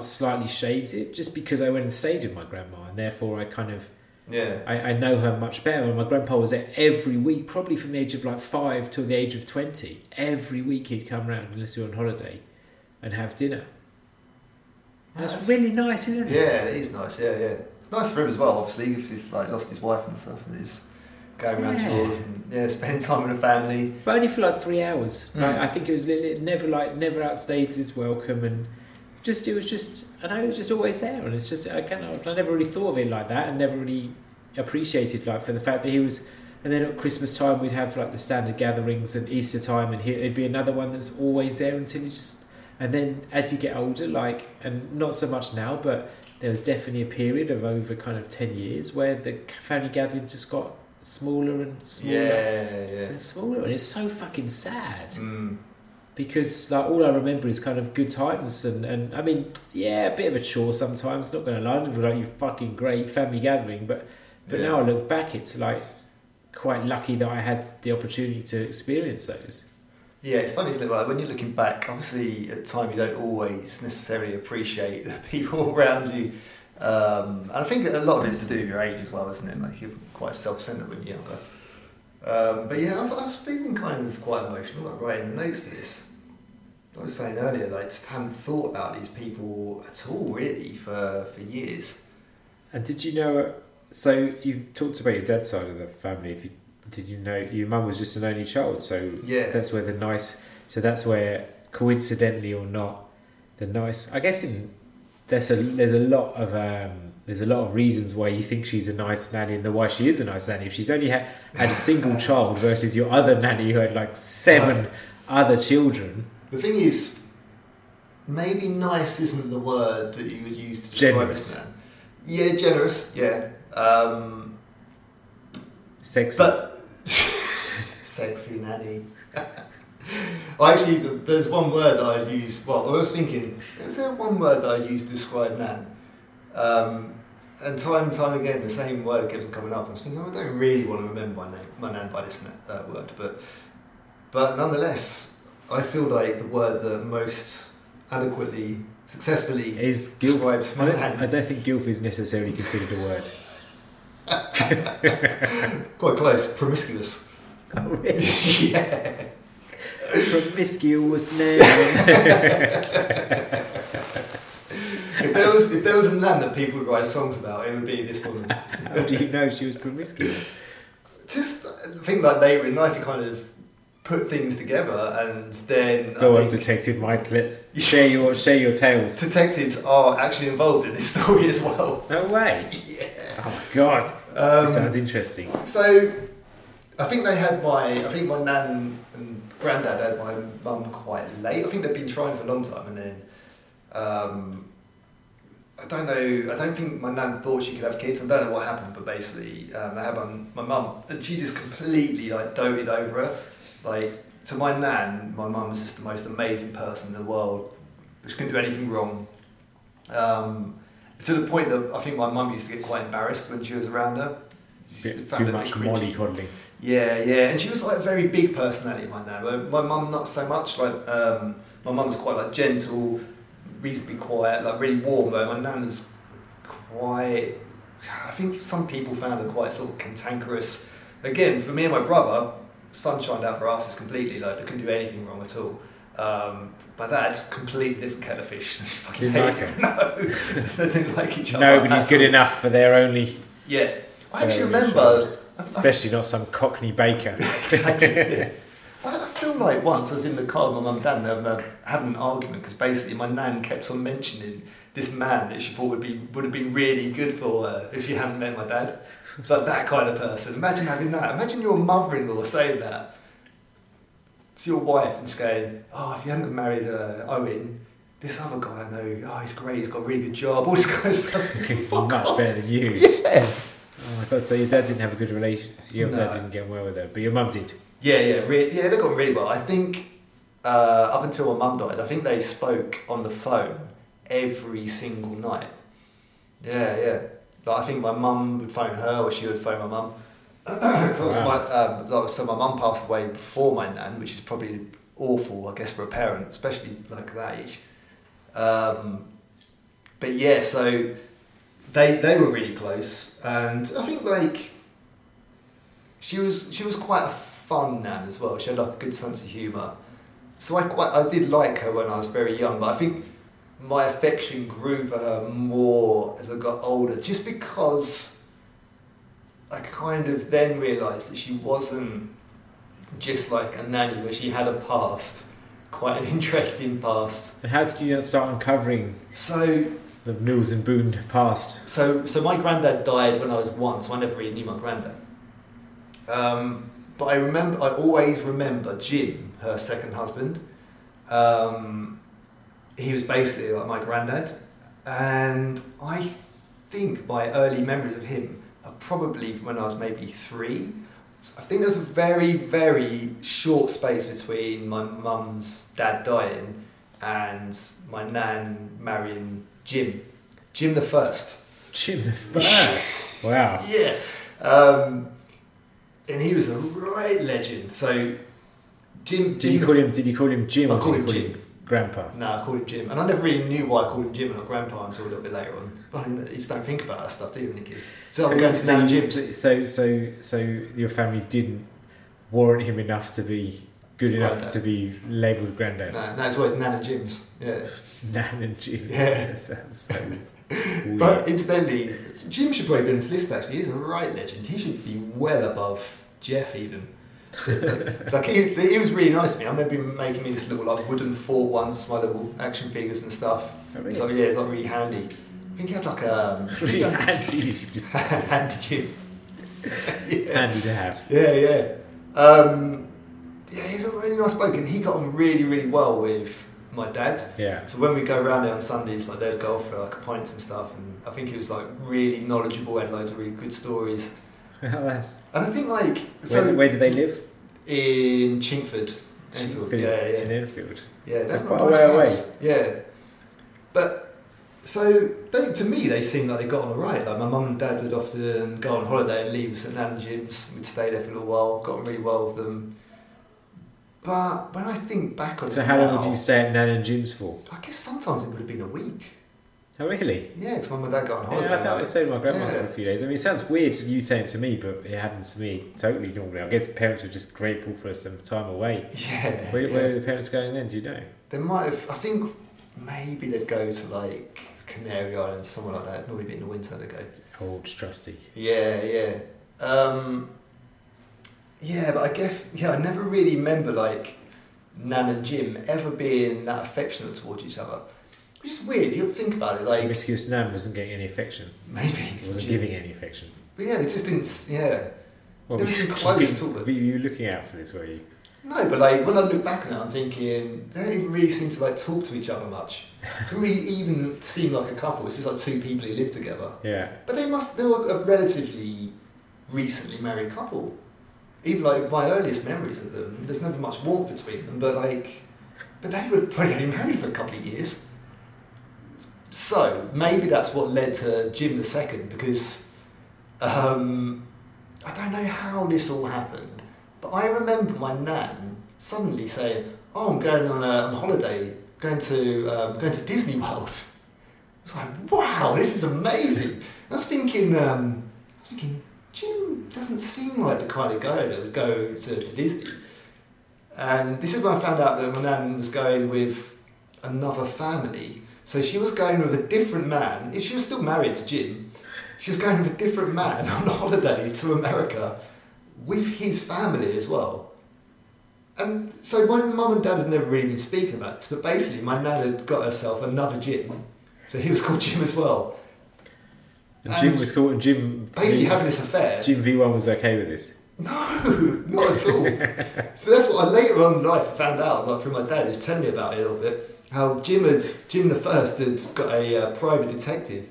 Speaker 2: slightly shades it just because I went and stayed with my grandma, and therefore I kind of
Speaker 1: Yeah.
Speaker 2: I, I know her much better. And my grandpa was there every week, probably from the age of like five till the age of 20. Every week he'd come round, unless we were on holiday, and have dinner. That's,
Speaker 1: That's-
Speaker 2: really nice, isn't it?
Speaker 1: Yeah, it is nice. Yeah, yeah. It's nice for him as well, obviously, if he's like lost his wife and stuff, and he's going around
Speaker 2: Yeah.
Speaker 1: tours and yeah, spending time with the family.
Speaker 2: But only for like three hours.
Speaker 1: Mm.
Speaker 2: Like, I think it was li- li- never like, never outstayed his welcome. And just, it was just, I know it was just always there. And it's just, I, kind of, I never really thought of it like that and never really appreciated like for the fact that he was. And then at Christmas time, we'd have like the standard gatherings, and Easter time, and here it'd be another one that's always there until you just. And then as you get older, like, and not so much now, but there was definitely a period of over kind of 10 years where the family gathering just got smaller and smaller
Speaker 1: Yeah, yeah.
Speaker 2: and smaller. And it's so fucking sad
Speaker 1: Mm.
Speaker 2: because like all I remember is kind of good times and, and I mean yeah a bit of a chore sometimes not gonna lie I never like you fucking great family gathering but but
Speaker 1: Yeah.
Speaker 2: now I look back it's like quite lucky that I had the opportunity to experience those
Speaker 1: Yeah, it's funny, isn't it? Like when you're looking back, obviously at time you don't always necessarily appreciate the people around you. Um, and I think a lot of it's to do with your age as well, isn't it? Like you're quite self-centered when you're younger. Um, but yeah, I've, I was feeling kind of quite emotional, like writing the notes for this. I was saying earlier, like just hadn't thought about these people at all, really, for for years.
Speaker 2: and did you know so you talked about your dad side of the family if you did you know your mum was just an only child so
Speaker 1: Yeah,
Speaker 2: that's where the nice so that's where coincidentally or not the nice i guess in there's a there's a lot of um there's a lot of reasons why you think she's a nice nanny and the why she is a nice nanny if she's only had, had a single child versus your other nanny who had like seven other children
Speaker 1: the thing is, maybe nice isn't the word that you would use to describe
Speaker 2: Generous.
Speaker 1: it now. Yeah, generous. Yeah. Um,
Speaker 2: sexy
Speaker 1: But sexy nanny. I actually, there's one word that I'd use. Well, I was thinking, is there one word that I'd use to describe nan? Um, and time and time again, the same word kept on coming up. I was thinking, I don't really want to remember my name, my nan by this na- uh, word, but but nonetheless, I feel like the word that most adequately, successfully
Speaker 2: is gilf
Speaker 1: describes
Speaker 2: I
Speaker 1: my
Speaker 2: don't, I
Speaker 1: nan.
Speaker 2: don't think gilf is necessarily considered a word
Speaker 1: Quite close, promiscuous.
Speaker 2: oh, really?
Speaker 1: yeah.
Speaker 2: promiscuous name
Speaker 1: If there was if there was a nan that people would write songs about, it would be this woman.
Speaker 2: how do you know she was promiscuous
Speaker 1: Just uh, I think like later in life, you kind of put things together, and then I
Speaker 2: go on
Speaker 1: think
Speaker 2: detective michael share your share your tales
Speaker 1: detectives are actually involved in this story as well.
Speaker 2: No way.
Speaker 1: Yeah.
Speaker 2: Oh my god. this
Speaker 1: Um,
Speaker 2: sounds interesting.
Speaker 1: so I think they had my I think my nan and granddad had my mum quite late. I think they'd been trying for a long time, and then. Um, I don't know. I don't think my nan thought she could have kids. I don't know what happened, but basically, um, they had my my mum, and she just completely like doted over her. Like to my nan, my mum was just the most amazing person in the world. She couldn't do anything wrong. Um, to the point that I think my mum used to get quite embarrassed when she was around her. She found it
Speaker 2: Bit too
Speaker 1: a bit
Speaker 2: much
Speaker 1: cringy.
Speaker 2: mollycoddling.
Speaker 1: Yeah, yeah, and she was like a very big personality, my nan. My- My mum not so much. Like um, my mum was quite like gentle, reasonably quiet, like really warm. Though my nan was quite. I think some people found her quite sort of cantankerous. Again, for me and my brother, sunshined out for asses completely. Like they couldn't do anything wrong at all. Um, my dad, completely different kettle of fish. Fucking
Speaker 2: Didn't
Speaker 1: hated
Speaker 2: like
Speaker 1: him. No, they didn't like each other.
Speaker 2: Nobody's
Speaker 1: at
Speaker 2: good
Speaker 1: all.
Speaker 2: enough for their only,
Speaker 1: Yeah, I
Speaker 2: Yeah,
Speaker 1: actually
Speaker 2: we
Speaker 1: remember. I- I
Speaker 2: especially not some cockney baker.
Speaker 1: exactly. Yeah. I feel like once I was in the car with my mum and dad and having, a, having an argument because basically my nan kept on mentioning this man that she thought would be would have been really good for her if she hadn't met my dad. It's like that kind of person. Imagine having that. Imagine your mother-in-law saying that to your wife and just going, "Oh, if you hadn't married uh, Owen, this other guy I know, oh, he's great. He's got a really good job. All this kind of stuff." Fuck
Speaker 2: Much
Speaker 1: off.
Speaker 2: better than you.
Speaker 1: Yeah.
Speaker 2: Oh my god, so your dad didn't have a good relation. Your
Speaker 1: No.
Speaker 2: dad didn't get on well with her, but your mum did.
Speaker 1: Yeah, yeah, re- yeah. They got on really well. I think uh, up until my mum died, I think they spoke on the phone every single night. Yeah, yeah. Like, I think my mum would phone her, or she would phone my mum. 'Cause
Speaker 2: Wow.
Speaker 1: my, um, like, so my mum passed away before my nan, which is probably awful, I guess, for a parent, especially like that age. Um, but yeah, so they they were really close, and I think like she was she was quite a fun nan as well. She had like a good sense of humour, so I quite I did like her when I was very young. But I think my affection grew for her more as I got older, just because I kind of then realised that she wasn't just like a nanny, where she had a past, quite an interesting past.
Speaker 2: And how did you not start uncovering
Speaker 1: So
Speaker 2: the Mills and Boone past?
Speaker 1: So, so my granddad died when I was one, so I never really knew my granddad. Um, but I remember, I always remember Jim, her second husband. Um, he was basically like my granddad, and I think my early memories of him are probably from when I was maybe three. So I think there's a very, very short space between my mum's dad dying and my nan marrying Jim, Jim the first.
Speaker 2: Jim the first. wow.
Speaker 1: Yeah. Um, and he was a right legend. So, Jim.
Speaker 2: Did you call him? Did you call him Jim?
Speaker 1: I
Speaker 2: or
Speaker 1: call
Speaker 2: did you
Speaker 1: him Jim.
Speaker 2: Grandpa.
Speaker 1: No, I called him Jim. And I never really knew why I called him Jim and not Grandpa until a little bit later on. But I mean, you just don't think about that stuff, do you, Nicky? So, I'm going to
Speaker 2: so,
Speaker 1: Nan
Speaker 2: you-
Speaker 1: Jim's.
Speaker 2: so so so your family didn't warrant him enough to be good enough
Speaker 1: Granddad.
Speaker 2: to be labelled granddad.
Speaker 1: No, no, it's always Nan and Jim's. Yeah.
Speaker 2: Nan and Jim.
Speaker 1: Yeah.
Speaker 2: That sounds so weird.
Speaker 1: But incidentally, Jim should probably be on this list actually. He's a right legend. He should be well above Jeff even. like he, he was really nice to me. I remember him making me this little like wooden fort once, my little action figures and stuff.
Speaker 2: Oh, really?
Speaker 1: So yeah, it's like really handy. I think he had like um, a
Speaker 2: Really handy, you just-
Speaker 1: handy Jim. yeah.
Speaker 2: handy to have.
Speaker 1: Yeah, yeah. Um, yeah, he's a really nice bloke, and he got on really, really well with my dad.
Speaker 2: Yeah.
Speaker 1: So when we go around there on Sundays, like they'd go off for like pints and stuff, and I think he was like really knowledgeable, had loads of really good stories,
Speaker 2: Well, that's-
Speaker 1: and I think like
Speaker 2: where,
Speaker 1: so
Speaker 2: where do they live?
Speaker 1: in Chingford, Enfield,
Speaker 2: Enfield,
Speaker 1: yeah, yeah,
Speaker 2: In Enfield.
Speaker 1: yeah, they've
Speaker 2: Quite
Speaker 1: got
Speaker 2: a
Speaker 1: nice
Speaker 2: way
Speaker 1: house. yeah. But so they, to me, they seemed like they got on alright. Like my mum and dad would often go on holiday and leave us at Nan Jim's. We'd stay there for a little while, got on really well with them. But when I think back on
Speaker 2: So
Speaker 1: it
Speaker 2: how long
Speaker 1: now,
Speaker 2: would you stay at Nan and Jim's for?
Speaker 1: I guess sometimes it would have been a week.
Speaker 2: Oh really?
Speaker 1: Yeah, because when my dad got on holiday.
Speaker 2: Yeah, Oh, I felt
Speaker 1: like-
Speaker 2: the same with my grandma's
Speaker 1: Yeah.
Speaker 2: for a few days. I mean, it sounds weird you saying to me, but it happened to me totally normally. I guess parents were just grateful for some time away.
Speaker 1: Yeah,
Speaker 2: Where,
Speaker 1: yeah.
Speaker 2: where are the parents going then? Do you know?
Speaker 1: They might have. I think maybe they'd go to like Canary Islands, somewhere like that. Normally, be in the winter they go.
Speaker 2: Old trusty.
Speaker 1: Yeah, yeah. Um, yeah, but I guess yeah, I never really remember like Nan and Jim ever being that affectionate towards each other. Which is weird. You think about it, like
Speaker 2: Promiscuous Nan wasn't getting any affection.
Speaker 1: maybe
Speaker 2: Wasn't
Speaker 1: Jim-
Speaker 2: giving any affection.
Speaker 1: But yeah, it just didn't. s- Yeah.
Speaker 2: Well,
Speaker 1: They
Speaker 2: were
Speaker 1: were
Speaker 2: you,
Speaker 1: too close
Speaker 2: keeping-
Speaker 1: to all of it.
Speaker 2: were you looking out for this, were you?
Speaker 1: No, but like when I look back on it, I'm thinking they don't even really seem to like talk to each other much. Didn't really even seem like a couple. It's just like two people who live together.
Speaker 2: Yeah.
Speaker 1: But they must. They were a relatively recently married couple. Even like my earliest memories of them, there's never much warmth between them. But like, but they were probably only married for a couple of years. So maybe that's what led to Jim the second because um, I don't know how this all happened, but I remember my nan suddenly saying, "Oh, I'm going on a on holiday, going to um, going to Disney World." I was like, "Wow, this is amazing." I was thinking, um, I was thinking, Jim doesn't seem like the kind of guy that would go to, to Disney. And this is when I found out that my nan was going with another family. So she was going with a different man. She was still married to Jim. She was going with a different man on holiday to America with his family as well. And Um, so my mum and dad had never really been speaking about this, but basically my nan had got herself another Jim. So he was called Jim as well.
Speaker 2: And,
Speaker 1: And-
Speaker 2: Jim was cool, and Jim.
Speaker 1: Basically
Speaker 2: v,
Speaker 1: having this affair.
Speaker 2: Jim V1 was okay with this.
Speaker 1: No, not at all. so that's what I later on in life I found out, like through my dad, who's telling me about it a little bit, how Jim had Jim the First had got a uh, private detective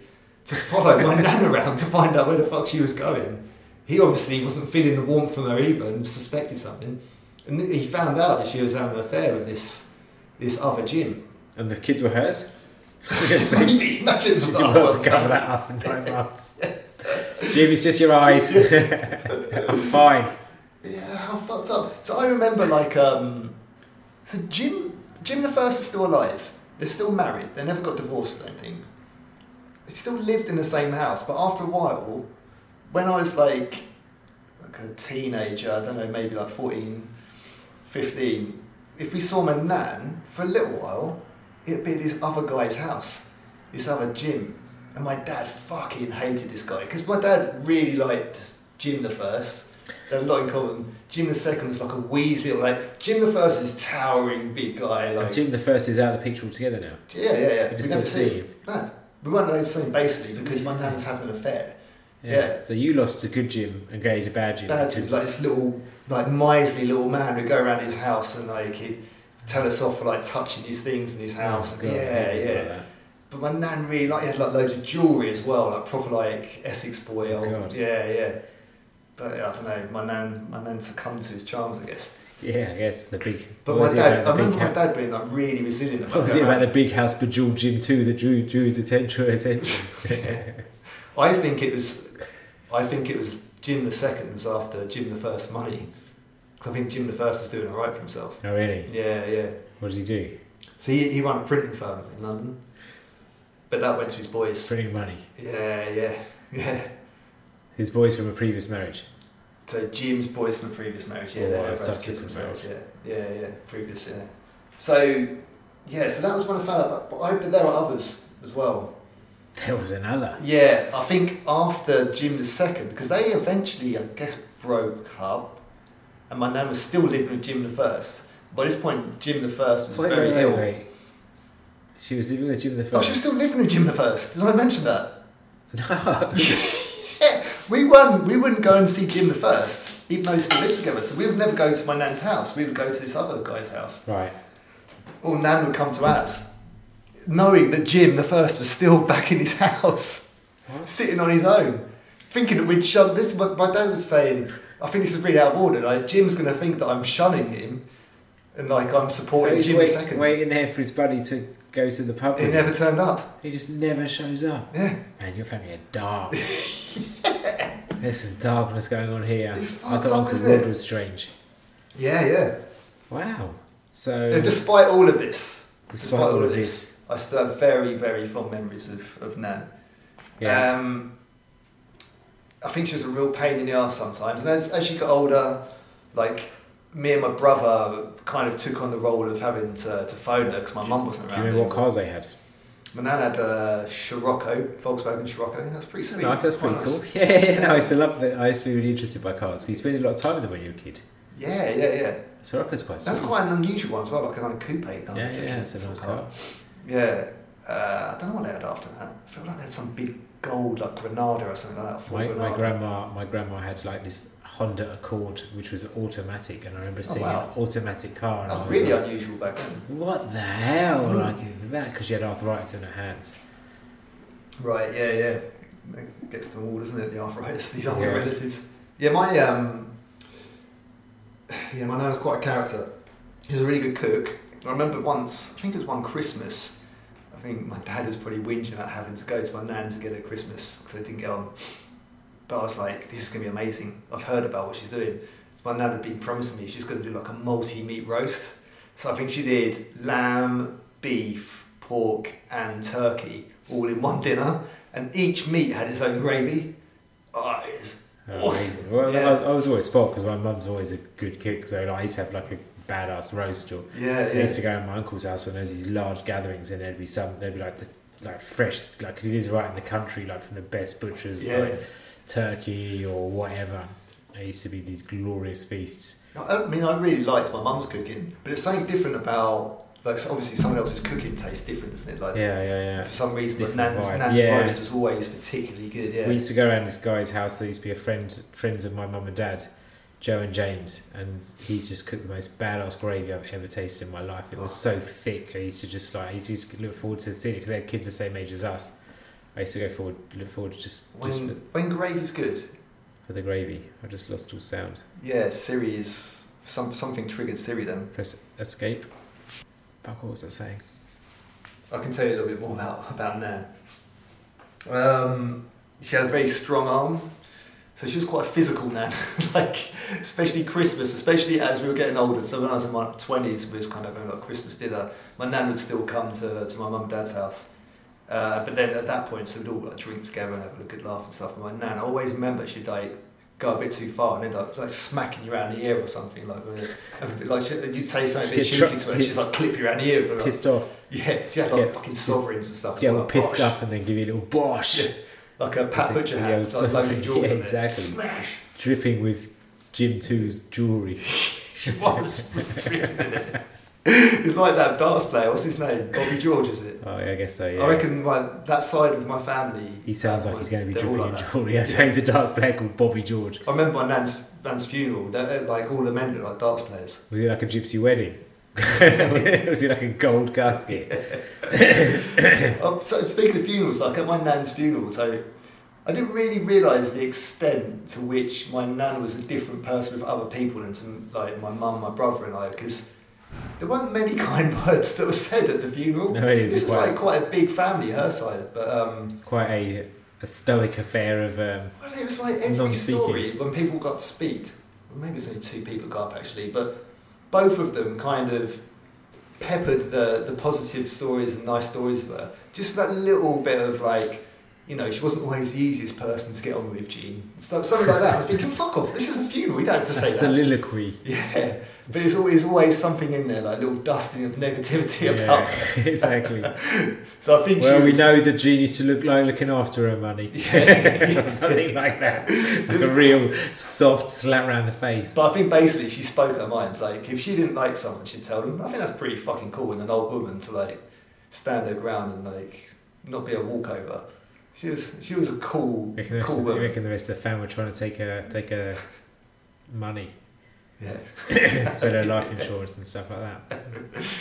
Speaker 1: to follow my nan around to find out where the fuck she was going. He obviously wasn't feeling the warmth from her either and suspected something, and he found out that she was having an affair with this this other Jim.
Speaker 2: And the kids were hers? so you
Speaker 1: Maybe imagine
Speaker 2: did
Speaker 1: the
Speaker 2: well
Speaker 1: whole
Speaker 2: to cover that up in nine months. Jim, it's just your eyes. I'm fine.
Speaker 1: Yeah, how fucked up. So I remember like um so Jim Jim the First is still alive. They're still married. They never got divorced, I don't think. They still lived in the same house, but after a while, when I was like like a teenager, I don't know, maybe like 14, 15, if we saw my nan for a little while, it'd be at this other guy's house, this other Jim. And my dad fucking hated this guy because my dad really liked Jim the first. They had a lot in common. Jim the second was like a wheezy, little, like Jim the first is towering big guy,
Speaker 2: And
Speaker 1: like
Speaker 2: Jim the first is out of the picture altogether now.
Speaker 1: yeah, yeah, yeah.
Speaker 2: You
Speaker 1: We
Speaker 2: just
Speaker 1: never
Speaker 2: don't see
Speaker 1: see
Speaker 2: him.
Speaker 1: No, we weren't allowed to see him basically because my nan was having an affair. Yeah.
Speaker 2: So you lost to good Jim and gave to bad Jim.
Speaker 1: Badger
Speaker 2: because-
Speaker 1: was like this little, like miserly little man who'd go around his house and like he'd tell us off for like touching his things in his house.
Speaker 2: Oh,
Speaker 1: and
Speaker 2: God,
Speaker 1: yeah,
Speaker 2: people
Speaker 1: yeah.
Speaker 2: like that.
Speaker 1: But my nan really like he had like loads of jewellery as well, like proper like Essex boy.
Speaker 2: Oh,
Speaker 1: old-
Speaker 2: God.
Speaker 1: yeah, yeah. But yeah, I don't know. My nan, my nan succumbed to his charms, I guess.
Speaker 2: Yeah, I guess the big.
Speaker 1: But
Speaker 2: what was
Speaker 1: my
Speaker 2: it
Speaker 1: dad, I
Speaker 2: about the big
Speaker 1: remember my
Speaker 2: house-
Speaker 1: dad being like really resilient.
Speaker 2: What was it about the big house bejeweled Jim too that drew drew his attention?
Speaker 1: Yeah.
Speaker 2: attention?
Speaker 1: I think it was, I think it was Jim the second was after Jim the first money. 'Cause I think Jim the first is doing all right for himself.
Speaker 2: oh really?
Speaker 1: Yeah, yeah.
Speaker 2: What did he do?
Speaker 1: So he, he ran a printing firm in London, but that went to his boys.
Speaker 2: Printing money.
Speaker 1: Yeah, yeah, yeah.
Speaker 2: His boys from a previous marriage.
Speaker 1: So Jim's boys from a previous marriage. Yeah, they
Speaker 2: Or
Speaker 1: were about to kiss
Speaker 2: subsequent
Speaker 1: themselves. Yeah, yeah, yeah. Previous, yeah. So yeah, so that was when I found out. But I hope that there are others as well.
Speaker 2: There was another.
Speaker 1: Yeah, I think after Jim the second, because they eventually, I guess, broke up, and my nan was still living with Jim the first. By this point, Jim the first was
Speaker 2: Wait,
Speaker 1: very
Speaker 2: wait, wait,
Speaker 1: ill.
Speaker 2: wait. She was living with Jim the first.
Speaker 1: Oh, she was still living with Jim the first. Did I mention that?
Speaker 2: No.
Speaker 1: Yeah, we weren't, we wouldn't go and see Jim the first, even though we still lived together. So we would never go to my nan's house. We would go to this other guy's house.
Speaker 2: right.
Speaker 1: Or nan would come to ours, knowing that Jim the first was still back in his house,
Speaker 2: What?
Speaker 1: sitting on his own, thinking that we'd shun. This is what my dad was saying. I think this is really out of order. Like Jim's going to think that I'm shunning him, and like I'm supporting
Speaker 2: he's
Speaker 1: Jim
Speaker 2: wait-
Speaker 1: the second.
Speaker 2: waiting there for his buddy to go to the pub.
Speaker 1: He
Speaker 2: with
Speaker 1: never
Speaker 2: him.
Speaker 1: turned up.
Speaker 2: He just never shows up.
Speaker 1: Yeah.
Speaker 2: Man, your family are dark. There's some darkness going on here.
Speaker 1: It's
Speaker 2: I
Speaker 1: fucked
Speaker 2: thought
Speaker 1: up,
Speaker 2: Uncle
Speaker 1: isn't it?
Speaker 2: Rod was strange.
Speaker 1: Yeah, yeah.
Speaker 2: Wow. So
Speaker 1: And despite all of this,
Speaker 2: despite all of this,
Speaker 1: I still have very, very fond memories of, of Nan.
Speaker 2: yeah,
Speaker 1: Um, I think she was a real pain in the arse sometimes. And as, as she got older, like, me and my brother kind of took on the role of having to, to phone her because my mum wasn't
Speaker 2: do you
Speaker 1: around.
Speaker 2: remember what
Speaker 1: anymore.
Speaker 2: cars they had?
Speaker 1: My nan had a Scirocco, Volkswagen Scirocco. That's pretty sweet.
Speaker 2: No, that's pretty
Speaker 1: Quite
Speaker 2: cool.
Speaker 1: nice.
Speaker 2: Yeah, yeah, yeah, no, I still love it. I used to be really interested by cars. You spend a lot of time with them when you're a kid.
Speaker 1: Yeah, yeah, yeah.
Speaker 2: Sirocco's quite.
Speaker 1: That's
Speaker 2: sweet.
Speaker 1: quite an unusual one as well, like a kind of coupe kind
Speaker 2: Yeah,
Speaker 1: of
Speaker 2: yeah,
Speaker 1: thing.
Speaker 2: yeah, it's a nice car.
Speaker 1: Yeah. Uh, I don't know what they had after that. I feel like they had some big gold, like Granada or something like that. Ford
Speaker 2: My, my
Speaker 1: Granada.
Speaker 2: grandma, my grandma had like this Honda Accord, which was automatic, and I remember seeing
Speaker 1: Oh, wow.
Speaker 2: an automatic car, and I
Speaker 1: That's
Speaker 2: was
Speaker 1: really
Speaker 2: like,
Speaker 1: unusual back then.
Speaker 2: "What the hell?"
Speaker 1: Mm.
Speaker 2: Like that, because she had arthritis in her hands.
Speaker 1: Right, yeah, yeah. It gets them all, doesn't it? The arthritis, these older
Speaker 2: Yeah.
Speaker 1: relatives. Yeah, my um, yeah, my nan was quite a character. He was a really good cook. I remember once, I think it was one Christmas. I think my dad was probably whinging about having to go to my nan to get her Christmas because they didn't get on. But I was like, this is gonna be amazing. I've heard about what she's doing. So my nan had been promising me she's gonna do like a multi meat roast. So I think she did lamb, beef, pork, and turkey all in one dinner, and each meat had its own gravy. Oh, it is Awesome.
Speaker 2: Amazing. Well,
Speaker 1: Yeah.
Speaker 2: I, I was always spoiled because my mum's always a good cook, so like, I used to have like a badass roast or
Speaker 1: yeah,
Speaker 2: I used
Speaker 1: yeah.
Speaker 2: to go in my uncle's house when there's these large gatherings, and there'd be some, there'd be like the like fresh, like because he lives right in the country, like from the best butchers,
Speaker 1: Yeah.
Speaker 2: like turkey or whatever. There used to be these glorious feasts.
Speaker 1: I mean, I really liked my mum's cooking, but it's something different about like so obviously someone else's cooking tastes different, doesn't it? Like
Speaker 2: Yeah, yeah,
Speaker 1: for some reason, but
Speaker 2: Different
Speaker 1: Nan's,
Speaker 2: vibe.
Speaker 1: Nan's
Speaker 2: Yeah.
Speaker 1: roast was always particularly good.
Speaker 2: yeah.
Speaker 1: Yeah,
Speaker 2: We used to go around this guy's house. There used to be a friend, friends of my mum and dad, Joe and James, and he just cooked the most badass gravy I've ever tasted in my life. It was so thick. I used to just like, I used to look forward to seeing it because they had kids the same age as us. I used to go forward, look forward to just
Speaker 1: when
Speaker 2: just
Speaker 1: when gravy's good,
Speaker 2: for the gravy. I just lost all sound.
Speaker 1: yeah, Siri is some something triggered Siri. Then
Speaker 2: Press escape. Fuck, what was I saying?
Speaker 1: I can tell you a little bit more about about Nan. Um, she had a very strong arm, so she was quite a physical Nan. like especially Christmas, especially as we were getting older. So when I was in my twenties, we was kind of having like Christmas dinner. My nan would still come to, to my mum and dad's house, uh, but then at that point, so we'd all like drink together and have a good laugh and stuff. And my nan, I always remember she'd like go a bit too far and end up like smacking you around the ear or something like. with it. And it'd be Like she, you'd say something a bit
Speaker 2: She'd
Speaker 1: cheeky
Speaker 2: tr-
Speaker 1: to her, and she's like clip you around the ear for like,
Speaker 2: Pissed off.
Speaker 1: yeah, she has like
Speaker 2: Yeah.
Speaker 1: fucking sovereigns and stuff. as
Speaker 2: Get
Speaker 1: well,
Speaker 2: all
Speaker 1: like,
Speaker 2: pissed
Speaker 1: bosh.
Speaker 2: up and then give you a little bosh.
Speaker 1: Yeah. Like a Pat
Speaker 2: The-
Speaker 1: Butcher
Speaker 2: the
Speaker 1: hat,
Speaker 2: old
Speaker 1: it's like Logan
Speaker 2: sovereign.
Speaker 1: Jordan.
Speaker 2: Yeah,
Speaker 1: in it.
Speaker 2: exactly.
Speaker 1: Smash!
Speaker 2: Dripping with Jim 2's jewellery.
Speaker 1: she was. flipping in it. It's like that darts player. What's his name? Bobby George, is it?
Speaker 2: Oh, yeah, I guess so. Yeah.
Speaker 1: I reckon my, that side of my family.
Speaker 2: He sounds like he's going to be
Speaker 1: They're all
Speaker 2: dripping in
Speaker 1: like that.
Speaker 2: jewelry. Yeah, so he's a darts player called Bobby George.
Speaker 1: I remember my nan's nan's funeral. They like all the men looked like darts players.
Speaker 2: Was it like a gypsy wedding? was it like a gold casket?
Speaker 1: Oh, so speaking of funerals, like at my nan's funeral, so I didn't really realise the extent to which my nan was a different person with other people than to like my mum, my brother, and I, because there weren't many kind words that were said at the funeral.
Speaker 2: No, it is
Speaker 1: this is
Speaker 2: quite-
Speaker 1: like quite a big family her side, but um,
Speaker 2: Quite a, a stoic affair of. Um,
Speaker 1: well, it was like every
Speaker 2: Non-speaking.
Speaker 1: story when people got to speak. Well, maybe it's only two people got up actually, but both of them kind of peppered the, the positive stories and nice stories were just that little bit of like you know she wasn't always the easiest person to get on with Jean so, something like that I was thinking fuck off this is a funeral you don't have to
Speaker 2: a
Speaker 1: say that
Speaker 2: soliloquy.
Speaker 1: yeah but there's always always something in there like a little dusting of negativity
Speaker 2: Yeah,
Speaker 1: about
Speaker 2: exactly.
Speaker 1: so I think
Speaker 2: Well,
Speaker 1: she
Speaker 2: we
Speaker 1: was,
Speaker 2: know that Jean used to look like looking after her money.
Speaker 1: Yeah.
Speaker 2: Something like that. Like a real soft slap round the face.
Speaker 1: But I think basically she spoke her mind. Like if she didn't like someone, she'd tell them. I think that's pretty fucking cool in an old woman to like stand her ground and like not be a walkover. She was she was a cool
Speaker 2: Making the, rest
Speaker 1: cool
Speaker 2: of,
Speaker 1: woman.
Speaker 2: making the rest of the family trying to take her, take her money,
Speaker 1: Yeah.
Speaker 2: sell her life insurance and stuff like that.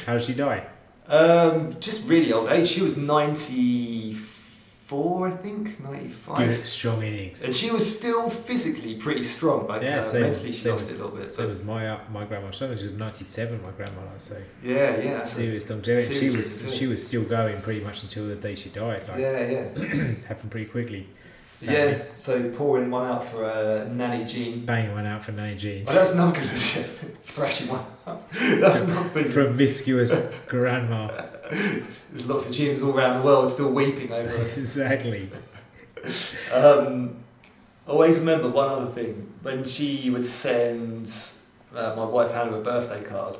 Speaker 2: How did she die?
Speaker 1: Um, just really old age. She was ninety four, I think, ninety
Speaker 2: Good,
Speaker 1: five.
Speaker 2: strong innings.
Speaker 1: And she was still physically pretty strong. Like
Speaker 2: Yeah,
Speaker 1: uh,
Speaker 2: same-
Speaker 1: mentally, she
Speaker 2: same
Speaker 1: lost
Speaker 2: as-
Speaker 1: it a little bit.
Speaker 2: So
Speaker 1: but-
Speaker 2: was my uh, my grandma. She was 97. My grandma, I'd say.
Speaker 1: yeah, yeah, that's it.
Speaker 2: serious longevity. She
Speaker 1: serious
Speaker 2: was
Speaker 1: longevity.
Speaker 2: she was still going pretty much until the day she died. Like
Speaker 1: yeah, yeah,
Speaker 2: happened pretty quickly.
Speaker 1: yeah. So pouring one out for uh, Nanny Jean.
Speaker 2: Bang went out for Nanny Jean.
Speaker 1: Oh, that's not good. Thrashing one. That's not big.
Speaker 2: Promiscuous grandma.
Speaker 1: There's lots of gyms all around the world still weeping over it.
Speaker 2: exactly.
Speaker 1: Um, always remember one other thing. When she would send uh, my wife Hannah a birthday card,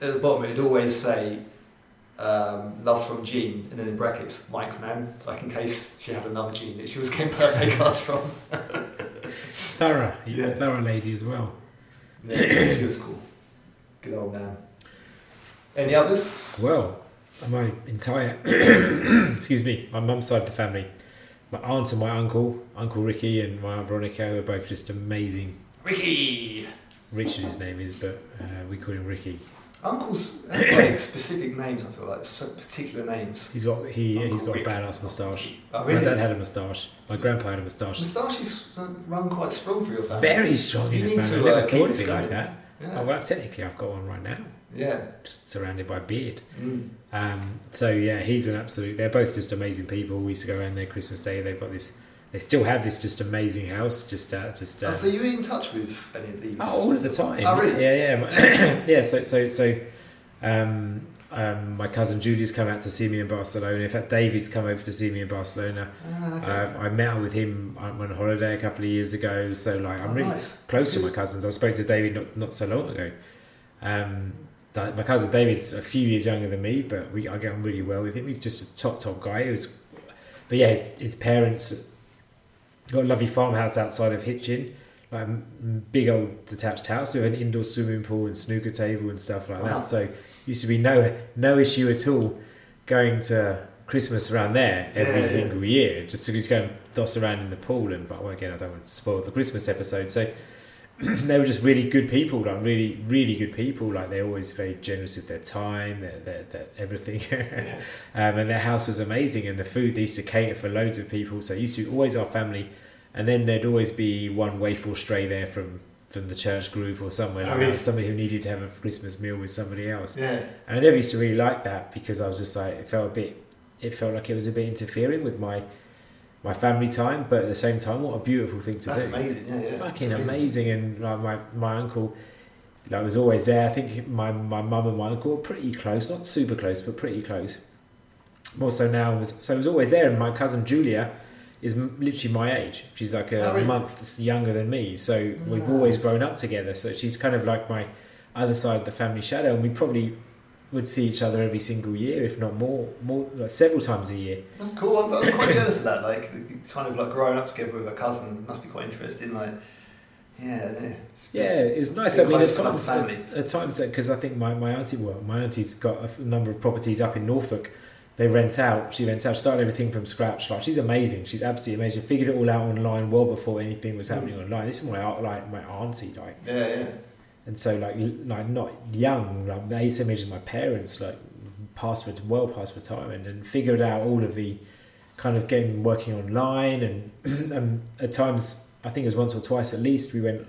Speaker 1: at the bottom it would always say, um, love from Jean, and then in brackets, Mike's nan, like in case she had another Jean that she was getting birthday cards from.
Speaker 2: Thorough.
Speaker 1: Yeah.
Speaker 2: Thorough lady as well.
Speaker 1: Yeah, she was cool. Good old nan. Any others?
Speaker 2: Well, my entire excuse me, my mum's side of the family, my aunt and my uncle, Uncle Ricky and my aunt Veronica who are both just amazing.
Speaker 1: Ricky!
Speaker 2: Richard, his name is, but uh, we call him Ricky.
Speaker 1: Uncles have like specific names. I feel like so particular names.
Speaker 2: He's got he he's
Speaker 1: Uncle
Speaker 2: got
Speaker 1: Rick.
Speaker 2: a badass moustache.
Speaker 1: Oh,
Speaker 2: My dad
Speaker 1: really?
Speaker 2: had a moustache. My grandpa had a moustache.
Speaker 1: Moustaches run quite strong for your family.
Speaker 2: Very strong
Speaker 1: You
Speaker 2: in
Speaker 1: need
Speaker 2: the family.
Speaker 1: to,
Speaker 2: I
Speaker 1: uh,
Speaker 2: never
Speaker 1: keep
Speaker 2: thought it'd
Speaker 1: this
Speaker 2: be like
Speaker 1: going.
Speaker 2: that. Oh,
Speaker 1: Yeah.
Speaker 2: well, technically, I've got one right now,
Speaker 1: yeah.
Speaker 2: just surrounded by beard.
Speaker 1: Mm.
Speaker 2: Um, so yeah, he's an absolute. They're both just amazing people. We used to go around there Christmas Day. They've got this. They still have this just amazing house. Just uh, just.
Speaker 1: Oh,
Speaker 2: Uh,
Speaker 1: so you in touch with any of these?
Speaker 2: Oh, all of the time.
Speaker 1: Oh, really?
Speaker 2: Yeah, yeah, yeah. So, so, so, um, um, my cousin Julie's come out to see me in Barcelona. In fact, David's come over to see me in Barcelona.
Speaker 1: Ah, okay.
Speaker 2: Uh, I met up with him um, on on holiday a couple of years ago. So, like, I'm
Speaker 1: Oh,
Speaker 2: really
Speaker 1: nice.
Speaker 2: close to my cousins. I spoke to David not, not so long ago. Um, that, my cousin David's a few years younger than me, but we I get on really well with him. He's just a top top guy. He was, but yeah, his, his parents got a lovely farmhouse outside of Hitchin, like a m- big old detached house with an indoor swimming pool and snooker table and stuff like
Speaker 1: Wow.
Speaker 2: that. So used to be no no issue at all going to Christmas around there every
Speaker 1: Yeah, yeah.
Speaker 2: single year just to just go and doss around in the pool and but well, again I don't want to spoil the Christmas episode so they were just really good people like really really good people like they're always very generous with their time their, their, their everything um, and their house was amazing and the food they used to cater for loads of people so it used to always our family and then there'd always be one waif or stray there from from the church group or somewhere
Speaker 1: Oh,
Speaker 2: like
Speaker 1: really?
Speaker 2: that, somebody who needed to have a Christmas meal with somebody else
Speaker 1: Yeah.
Speaker 2: and I never used to really like that because I was just like it felt a bit it felt like it was a bit interfering with my my family time but at the same time what a beautiful thing to
Speaker 1: That's
Speaker 2: do
Speaker 1: amazing. Yeah, yeah.
Speaker 2: fucking
Speaker 1: It's
Speaker 2: amazing. and like my, my uncle like was always there I think my my mum and my uncle were pretty close not super close but pretty close more so now was so I was always there and my cousin Julia is m- literally my age she's like a
Speaker 1: Oh, really?
Speaker 2: month younger than me so we've
Speaker 1: Ah.
Speaker 2: always grown up together so she's kind of like my other side of the family shadow and we probably would see each other every single year if not more more like several times a year
Speaker 1: That's cool. I'm, I'm quite jealous of that. Like, kind of like growing up together with a cousin must be quite interesting. Like, Yeah, it's
Speaker 2: Yeah, it was nice.
Speaker 1: Being
Speaker 2: I mean, at
Speaker 1: close to
Speaker 2: times,
Speaker 1: family.
Speaker 2: at, at times, because I think my, my auntie, well, my auntie's got a f- number of properties up in Norfolk. They rent out. She rents out. Started everything from scratch. Like she's amazing. She's absolutely amazing. Figured it all out online well before anything was happening
Speaker 1: Mm.
Speaker 2: online. This is my au- like my auntie like,
Speaker 1: Yeah, yeah.
Speaker 2: and so like l- like not young. Like the age same age as my parents. Like past ret- well past retirement and figured out all of the kind of getting working online and and at times I think it was once or twice at least we went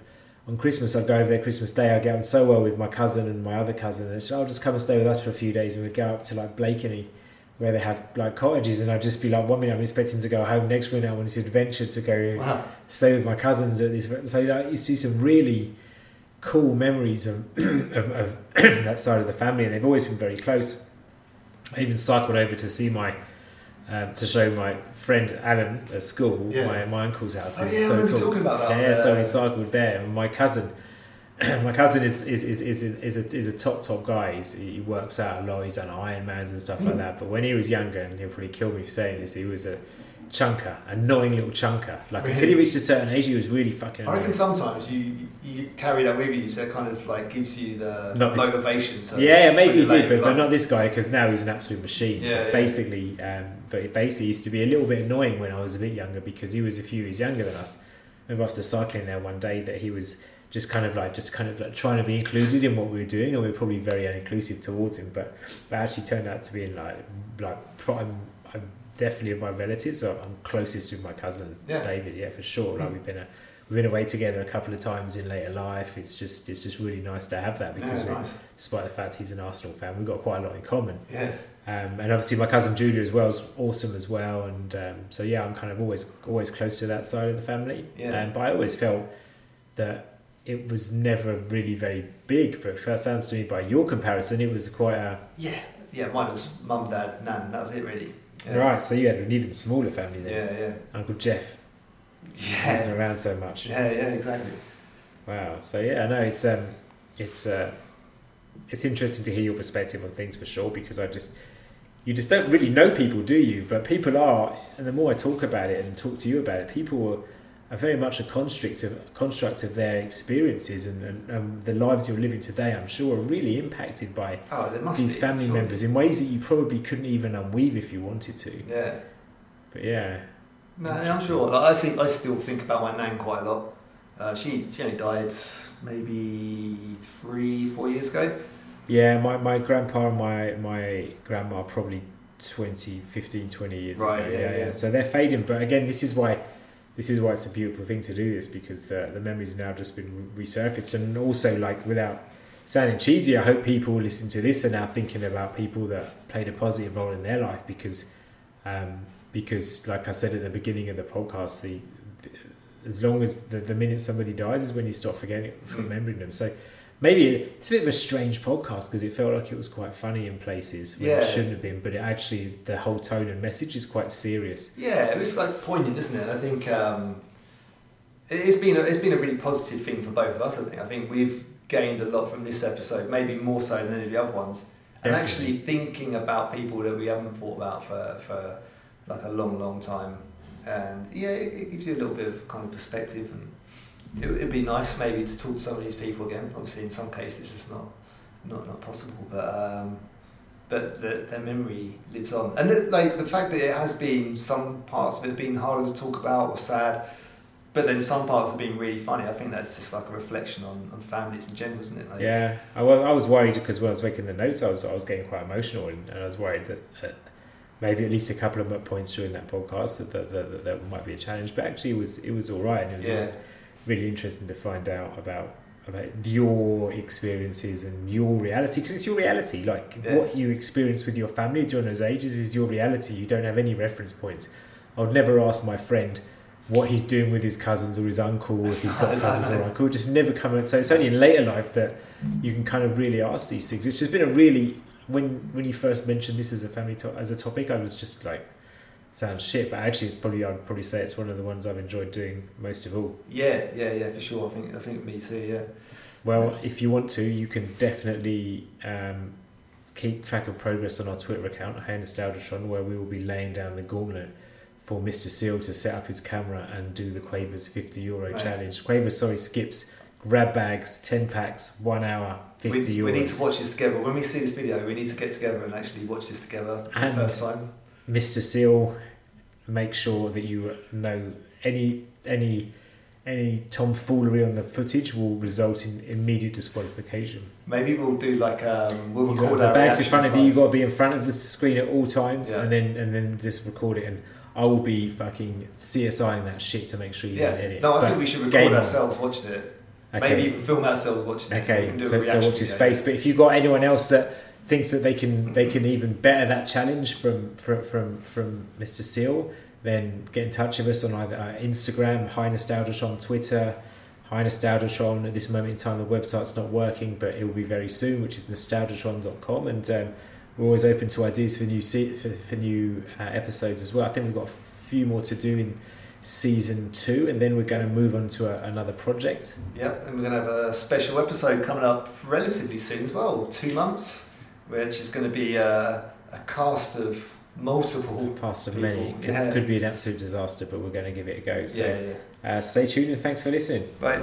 Speaker 2: on Christmas I'd go over there Christmas Day I get on so well with my cousin and my other cousin and so I'll just come and stay with us for a few days and we'd go up to like Blakeney where they have like cottages and I'd just be like one minute I'm expecting to go home next minute I want this adventure to go
Speaker 1: Wow.
Speaker 2: stay with my cousins at this so you know, I used to do some really cool memories of, of, of that side of the family and they've always been very close I even cycled over to see my um, to show my friend Alan at school
Speaker 1: Yeah.
Speaker 2: my, my uncle's house
Speaker 1: Oh,
Speaker 2: which
Speaker 1: yeah,
Speaker 2: is
Speaker 1: I remember talking about that.
Speaker 2: yeah, so we cycled there and my cousin my cousin is is is is a, is a, is a top top guy He's, he works out a lot he's done Ironmans and stuff
Speaker 1: Mm.
Speaker 2: like that but when he was younger and he'll probably kill me for saying this he was a chunker annoying little chunker like until he
Speaker 1: Really?
Speaker 2: reached a certain age he was really fucking
Speaker 1: I reckon
Speaker 2: annoying.
Speaker 1: sometimes you you carry that with you, so it kind of like gives you the
Speaker 2: No, it's-
Speaker 1: motivation. To
Speaker 2: yeah, yeah, maybe he
Speaker 1: put it
Speaker 2: did, but, but
Speaker 1: later,
Speaker 2: not this guy because now he's an absolute machine.
Speaker 1: Yeah,
Speaker 2: But
Speaker 1: yeah.
Speaker 2: Basically, um, but it basically used to be a little bit annoying when I was a bit younger because he was a few years younger than us. I remember after cycling there one day that he was just kind of like just kind of like trying to be included in what we were doing, and we were probably very uninclusive towards him. But but actually turned out to be like like pro- I'm, I'm definitely of my relatives. So I'm closest to my cousin
Speaker 1: Yeah.
Speaker 2: David. Yeah, for sure. Like we've been a, we've been away together a couple of times in later life. It's just it's just really nice to have that
Speaker 1: like-
Speaker 2: because
Speaker 1: yeah,
Speaker 2: we're
Speaker 1: nice.
Speaker 2: despite the fact he's an Arsenal fan. We've got quite a lot in common.
Speaker 1: Yeah,
Speaker 2: Um, and obviously, my cousin Julia as well is awesome as well. And um, so, yeah, I'm kind of always always close to that side of the family.
Speaker 1: Yeah.
Speaker 2: Um, but I always felt that it was never really very big. But first sounds to me, by your comparison, it was quite a.
Speaker 1: yeah, yeah. Mine was mum, dad, nan. That was it really. Yeah.
Speaker 2: Right, so you had an even smaller family
Speaker 1: Yeah,
Speaker 2: then.
Speaker 1: yeah,
Speaker 2: Uncle Jeff
Speaker 1: yeah,
Speaker 2: wasn't around so much.
Speaker 1: yeah, yeah. Exactly.
Speaker 2: Wow. So yeah, no, it's um, it's uh, it's interesting to hear your perspective on things for sure because I just you just don't really know people, do you? But people are, and the more I talk about it and talk to you about it, people are, are very much a construct of construct of their experiences and, and, and the lives you're living today. I'm sure are really impacted by
Speaker 1: Oh, there must
Speaker 2: these
Speaker 1: be,
Speaker 2: family
Speaker 1: surely.
Speaker 2: members in ways that you probably couldn't even unweave if you wanted to.
Speaker 1: Yeah.
Speaker 2: But yeah,
Speaker 1: No, I'm sure. Like, I think I still think about my nan quite a lot. Uh, she she only died maybe three four years ago.
Speaker 2: yeah, my, my grandpa and my my grandma are probably 20 15 20 years
Speaker 1: Right,
Speaker 2: ago
Speaker 1: yeah, yeah.
Speaker 2: so they're fading but again this is why this is why it's a beautiful thing to do this because the, the memories now just been re- resurfaced and also like without sounding cheesy i hope people listening to this are now thinking about people that played a positive role in their life because um because like i said at the beginning of the podcast the, the- as long as the, the minute somebody dies is when you stop forgetting
Speaker 1: Hmm.
Speaker 2: remembering them so maybe it's a bit of a strange podcast because it felt like it was quite funny in places when
Speaker 1: Yeah.
Speaker 2: it shouldn't have been but it actually the whole tone and message is quite serious
Speaker 1: Yeah, it was like poignant, isn't it? I think um, it- it's been a, it's been a really positive thing for both of us. I think I think we've gained a lot from this episode, maybe more so than any of the other ones. And
Speaker 2: Definitely.
Speaker 1: actually thinking about people that we haven't thought about for, for like a long, long time, and yeah, it, it gives you a little bit of kind of perspective, and it, it'd be nice maybe to talk to some of these people again. Obviously, in some cases, it's not not not possible, but. Um, but the, their memory lives on. And it, like the fact that it has been some parts of it have been harder to talk about or sad, but then some parts have been really funny. I think that's just like a reflection on, on families in general, isn't it? Like,
Speaker 2: yeah I was, I was worried because when I was making the notes I was, I was getting quite emotional and, and I was worried that uh, maybe at least a couple of my points during that podcast that that, that, that that might be a challenge but actually it was it was all right and it was
Speaker 1: Yeah.
Speaker 2: really interesting to find out about about your experiences and your reality because it's your reality like
Speaker 1: Yeah.
Speaker 2: what you experience with your family during those ages is your reality you don't have any reference points i would never ask my friend what he's doing with his cousins or his uncle if he's got cousins or uncle just never come out so it's only in later life that you can kind of really ask these things which has been a really when when you first mentioned this as a family to- as a topic i was just like sounds shit but actually it's probably i'd probably say it's one of the ones i've enjoyed doing most of all
Speaker 1: yeah, yeah, yeah, for sure. I think I think me too. Yeah,
Speaker 2: well, if you want to, you can definitely um, keep track of progress on our Twitter account, Hey Nostalgiatron, where we will be laying down the gauntlet for Mr. Seal to set up his camera and do the Quavers 50 euro
Speaker 1: Right.
Speaker 2: challenge. Quavers, sorry, skips grab bags, 10 packs, one hour, 50
Speaker 1: We,
Speaker 2: euros.
Speaker 1: we need to watch this together. When we see this video, we need to get together and actually watch this together for the
Speaker 2: And-
Speaker 1: first time.
Speaker 2: Mr. Seal, make sure that you know any any any tomfoolery on the footage will result in immediate disqualification.
Speaker 1: Maybe we'll do like um, we'll
Speaker 2: You got
Speaker 1: record
Speaker 2: the
Speaker 1: our
Speaker 2: bags in
Speaker 1: reactions
Speaker 2: front of you.
Speaker 1: live.
Speaker 2: You got to be in front of the screen at all times,
Speaker 1: Yeah.
Speaker 2: and then and then just record it. And I will be fucking CSIing that shit to make sure you don't
Speaker 1: Yeah.
Speaker 2: edit.
Speaker 1: No, I
Speaker 2: But-
Speaker 1: think we should
Speaker 2: game
Speaker 1: record
Speaker 2: on.
Speaker 1: ourselves watching it.
Speaker 2: okay.
Speaker 1: Maybe even film ourselves watching it. We
Speaker 2: Okay,
Speaker 1: can do a
Speaker 2: so, so
Speaker 1: reaction
Speaker 2: watch your
Speaker 1: video.
Speaker 2: space. But if you've got anyone else that thinks that they can they can even better that challenge from from from, from Mr. Seal, then get in touch with us on either uh, Instagram, High Nostalgiatron, Twitter, High Nostalgiatron. At this moment in time, the website's not working, but it will be very soon, which is nostalgiatron.com. And um, we're always open to ideas for new se- for, for new uh, episodes as well. I think we've got a few more to do in season two, and then we're going to move on to a, another project.
Speaker 1: Yep, and we're going to have a special episode coming up relatively soon as well, two months, which is going to be a, a cast of multiple.
Speaker 2: past of
Speaker 1: people.
Speaker 2: many. Could,
Speaker 1: Yeah.
Speaker 2: could be an absolute disaster, but we're going to give it a go. So
Speaker 1: Yeah, yeah.
Speaker 2: uh, stay tuned and thanks for listening.
Speaker 1: Right.